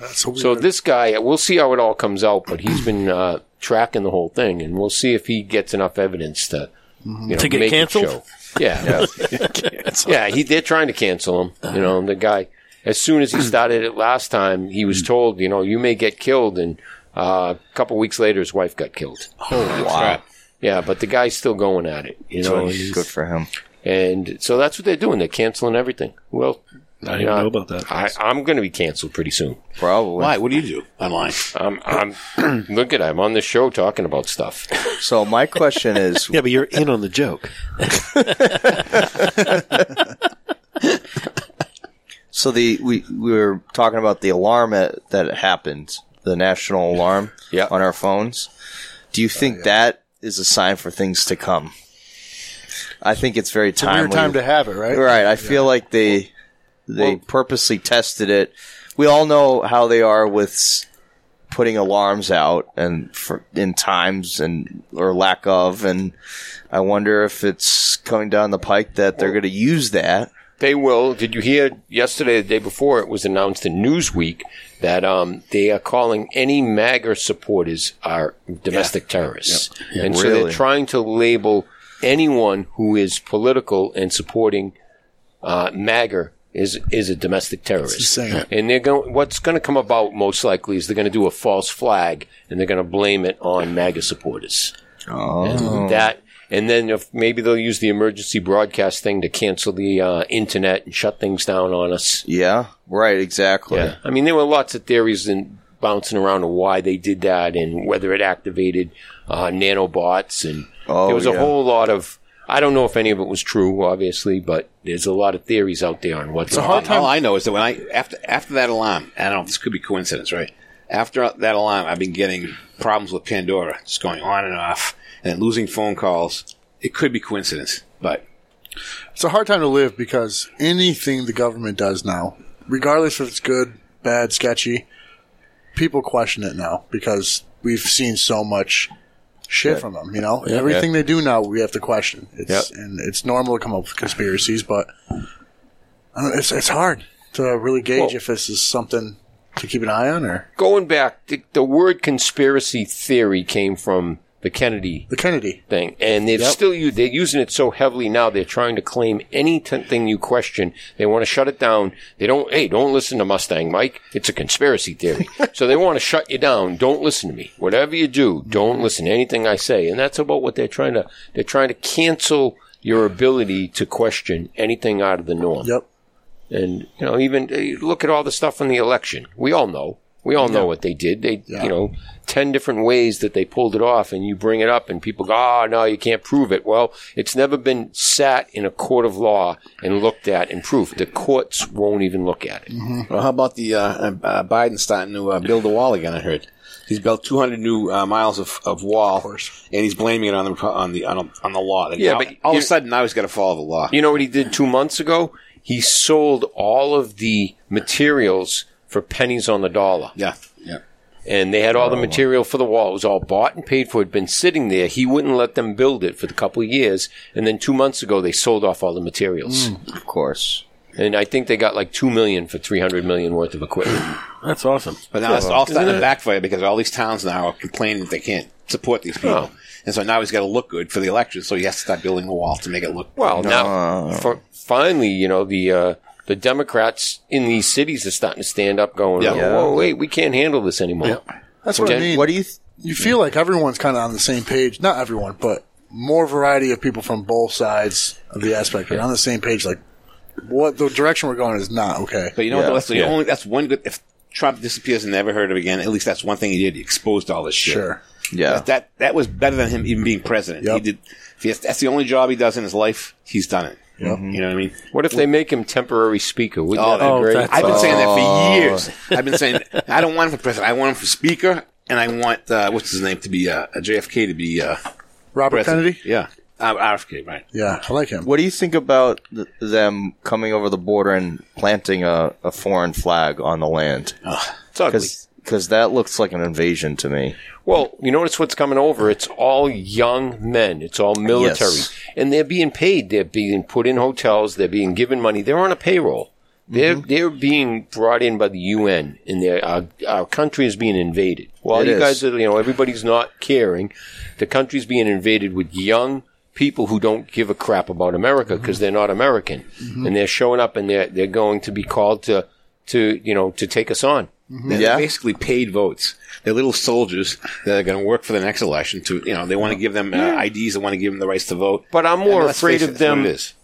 S5: way.
S7: So this guy, we'll see how it all comes out, but he's been, uh, tracking the whole thing and we'll see if he gets enough evidence to, you know,
S1: To get
S7: make it
S1: canceled?
S7: show. Yeah. Yeah, he they're trying to cancel him. You know, the guy. As soon as he started it last time, he was told, you know, you may get killed, and uh, a couple weeks later, his wife got killed.
S4: Crap.
S7: Yeah, but the guy's still going at it. You know,
S5: Good for him.
S7: and so that's what they're doing. They're canceling everything. Well, uh,
S2: I didn't know about that.
S7: I, I'm going to be canceled pretty soon.
S5: Probably.
S4: Why? What do you do online?
S7: I'm, I'm look at I'm on the show talking about stuff.
S5: So my question is,
S2: Yeah, but you're in on the joke.
S5: so the we we were talking about the alarm at, that happened, the national alarm
S7: Yeah.
S5: on our phones. Do you think that is a sign for things to come? I think it's very
S9: It's a
S5: timely.
S9: weird time to have it, right?
S5: Right. I feel like they they purposely tested it. We all know how they are with s- putting alarms out and for, in times and or lack of. And I wonder if it's coming down the pike that they're going to use that.
S7: They will. Did you hear yesterday, the day before, it was announced in Newsweek that um, they are calling any MAGA supporters are domestic terrorists. and so they're
S5: Really?
S7: trying to label anyone who is political and supporting uh, MAGA is is a domestic terrorist.
S9: insane.
S7: And they're going. What's going to come about most likely is they're going to do a false flag and they're going to blame it on MAGA supporters.
S5: Oh,
S7: That and then if maybe they'll use the emergency broadcast thing to cancel the uh, internet and shut things down on us.
S5: yeah. Right. Exactly.
S7: Yeah. I mean, there were lots of theories and bouncing around of why they did that and whether it activated uh, nanobots and
S5: Oh,
S7: there was a
S5: yeah.
S7: whole lot of. I don't know if any of it was true, obviously, but there's a lot of theories out there on what's.
S4: All, all I know is that when I after after that alarm, I don't know. This could be coincidence, right? After that alarm, I've been getting problems with Pandora, just going on and off, and losing phone calls. It could be coincidence, but
S9: It's a hard time to live because anything the government does now, regardless if it's good, bad, sketchy, people question it now because we've seen so much shit from them. You know, everything they do now we have to question. It's and it's normal to come up with conspiracies, but I don't, it's it's hard to really gauge
S7: Well-
S9: if this is something to keep an eye on or
S7: Going back, the, the word conspiracy theory came from the Kennedy
S9: the Kennedy.
S7: thing, and they've still u- they're using it so heavily now. They're trying to claim any t- thing you question. They want to shut it down. They don't. Hey, don't listen to Mustang Mike. It's a conspiracy theory. so they want to shut you down. Don't listen to me. Whatever you do, don't listen to anything I say. And that's about what they're trying to. They're trying to cancel your ability to question anything out of the norm.
S9: Yep.
S7: And you know, even eh, look at all the stuff in the election. We all know. We all know what they did. They, you know, ten different ways that they pulled it off, and you bring it up, and people go, "Oh no, you can't prove it." Well, it's never been sat in a court of law and looked at and proved. The courts won't even look at it.
S4: well, how about the uh, uh, Biden starting to uh, build a wall again? I heard he's built 200 new uh, miles of, of wall, and he's blaming it on the Repu- on the on, on the law. That
S7: Yeah,
S4: now-
S7: but
S4: all of a
S7: you-
S4: sudden now he's got to follow the law.
S7: You know what he did two months ago? He sold all of the materials for pennies on the dollar.
S4: yeah, yeah.
S7: and they had all the material for the wall. It was all bought and paid for. It had been sitting there. He wouldn't let them build it for the couple of years. And then two months ago, they sold off all the materials.
S5: Of course.
S7: And I think they got like two million for three hundred million worth of equipment.
S1: That's awesome.
S4: But now it's all starting to backfire because all these towns now are complaining that they can't support these
S7: Oh.
S4: people. And so now he's got to look good for the election, so he has to start building the wall to make it look.
S7: Well, now for, finally, you know the uh, the Democrats in these cities are starting to stand up, going,
S4: Yeah.
S7: "Whoa, wait, we can't handle this anymore."
S9: That's what I
S7: Okay.
S9: mean.
S5: What do you? Th-
S9: you feel like everyone's kind of on the same page. Not everyone, but more variety of people from both sides of the aspect are on the same page. Like, what the direction we're going is not okay.
S4: but you know what?
S5: Yeah.
S4: That's the
S7: Yeah.
S4: only. That's one good. If Trump disappears and never heard of again, at least that's one thing he did. He exposed all this shit.
S9: Sure.
S5: yeah.
S4: That that, that was better than him even being president. He
S9: Yep.
S4: did. If he has, that's the only job he does in his life. He's done it. You know what I mean?
S7: What if they make him temporary speaker? Wouldn't
S4: Oh,
S7: that be
S1: oh,
S7: great?
S1: that's-
S4: I've been saying that
S9: Oh.
S4: for years. I've been saying I don't want him for president. I want him for speaker, and I want uh, what's his name to be uh, JFK to be uh,
S9: Robert
S4: president.
S9: Kennedy.
S4: Yeah, uh, RFK. Right.
S9: Yeah, I like him.
S5: What do you think about th- them coming over the border and planting a, a foreign flag on the land?
S7: It's ugly.
S5: Because that looks like an invasion to me.
S7: Well, you notice what's coming over. It's all young men. It's all military.
S5: Yes.
S7: And they're being paid. They're being put in hotels. They're being given money. They're on a payroll. They're,
S5: Mm-hmm.
S7: they're being brought in by the UN and they're, our, our country is being invaded. Well,
S5: It
S7: you
S5: is.
S7: guys are, you know, everybody's not caring. The country's being invaded with young people who don't give a crap about America
S5: Mm-hmm.
S7: because they're not American. And they're showing up and they're, they're going to be called to, to, you know, to take us on.
S9: Mm-hmm.
S4: They're
S5: Yeah.
S4: basically paid votes. They're little soldiers that are going to work for the next election. To you know, they want to give them uh, IDs. They want to give them the rights to vote.
S7: But I'm
S4: And
S7: more
S4: let's
S7: afraid
S4: face it,
S7: of
S4: that's what
S7: them
S4: it is.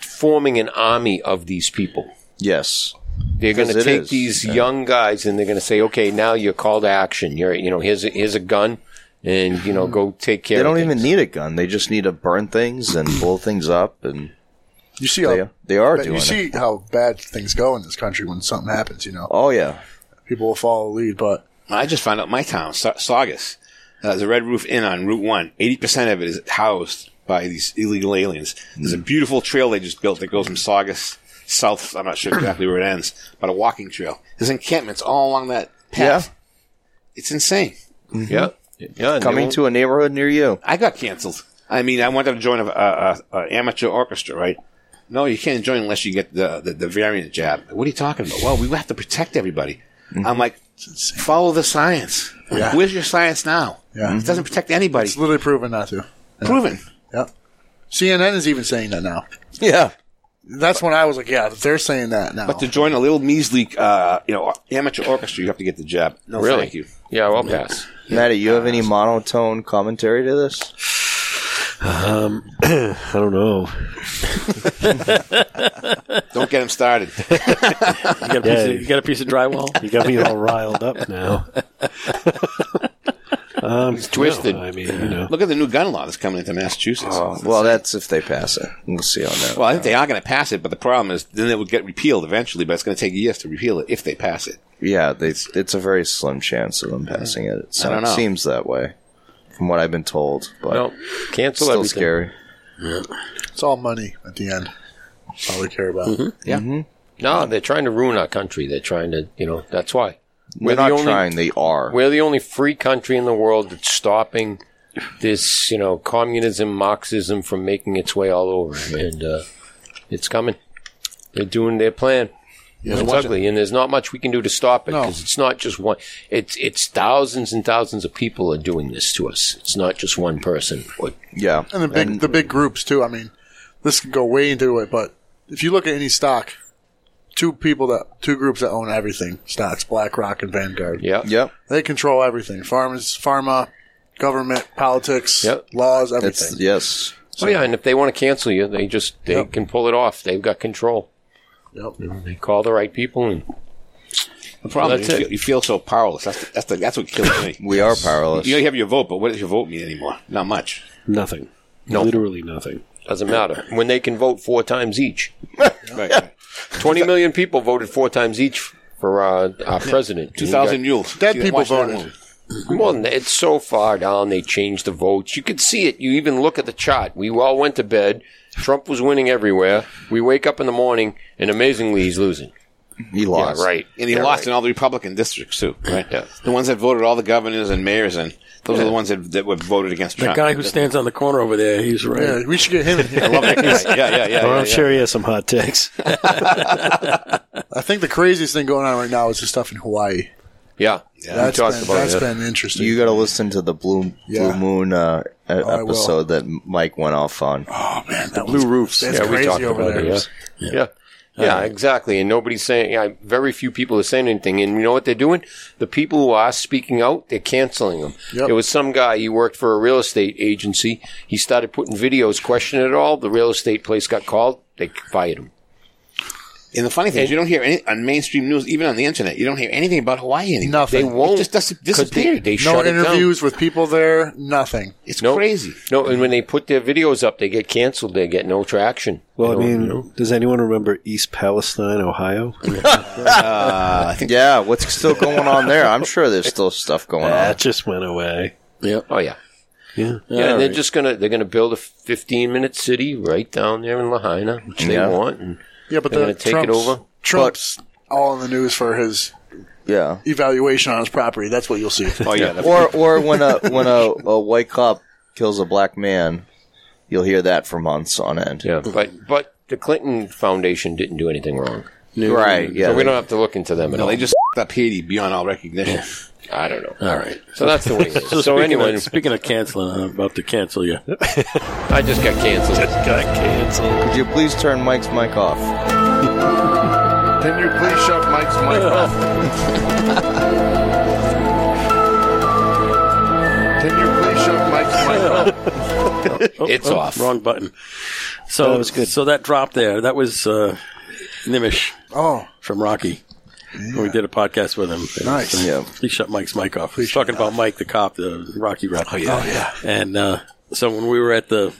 S7: forming an army of these people.
S5: Yes.
S7: They're going to
S5: Because it
S7: take
S5: is,
S7: these
S5: yeah.
S7: young guys and they're going to say, okay, now you're called to action. You're, you know, here's a, here's a gun and, you know, go take care
S5: They
S7: of
S5: don't
S7: it.
S5: even need a gun. They just need to burn things and blow things up, and
S9: You see
S5: they,
S9: how
S5: they are
S9: Oh, but
S5: doing
S9: You see
S5: it.
S9: how bad things go in this country when something happens. You know,
S5: Oh yeah,
S9: people will follow the lead, but
S4: I just found out my town, Sa- Saugus, uh, there's a Red Roof Inn on Route 1. 80% of it is housed by these illegal aliens. There's a beautiful trail they just built that goes from Saugus south. I'm not sure exactly where it ends, but a walking trail. There's encampments all along that path. It's insane.
S7: Yeah. Yeah.
S5: Coming to a neighborhood near you.
S4: I got canceled. I mean, I wanted to join a, a, a, a amateur orchestra, right? No, you can't join unless you get the, the, the variant jab. What are you talking about? Well, we have to protect everybody. I'm like, follow the science.
S9: Yeah.
S4: Where's your science now?
S9: Yeah.
S4: It doesn't protect anybody.
S9: it's literally proven not to.
S4: Mm-hmm. Proven.
S9: Yep. CNN is even saying that now.
S5: Yeah.
S9: That's when I was like, yeah, they're saying that now.
S4: But to join a little measly, uh, you know, amateur orchestra, you have to get the jab. No,
S7: Really?
S4: thank you.
S7: Yeah, I'll pass.
S5: Matty, you have any monotone commentary to this?
S2: I don't know.
S4: Don't get him started.
S1: You got a piece,
S2: Yeah.
S1: of, you got a piece of drywall?
S2: You got me all riled up now. um,
S7: twisted.
S2: no, I mean, you know.
S4: Look at the new gun law that's coming into Massachusetts.
S5: well, that's if they pass it. We'll see on that.
S4: Well, I think they are going to pass it, but the problem is then it would get repealed eventually, but it's going to take years to repeal it if they pass it.
S5: yeah, they, it's a very slim chance of them passing it. It
S4: I don't
S5: sounds-
S4: know.
S5: seems that way, from what I've been told. But
S7: No,
S5: it's
S7: cancel
S5: still
S7: everything.
S5: scary.
S9: it's all money at the end. That's all they care about.
S4: Mm-hmm.
S7: No, they're trying to ruin our country. They're trying to, you know, that's why.
S5: We're
S7: the
S5: not
S7: only-
S5: trying. They are.
S7: We're the only free country in the world that's stopping this, you know, communism, Marxism from making its way all over, and uh, it's coming. They're doing their plan. it's ugly, and there's not much we can do to stop it because it's not just one. It's it's thousands and thousands of people are doing this to us. It's not just one person. Or,
S5: yeah.
S9: And the big the big groups too. I mean, this could go way into it, but if you look at any stock, two people that two groups that own everything stocks, BlackRock and Vanguard.
S7: yeah,
S5: Yep.
S9: They control everything. Farmers pharma, government, politics,
S7: Yep.
S9: laws,
S5: It's
S9: everything.
S5: yes.
S7: Oh yeah, and if they want to cancel you, they just they
S9: Yep.
S7: can pull it off. They've got control.
S9: Yep.
S7: They call the right people, and
S4: The problem
S7: That's
S4: is you
S7: it.
S4: feel, you feel so powerless. That's, the, that's, the, that's what kills me.
S5: We are powerless.
S4: you know, you have your vote, but what does your vote mean anymore? Not much.
S2: Nothing.
S7: No.
S2: Literally nothing.
S7: doesn't matter when they can vote four times each.
S4: Right. right.
S7: 20 million people voted four times each for uh, our president.
S4: 2,000 mules.
S9: Dead
S4: See,
S9: people
S4: watch that
S9: voted.
S4: movie.
S7: Well, it's so far down. They changed the votes. You could see it. You even look at the chart. We all went to bed. Trump was winning everywhere. We wake up in the morning, and amazingly, he's losing.
S5: he lost.
S7: Yeah, right.
S4: And he
S7: Yeah,
S4: lost
S7: right.
S4: in all the Republican districts, too, right?
S7: Yeah.
S4: The ones that voted all the governors and mayors in, those are the ones that, that were voted against
S1: That
S4: Trump.
S1: guy who stands on the corner over there, he's right.
S9: Yeah, we should get him in
S4: I
S9: here.
S4: love that guy. Yeah, yeah, yeah.
S2: Well,
S4: yeah,
S2: I'm
S4: yeah.
S2: sure he has some hot takes.
S9: I think the craziest thing going on right now is the stuff in Hawaii.
S7: Yeah.
S9: That's
S7: we talked
S9: been,
S7: about
S9: that's
S7: that.
S9: been interesting.
S5: You got to listen to the Blue
S9: Yeah. Oh,
S5: Blue Moon uh, e-
S9: I will.
S5: episode that Mike went off on.
S9: oh man, that
S5: Blue
S9: was,
S5: roofs.
S9: That's
S7: yeah, we
S9: crazy
S7: talked
S9: over
S7: about
S9: there.
S7: it. Yeah. Yeah. Yeah, exactly. And nobody's saying, yeah, very few people are saying anything. And you know what they're doing? The people who are speaking out, they're canceling them.
S9: Yep.
S7: There was some guy, he worked for a real estate agency. He started putting videos, questioning it all. The real estate place got called. They fired him.
S4: And the funny thing is, you don't hear any on mainstream news, even on the internet, you don't hear anything about Hawaii anymore.
S7: They
S9: Nothing.
S7: won't.
S4: It just doesn't
S7: 'cause
S4: disappear.
S7: They, they
S9: no
S7: shut it down.
S9: interviews with people there. Nothing.
S4: It's
S7: Nope.
S4: crazy.
S7: No, and when they put their videos up, they get canceled. They get no traction.
S2: Well, I
S7: You know,
S2: mean, does anyone remember East Palestine, Ohio?
S5: Yeah, what's still going on there? I'm sure there's still stuff going on.
S2: that just went away.
S7: Oh yeah.
S2: Yeah.
S7: Yeah, and they're just gonna they're gonna build a 15 minute city right down there in Lahaina, which
S5: Yeah.
S7: they want. And
S9: Yeah, but
S7: They're
S9: the
S7: gonna take it
S9: Trump's,
S7: over?
S9: Trump's all in the news for his
S5: Yeah.
S9: evaluation on his property. That's what you'll see.
S4: Oh, yeah. the-
S5: Or or when a when a, a white cop kills a black man, you'll hear that for months on end.
S7: Yeah, but but the Clinton Foundation didn't do anything wrong,
S5: Right. Yeah.
S7: so we don't have to look into them at
S4: no,
S7: all.
S4: they just up Haiti beyond all recognition.
S7: I don't know.
S1: All right.
S7: So that's the way. It is. so
S1: speaking
S7: anyway,
S1: of, speaking of canceling, I'm about to cancel you.
S7: I just got canceled.
S2: Got canceled.
S5: Could you please turn Mike's mic off?
S10: Can you please shut Mike's mic off? Can you please shut Mike's mic off?
S9: Oh,
S7: It's off.
S1: Wrong Oh, button. So
S2: That was good.
S1: So that drop there, that was uh, Nimish.
S9: Oh.
S1: From Rocky. We did a podcast with him.
S9: Nice.
S1: Yeah. He shut Mike's mic off. He's talking about Mike the cop, the Rocky rep. Oh
S9: yeah. Oh, yeah.
S1: And uh, so when we were at the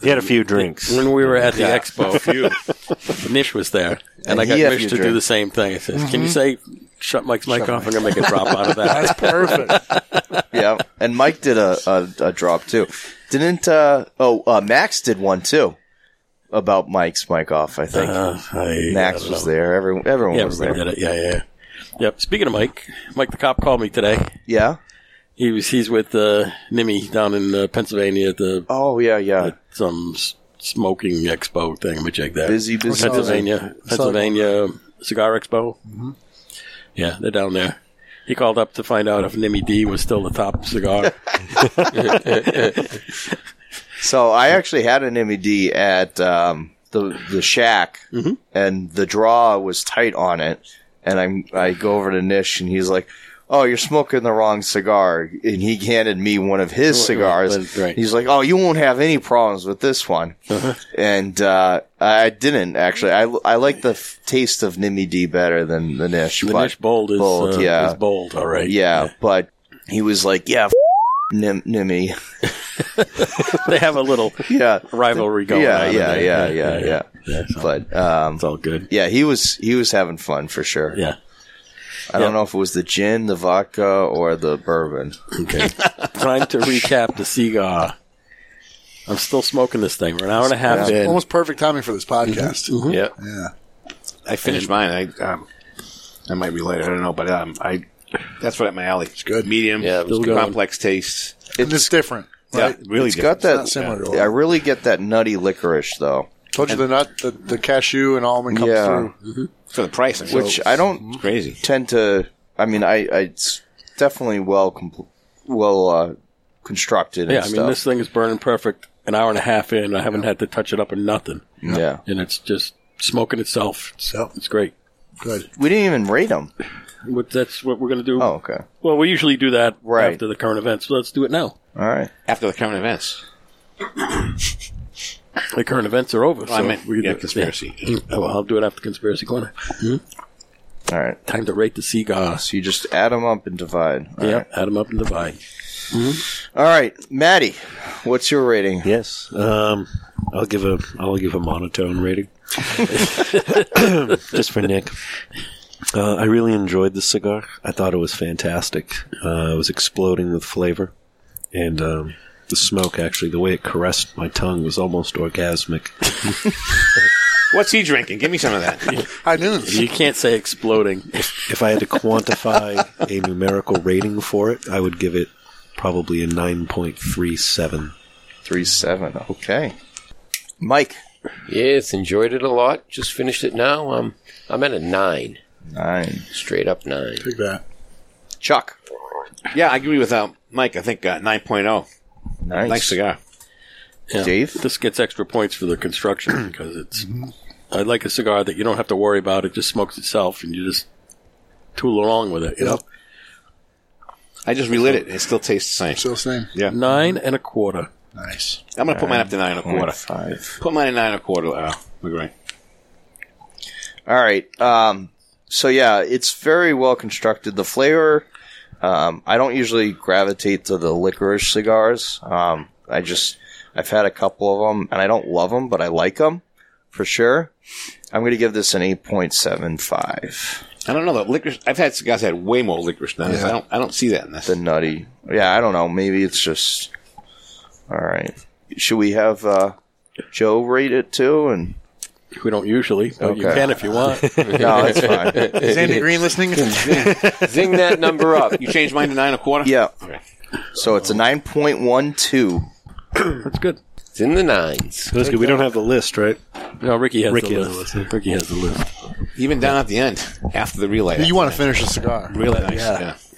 S2: He had a few drinks.
S1: when we were at the
S2: Yeah.
S1: expo,
S2: A few.
S1: Nish was there, and,
S2: And
S1: I got
S2: he had a
S1: Nish to
S2: few
S1: do the
S2: drinks.
S1: same thing. I said, "Can you
S5: Mhm.
S1: say shut Mike's mic off? I'm gonna make a drop out of that."
S5: perfect. yeah, and Mike did a, a, a drop too. Didn't uh oh uh, Max did one too about Mike's mic off. I think Max
S1: Uh, I don't
S5: was
S1: know.
S5: there. Everyone everyone
S1: Yeah,
S5: was there.
S1: everybody did it. Yeah, yeah, yeah. Yep. Speaking of Mike, Mike the cop called me today.
S5: Yeah.
S1: He was he's with uh, Nimmy down in uh, Pennsylvania at the
S5: oh yeah yeah
S1: some s- smoking expo thing. I'm check that
S5: Busy, busy.
S1: Pennsylvania
S5: Southern.
S1: Pennsylvania Cigar Expo.
S5: Mhm.
S1: Yeah, they're down there. He called up to find out if Nimmy D was still the top cigar.
S5: So I actually had an MED at um, the the shack,
S1: Mm-hmm.
S5: and the draw was tight on it. And I'm I go over to Nish, and he's like, "Oh, you're smoking the wrong cigar." And he handed me one of his
S1: Right,
S5: cigars.
S1: right, right. Uh-huh.
S5: He's like, "Oh, you won't have any problems with this one." And uh, I didn't actually. I, I like the f- taste of Nimmy D better than the Nish.
S1: The
S5: but
S1: Nish Bold is, uh, is bold, all right.
S5: Yeah, but he was like, "Yeah, f- Nim- Nimmy."
S1: they have a little
S5: yeah
S1: rivalry going
S5: yeah,
S1: on. in
S5: Yeah,
S1: there.
S5: yeah, yeah, yeah, But um, it's
S1: all good.
S5: Yeah, he was he was having fun for sure.
S1: Yeah.
S5: I don't know if it was the gin, the vodka, or the bourbon.
S1: Okay. Time to recap the cigar. I'm still smoking this thing. We're an hour and a half
S9: Yeah.
S1: in.
S9: Almost perfect timing for this podcast.
S1: Yeah.
S9: Yeah.
S10: I finished mine. I um, I might be late. I don't know, but um, I that's right up my alley. It's
S9: good.
S10: Medium. Yeah,
S9: was good.
S10: complex taste.
S9: It's, different. Right?
S10: Yeah, really
S5: It's
S10: different.
S5: got that.
S9: It's not similar to
S5: yeah, I really get that nutty licorice though.
S9: Told you the nut, the, the cashew and almond comes
S5: Yeah.
S9: through.
S10: For the price, I mean.
S5: which
S10: So-
S5: I don't
S10: crazy
S5: tend to. I mean, I, I it's definitely well compl- well uh, constructed.
S1: Yeah,
S5: and
S1: I
S5: stuff.
S1: mean, this thing is burning perfect. An hour and a half in, I haven't had to touch it up or nothing.
S5: Yeah.
S1: And it's just smoking itself. It's, it's great.
S9: Good.
S5: We didn't even rate them.
S1: What, that's what we're going to do.
S5: Oh, okay.
S1: Well, we usually do that
S5: Right.
S1: after the current events. So let's do it now.
S5: All right.
S10: After the current events.
S1: The current events are over.
S10: Well, I
S1: so
S10: meant-
S1: we can
S10: yeah,
S1: do-
S10: conspiracy.
S1: yeah. Oh, well, I'll do it after conspiracy corner.
S5: All right.
S1: Time to rate the cigar.
S5: So you just add them up and divide. All
S1: Yep,
S5: right.
S1: add them up and divide.
S5: All right, Maddie, what's your rating?
S2: Yes, um, I'll give a I'll give a monotone rating, just for Nick. Uh, I really enjoyed this cigar. I thought it was fantastic. Uh, it was exploding with flavor, and um, the smoke actually, the way it caressed my tongue, was almost orgasmic.
S10: What's he drinking? Give me some of that.
S9: High noon.
S1: You can't say exploding.
S2: if I had to quantify a numerical rating for it, I would give it probably a nine point three seven.
S5: Three seven. Okay. Mike.
S7: Yes, enjoyed it a lot. Just finished it now. Um, I'm at a nine.
S5: Nine.
S7: Straight up nine.
S9: Take that.
S5: Chuck.
S10: Yeah, I agree with um, Mike. I think uh, 9.0.
S5: Nice.
S10: Nice cigar.
S5: Dave?
S1: This gets extra points for the construction because it's.
S2: Mm-hmm.
S1: I like a cigar that you don't have to worry about. It just smokes itself and you just tool along with it. You know?
S10: I just relit it. and It still tastes the same.
S9: Still the same.
S10: Yeah.
S1: Nine and a quarter.
S9: Nice.
S10: I'm going to put mine up to nine and a quarter.
S5: Five.
S10: Put mine at nine and a quarter. Uh, agree.
S5: All right. Um, so yeah, it's very well constructed. The flavor. Um, I don't usually gravitate to the licorice cigars. Um, I just I've had a couple of them, and I don't love them, but I like them for sure. I'm going to give this an eight point seven five.
S10: I don't know though. Licorice. I've had cigars that had way more licorice than this. I don't. I don't see that in this.
S5: The nutty. Yeah, I don't know. Maybe it's just. All right. Should we have uh, Joe rate it too? And
S1: We don't usually, but you
S5: Okay.
S1: can if you want.
S5: no, it's fine.
S9: Is Andy Green listening?
S7: Zing that number up.
S10: You changed mine to nine and a quarter.
S5: Yeah.
S10: Okay.
S5: So it's a nine point one two.
S1: That's good.
S7: It's in the nines.
S2: So that's good. We don't have the list, right?
S1: No, Ricky has
S2: Ricky
S1: the
S2: has the
S1: list.
S2: list.
S1: Ricky has the list.
S10: Even down at the end, after the relay.
S9: You want to finish the cigar.
S10: really nice.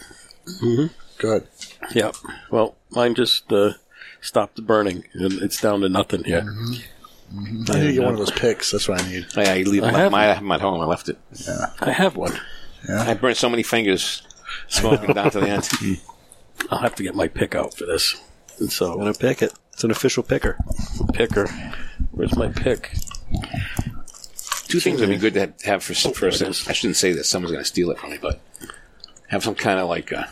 S10: Yeah.
S9: Good.
S1: Yep. Well, mine just uh, stopped burning, and it's down to nothing here.
S9: I need to get one of those picks. That's what I need.
S10: Oh, I, I leave
S1: I
S10: my,
S1: have
S10: my, I have 'em at home. I left it.
S1: I have one.
S10: I burnt so many fingers smoking down to the end.
S1: I'll have to get my pick out for this. And so,
S2: I'm gonna pick it. It's an official picker.
S1: picker. Where's my pick?
S4: two things would be good to have, have for,
S9: Oh,
S4: for a I shouldn't say that someone's going to steal it from me, but have some kind of like I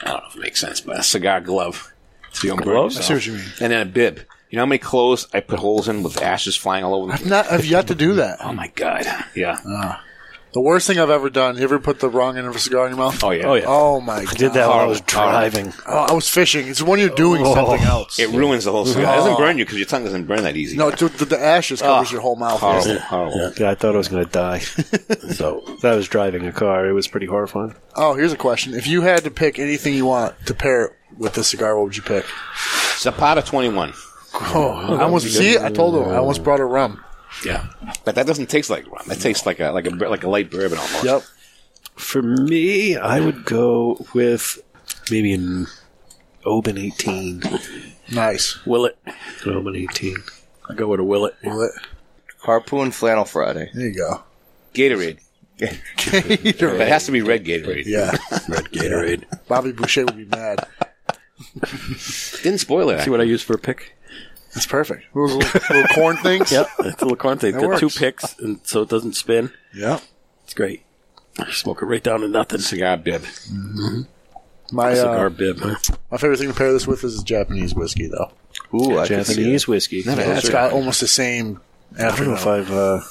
S4: I don't know if it makes sense, but a cigar glove to unburden
S9: Glove? I see
S4: yourself.
S9: what you mean.
S4: And then a bib. You know how many clothes I put holes in with ashes flying all over them?
S9: I've Uh, not. I've yet to do that.
S4: Oh my god! Yeah.
S9: The worst thing I've ever done. You ever put the wrong end of a cigar in your mouth?
S4: Oh, yeah. Oh, yeah.
S9: Oh my god.
S4: I did that Oh. while I was driving.
S9: Oh, I was fishing. It's when you're doing something else.
S4: It ruins the whole cigar. It
S9: Oh.
S4: doesn't burn you because your tongue doesn't burn that easy.
S9: No, the, the, the ashes covers your whole mouth.
S4: Ah. Horrible,
S2: Yeah, I thought I was going to die. so I was driving a car. It was pretty horrifying.
S9: Oh, here's a question. If you had to pick anything you want to pair it with this cigar, what would you pick?
S4: Zapata 21.
S9: Oh, I almost see. I told him I almost brought a rum.
S4: Yeah, but that doesn't taste like rum. That tastes like a like a bur- like a light bourbon almost.
S9: Yep.
S2: For me, I would go with maybe an Oban 18.
S9: Nice.
S1: Willet.
S2: An Oban 18.
S1: I go with a Willet.
S9: Willet.
S5: Harpoon Flannel Friday.
S9: There you go.
S4: Gatorade. But it
S9: Gatorade.
S4: has to be red Gatorade.
S9: Yeah.
S1: Red Gatorade.
S9: Bobby Boucher would be mad.
S4: Didn't spoil it.
S1: See what I use for a pick?
S9: That's perfect. Those little, little corn things. Yep.
S1: It's a LaConte. It's
S9: That
S1: got two
S9: works.
S1: picks, and so it doesn't spin.
S9: Yep.
S1: It's great. Smoke it right down to nothing.
S4: Cigar bib.
S9: My
S1: Cigar
S9: uh,
S1: bib. huh?
S9: my favorite thing to pair this with is Japanese whiskey, though.
S5: Ooh, I can see
S2: Japanese whiskey.
S4: Never had
S9: It's
S4: it.
S9: got almost the same.
S2: I don't know if
S9: Afternoon.
S2: I've. Uh, I don't know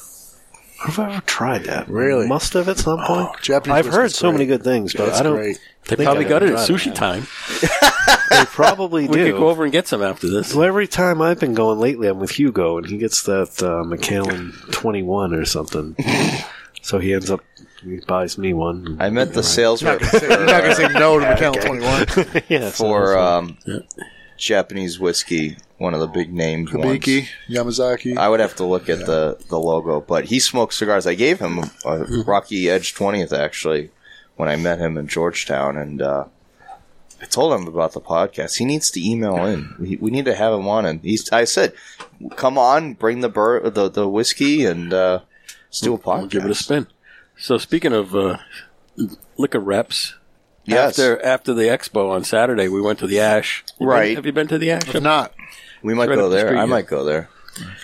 S2: if I've ever tried that.
S9: Really?
S2: Must have at some point.
S9: Oh, Japanese
S2: I've heard
S9: whiskey's
S2: so
S9: great.
S2: many good things, but
S9: It's
S2: I don't.
S9: great.
S1: They
S2: think
S1: probably
S2: I
S1: got it
S2: haven't
S1: at
S2: tried it.
S1: sushi time.
S2: They probably
S1: We could go
S2: do.
S1: over and get some after this.
S2: Well, every time I've been going lately, I'm with Hugo, and he gets that uh, McAllen 21 or something. so he ends up, he buys me one.
S5: I met the sales rep
S9: Say- You're not gonna say no to McAllen Twenty One.
S2: yeah, so
S5: for
S2: it's-
S5: um, Japanese whiskey, one of the big named ones.
S9: Biki Yamazaki.
S5: I would have to look at the, the logo, but he smoked cigars. I gave him a
S1: Mm-hmm.
S5: Rocky Edge 20th, actually, when I met him in Georgetown. And uh, I told him about the podcast. He needs to email in. We, we need to have him on. And he's, I said, come on, bring the, bur- the, the whiskey and uh, let's do a podcast.
S1: We'll give it a spin. So speaking of uh, liquor reps,
S5: Yes.
S1: after after the expo on Saturday, we went to the Ash. You been-
S5: Right.
S1: have you been to the Ash?
S9: If not,
S5: we might
S1: right
S5: go
S1: up the
S5: there.
S1: street,
S5: I
S1: yeah.
S5: might go there.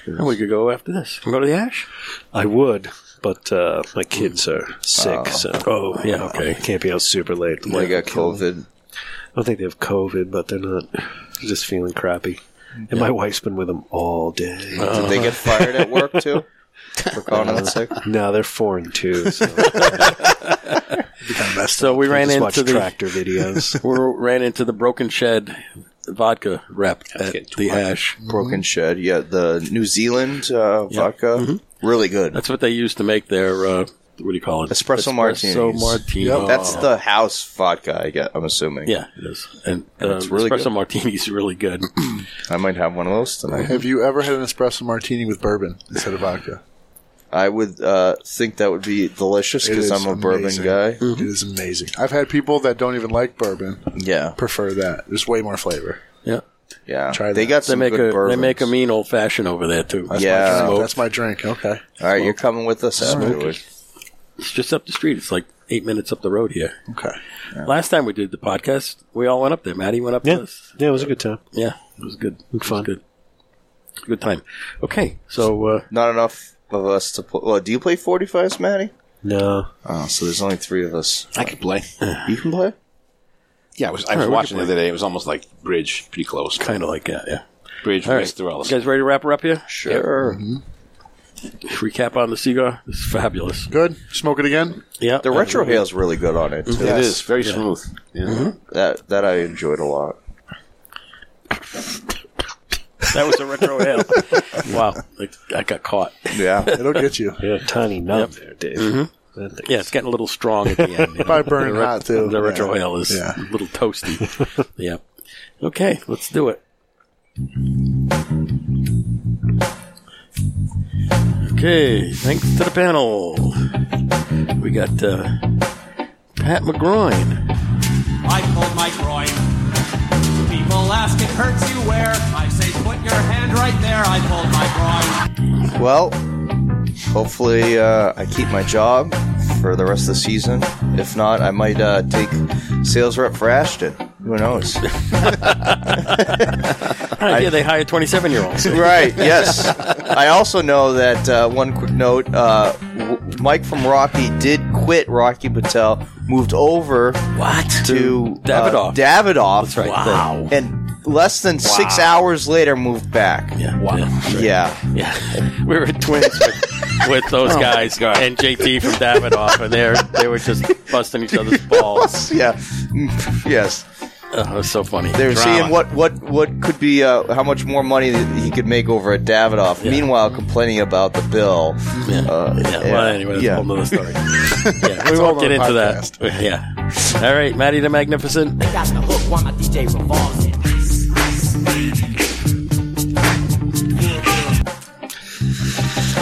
S1: And we could go after this. Go to the Ash.
S2: I would, but uh, my kids
S5: Hmm.
S2: are sick, so
S1: Oh, yeah, okay.
S2: can't be out super late.
S5: They got COVID.
S2: I don't think they have COVID, but they're not. They're just feeling crappy. And my wife's been with them all day.
S1: Uh-huh.
S5: Did they get fired at work too? For calling out sick?
S1: Mm-hmm.
S2: no, they're four and two. So
S1: So we ran
S2: just watch
S1: into the
S2: tractor videos.
S1: we ran into the Broken Shed vodka rep at
S4: getting
S1: the Ash.
S5: Broken Shed. Yeah, the New Zealand uh, vodka.
S1: Mm-hmm.
S5: Really good.
S1: That's what they used to make their uh, what do you call it?
S5: Espresso martinis.
S1: Espresso martini.
S5: That's the house vodka, I get, I'm assuming.
S1: Oh. yeah, it is. And,
S5: And
S1: uh,
S5: it's really
S1: espresso
S5: good.
S1: martini is really good.
S5: I might have one of those tonight.
S9: have you ever had an espresso martini with bourbon instead of vodka?
S5: I would uh, think that would be delicious
S9: It
S5: because
S9: is
S5: I'm a
S9: amazing.
S5: bourbon guy.
S9: It is amazing. I've had people that don't even like bourbon
S5: Yeah.
S9: prefer that. There's way more flavor.
S1: yeah,
S5: Yeah.
S9: Try
S5: they
S9: that.
S5: got
S1: they
S5: some
S1: make
S5: good
S1: a they
S5: bourbons.
S1: make a mean old fashioned over there too.
S5: Yeah.
S1: Smoked.
S9: That's my drink. Okay.
S5: All right, you're coming with us afterward.
S1: It's just up the street. It's like eight minutes up the road here.
S9: Okay.
S1: Last time we did the podcast, we all went up there. Maddie went up
S2: yeah,
S1: with us.
S2: yeah, it was a good time.
S1: Yeah, it was good. It was
S2: Fun.
S1: good. Good time. Okay, so uh,
S5: Not enough of us to play. Well, do you play 45s, Matty?
S2: No,
S5: Oh, so there's only three of us.
S4: I could play.
S5: You can play?
S4: Yeah, I was, I was watching the other day. It was almost like bridge, pretty close.
S1: kind of like that. Yeah.
S4: Bridge,
S1: All right,
S4: Mr.
S1: you guys ready to wrap her up here?
S5: Sure.
S1: Recap on the cigar. This is fabulous.
S9: Good. Smoke it again.
S1: Yeah,
S5: The retro hail's really good on it. Too.
S4: It is very smooth. Mm-hmm. Yeah.
S5: That that I enjoyed a lot.
S1: That was a retro ale. wow, like, I got caught.
S5: Yeah.
S9: It'll get you.
S2: you had a tiny nub there, Dave.
S1: Mm-hmm.
S2: That thing-
S1: Yeah, it's getting a little strong at the end. you know.
S9: Probably burning hot too.
S1: The retro
S9: Yeah.
S1: ale is
S9: Yeah.
S1: a little toasty. yeah. Okay, let's do it. Okay, thanks to the panel. We got uh, Pat McGroin.
S3: I pulled my groin. People ask it hurts you where. I say put your hand right there. I pulled my groin.
S5: Well, hopefully uh, I keep my job for the rest of the season. If not, I might uh, take sales rep for Ashton. Who knows?
S1: I hear they hire 27 year olds.
S5: right. Yes. I also know that uh, one quick note: uh, w- Mike from Rocky did quit Rocky Patel, moved over
S1: what
S5: to
S1: Davidoff.
S5: Uh, Davidoff.
S1: That's right. Wow.
S5: And less than six hours later, moved back. Yeah.
S1: Wow.
S5: Yeah.
S1: Yeah. We were twins with, with
S9: Oh
S1: those guys and JT from Davidoff, and they they were just busting each other's balls.
S5: yeah. Mm, yes.
S1: Oh, it was so funny.
S5: They were
S1: Drama.
S5: seeing what, what, what could be uh, how much more money that he could make over at Davidoff. Meanwhile, complaining about the bill. Uh,
S1: Yeah, well, anyway, that's
S5: yeah.
S1: a whole nother story. yeah, we
S9: It's all
S1: won't get into
S9: on the
S1: that. Yeah. All right, Maddie the Magnificent.
S6: Got the hook while my DJ revolves it.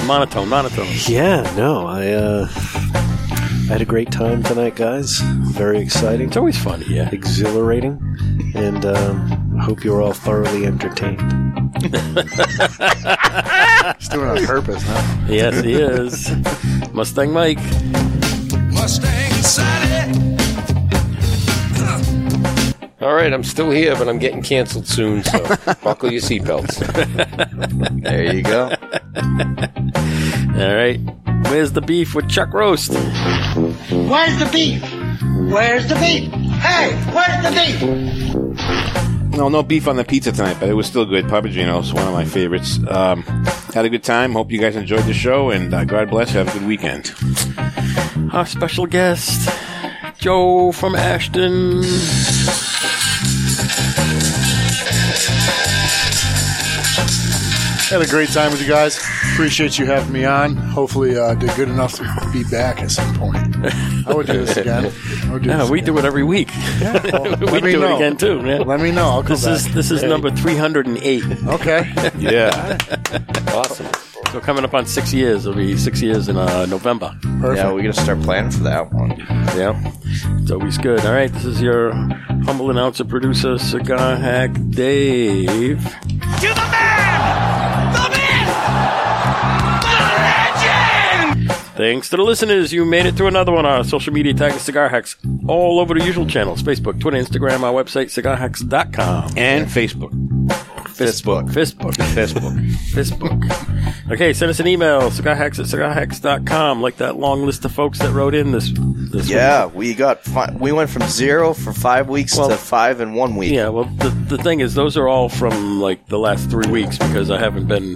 S1: Monotone, monotone.
S2: Yeah, no, I uh, I had a great time tonight, guys. Very exciting,
S1: It's always fun, yeah.
S2: exhilarating, and um, I hope you're all thoroughly entertained.
S9: He's doing it on purpose, huh?
S1: Yes, he is. Mustang Mike.
S7: All right, I'm still here, but I'm getting canceled soon, so buckle your seatbelts.
S5: There you go.
S1: All right. Where's the beef with Chuck Roast?
S8: Where's the beef? Where's the beef? Hey, where's the beef?
S10: No, no beef on the pizza tonight, but it was still good. Papagino's one of my favorites. Um, had a good time. Hope you guys enjoyed the show, and uh, God bless. Have a good weekend.
S1: Our special guest, Joe from Ashton.
S9: Had a great time with you guys. Appreciate you having me on. Hopefully, uh, did good enough to be back at some point. I would do this again. I would do
S1: Yeah,
S9: this
S1: we
S9: again.
S1: do it every week.
S9: Well,
S1: we
S9: let me
S1: do it
S9: know.
S1: again too, man.
S9: Let me know. I'll come
S1: This is this is number 308.
S9: back. okay.
S10: Yeah.
S7: Awesome.
S1: So coming up on six years. It'll be six years in uh, November.
S5: Yeah, we got to start planning for that one.
S1: Yeah. It's always good. All right. This is your humble announcer, producer, cigar hack, Dave.
S3: To the man! The myth! The legend!
S1: Thanks to the listeners. You made it to another one. Our social media tag is Cigar Hacks all over the usual channels Facebook, Twitter, Instagram, our website, cigarhacks.com.
S10: And Facebook.
S1: Facebook. Facebook. Facebook. Facebook. Okay, send us an email, cigarhacks at cigarhacks.com. Like that long list of folks that wrote in this, this
S5: Yeah, we got fi- we went from zero for five weeks
S1: Well-
S5: to five in one week.
S1: Yeah, well, the, the thing is, those are all from like the last three weeks because I haven't been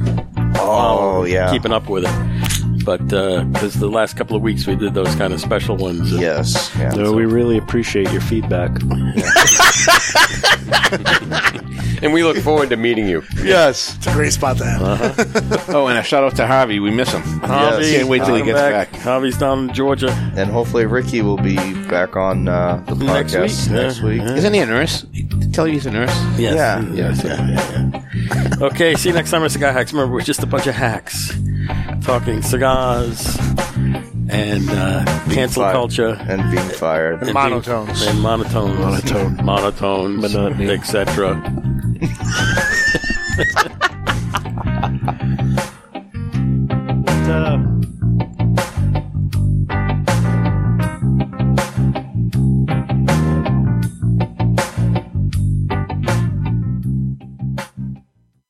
S5: Oh yeah.
S1: keeping up with it. But because the last couple of weeks we did those kind of special ones. and-
S5: yes. Yeah.
S2: No, we really appreciate your feedback.
S7: And we look forward to meeting you.
S5: Yes.
S9: It's a great spot to have.
S10: Oh, and a shout out to Harvey. We miss him.
S1: Javi,
S10: Can't wait till he
S1: welcome
S10: gets back.
S1: Javi's down in Georgia.
S5: And hopefully Ricky will be back on uh, the
S1: Next
S5: podcast
S1: week.
S5: next
S1: Yeah.
S5: week.
S10: Isn't he a nurse? Tell you he's a nurse.
S1: Yes.
S5: Yeah.
S1: Yes. yeah, yeah, yeah. okay, see you next time on Cigar Hacks. Remember, we're just a bunch of hacks talking cigars and uh, cancel
S5: Fire-
S1: culture.
S5: and being fired.
S1: and
S9: Monotones.
S1: being- And monotones. Monotone. Monotones.
S2: Monotony.
S1: Etc.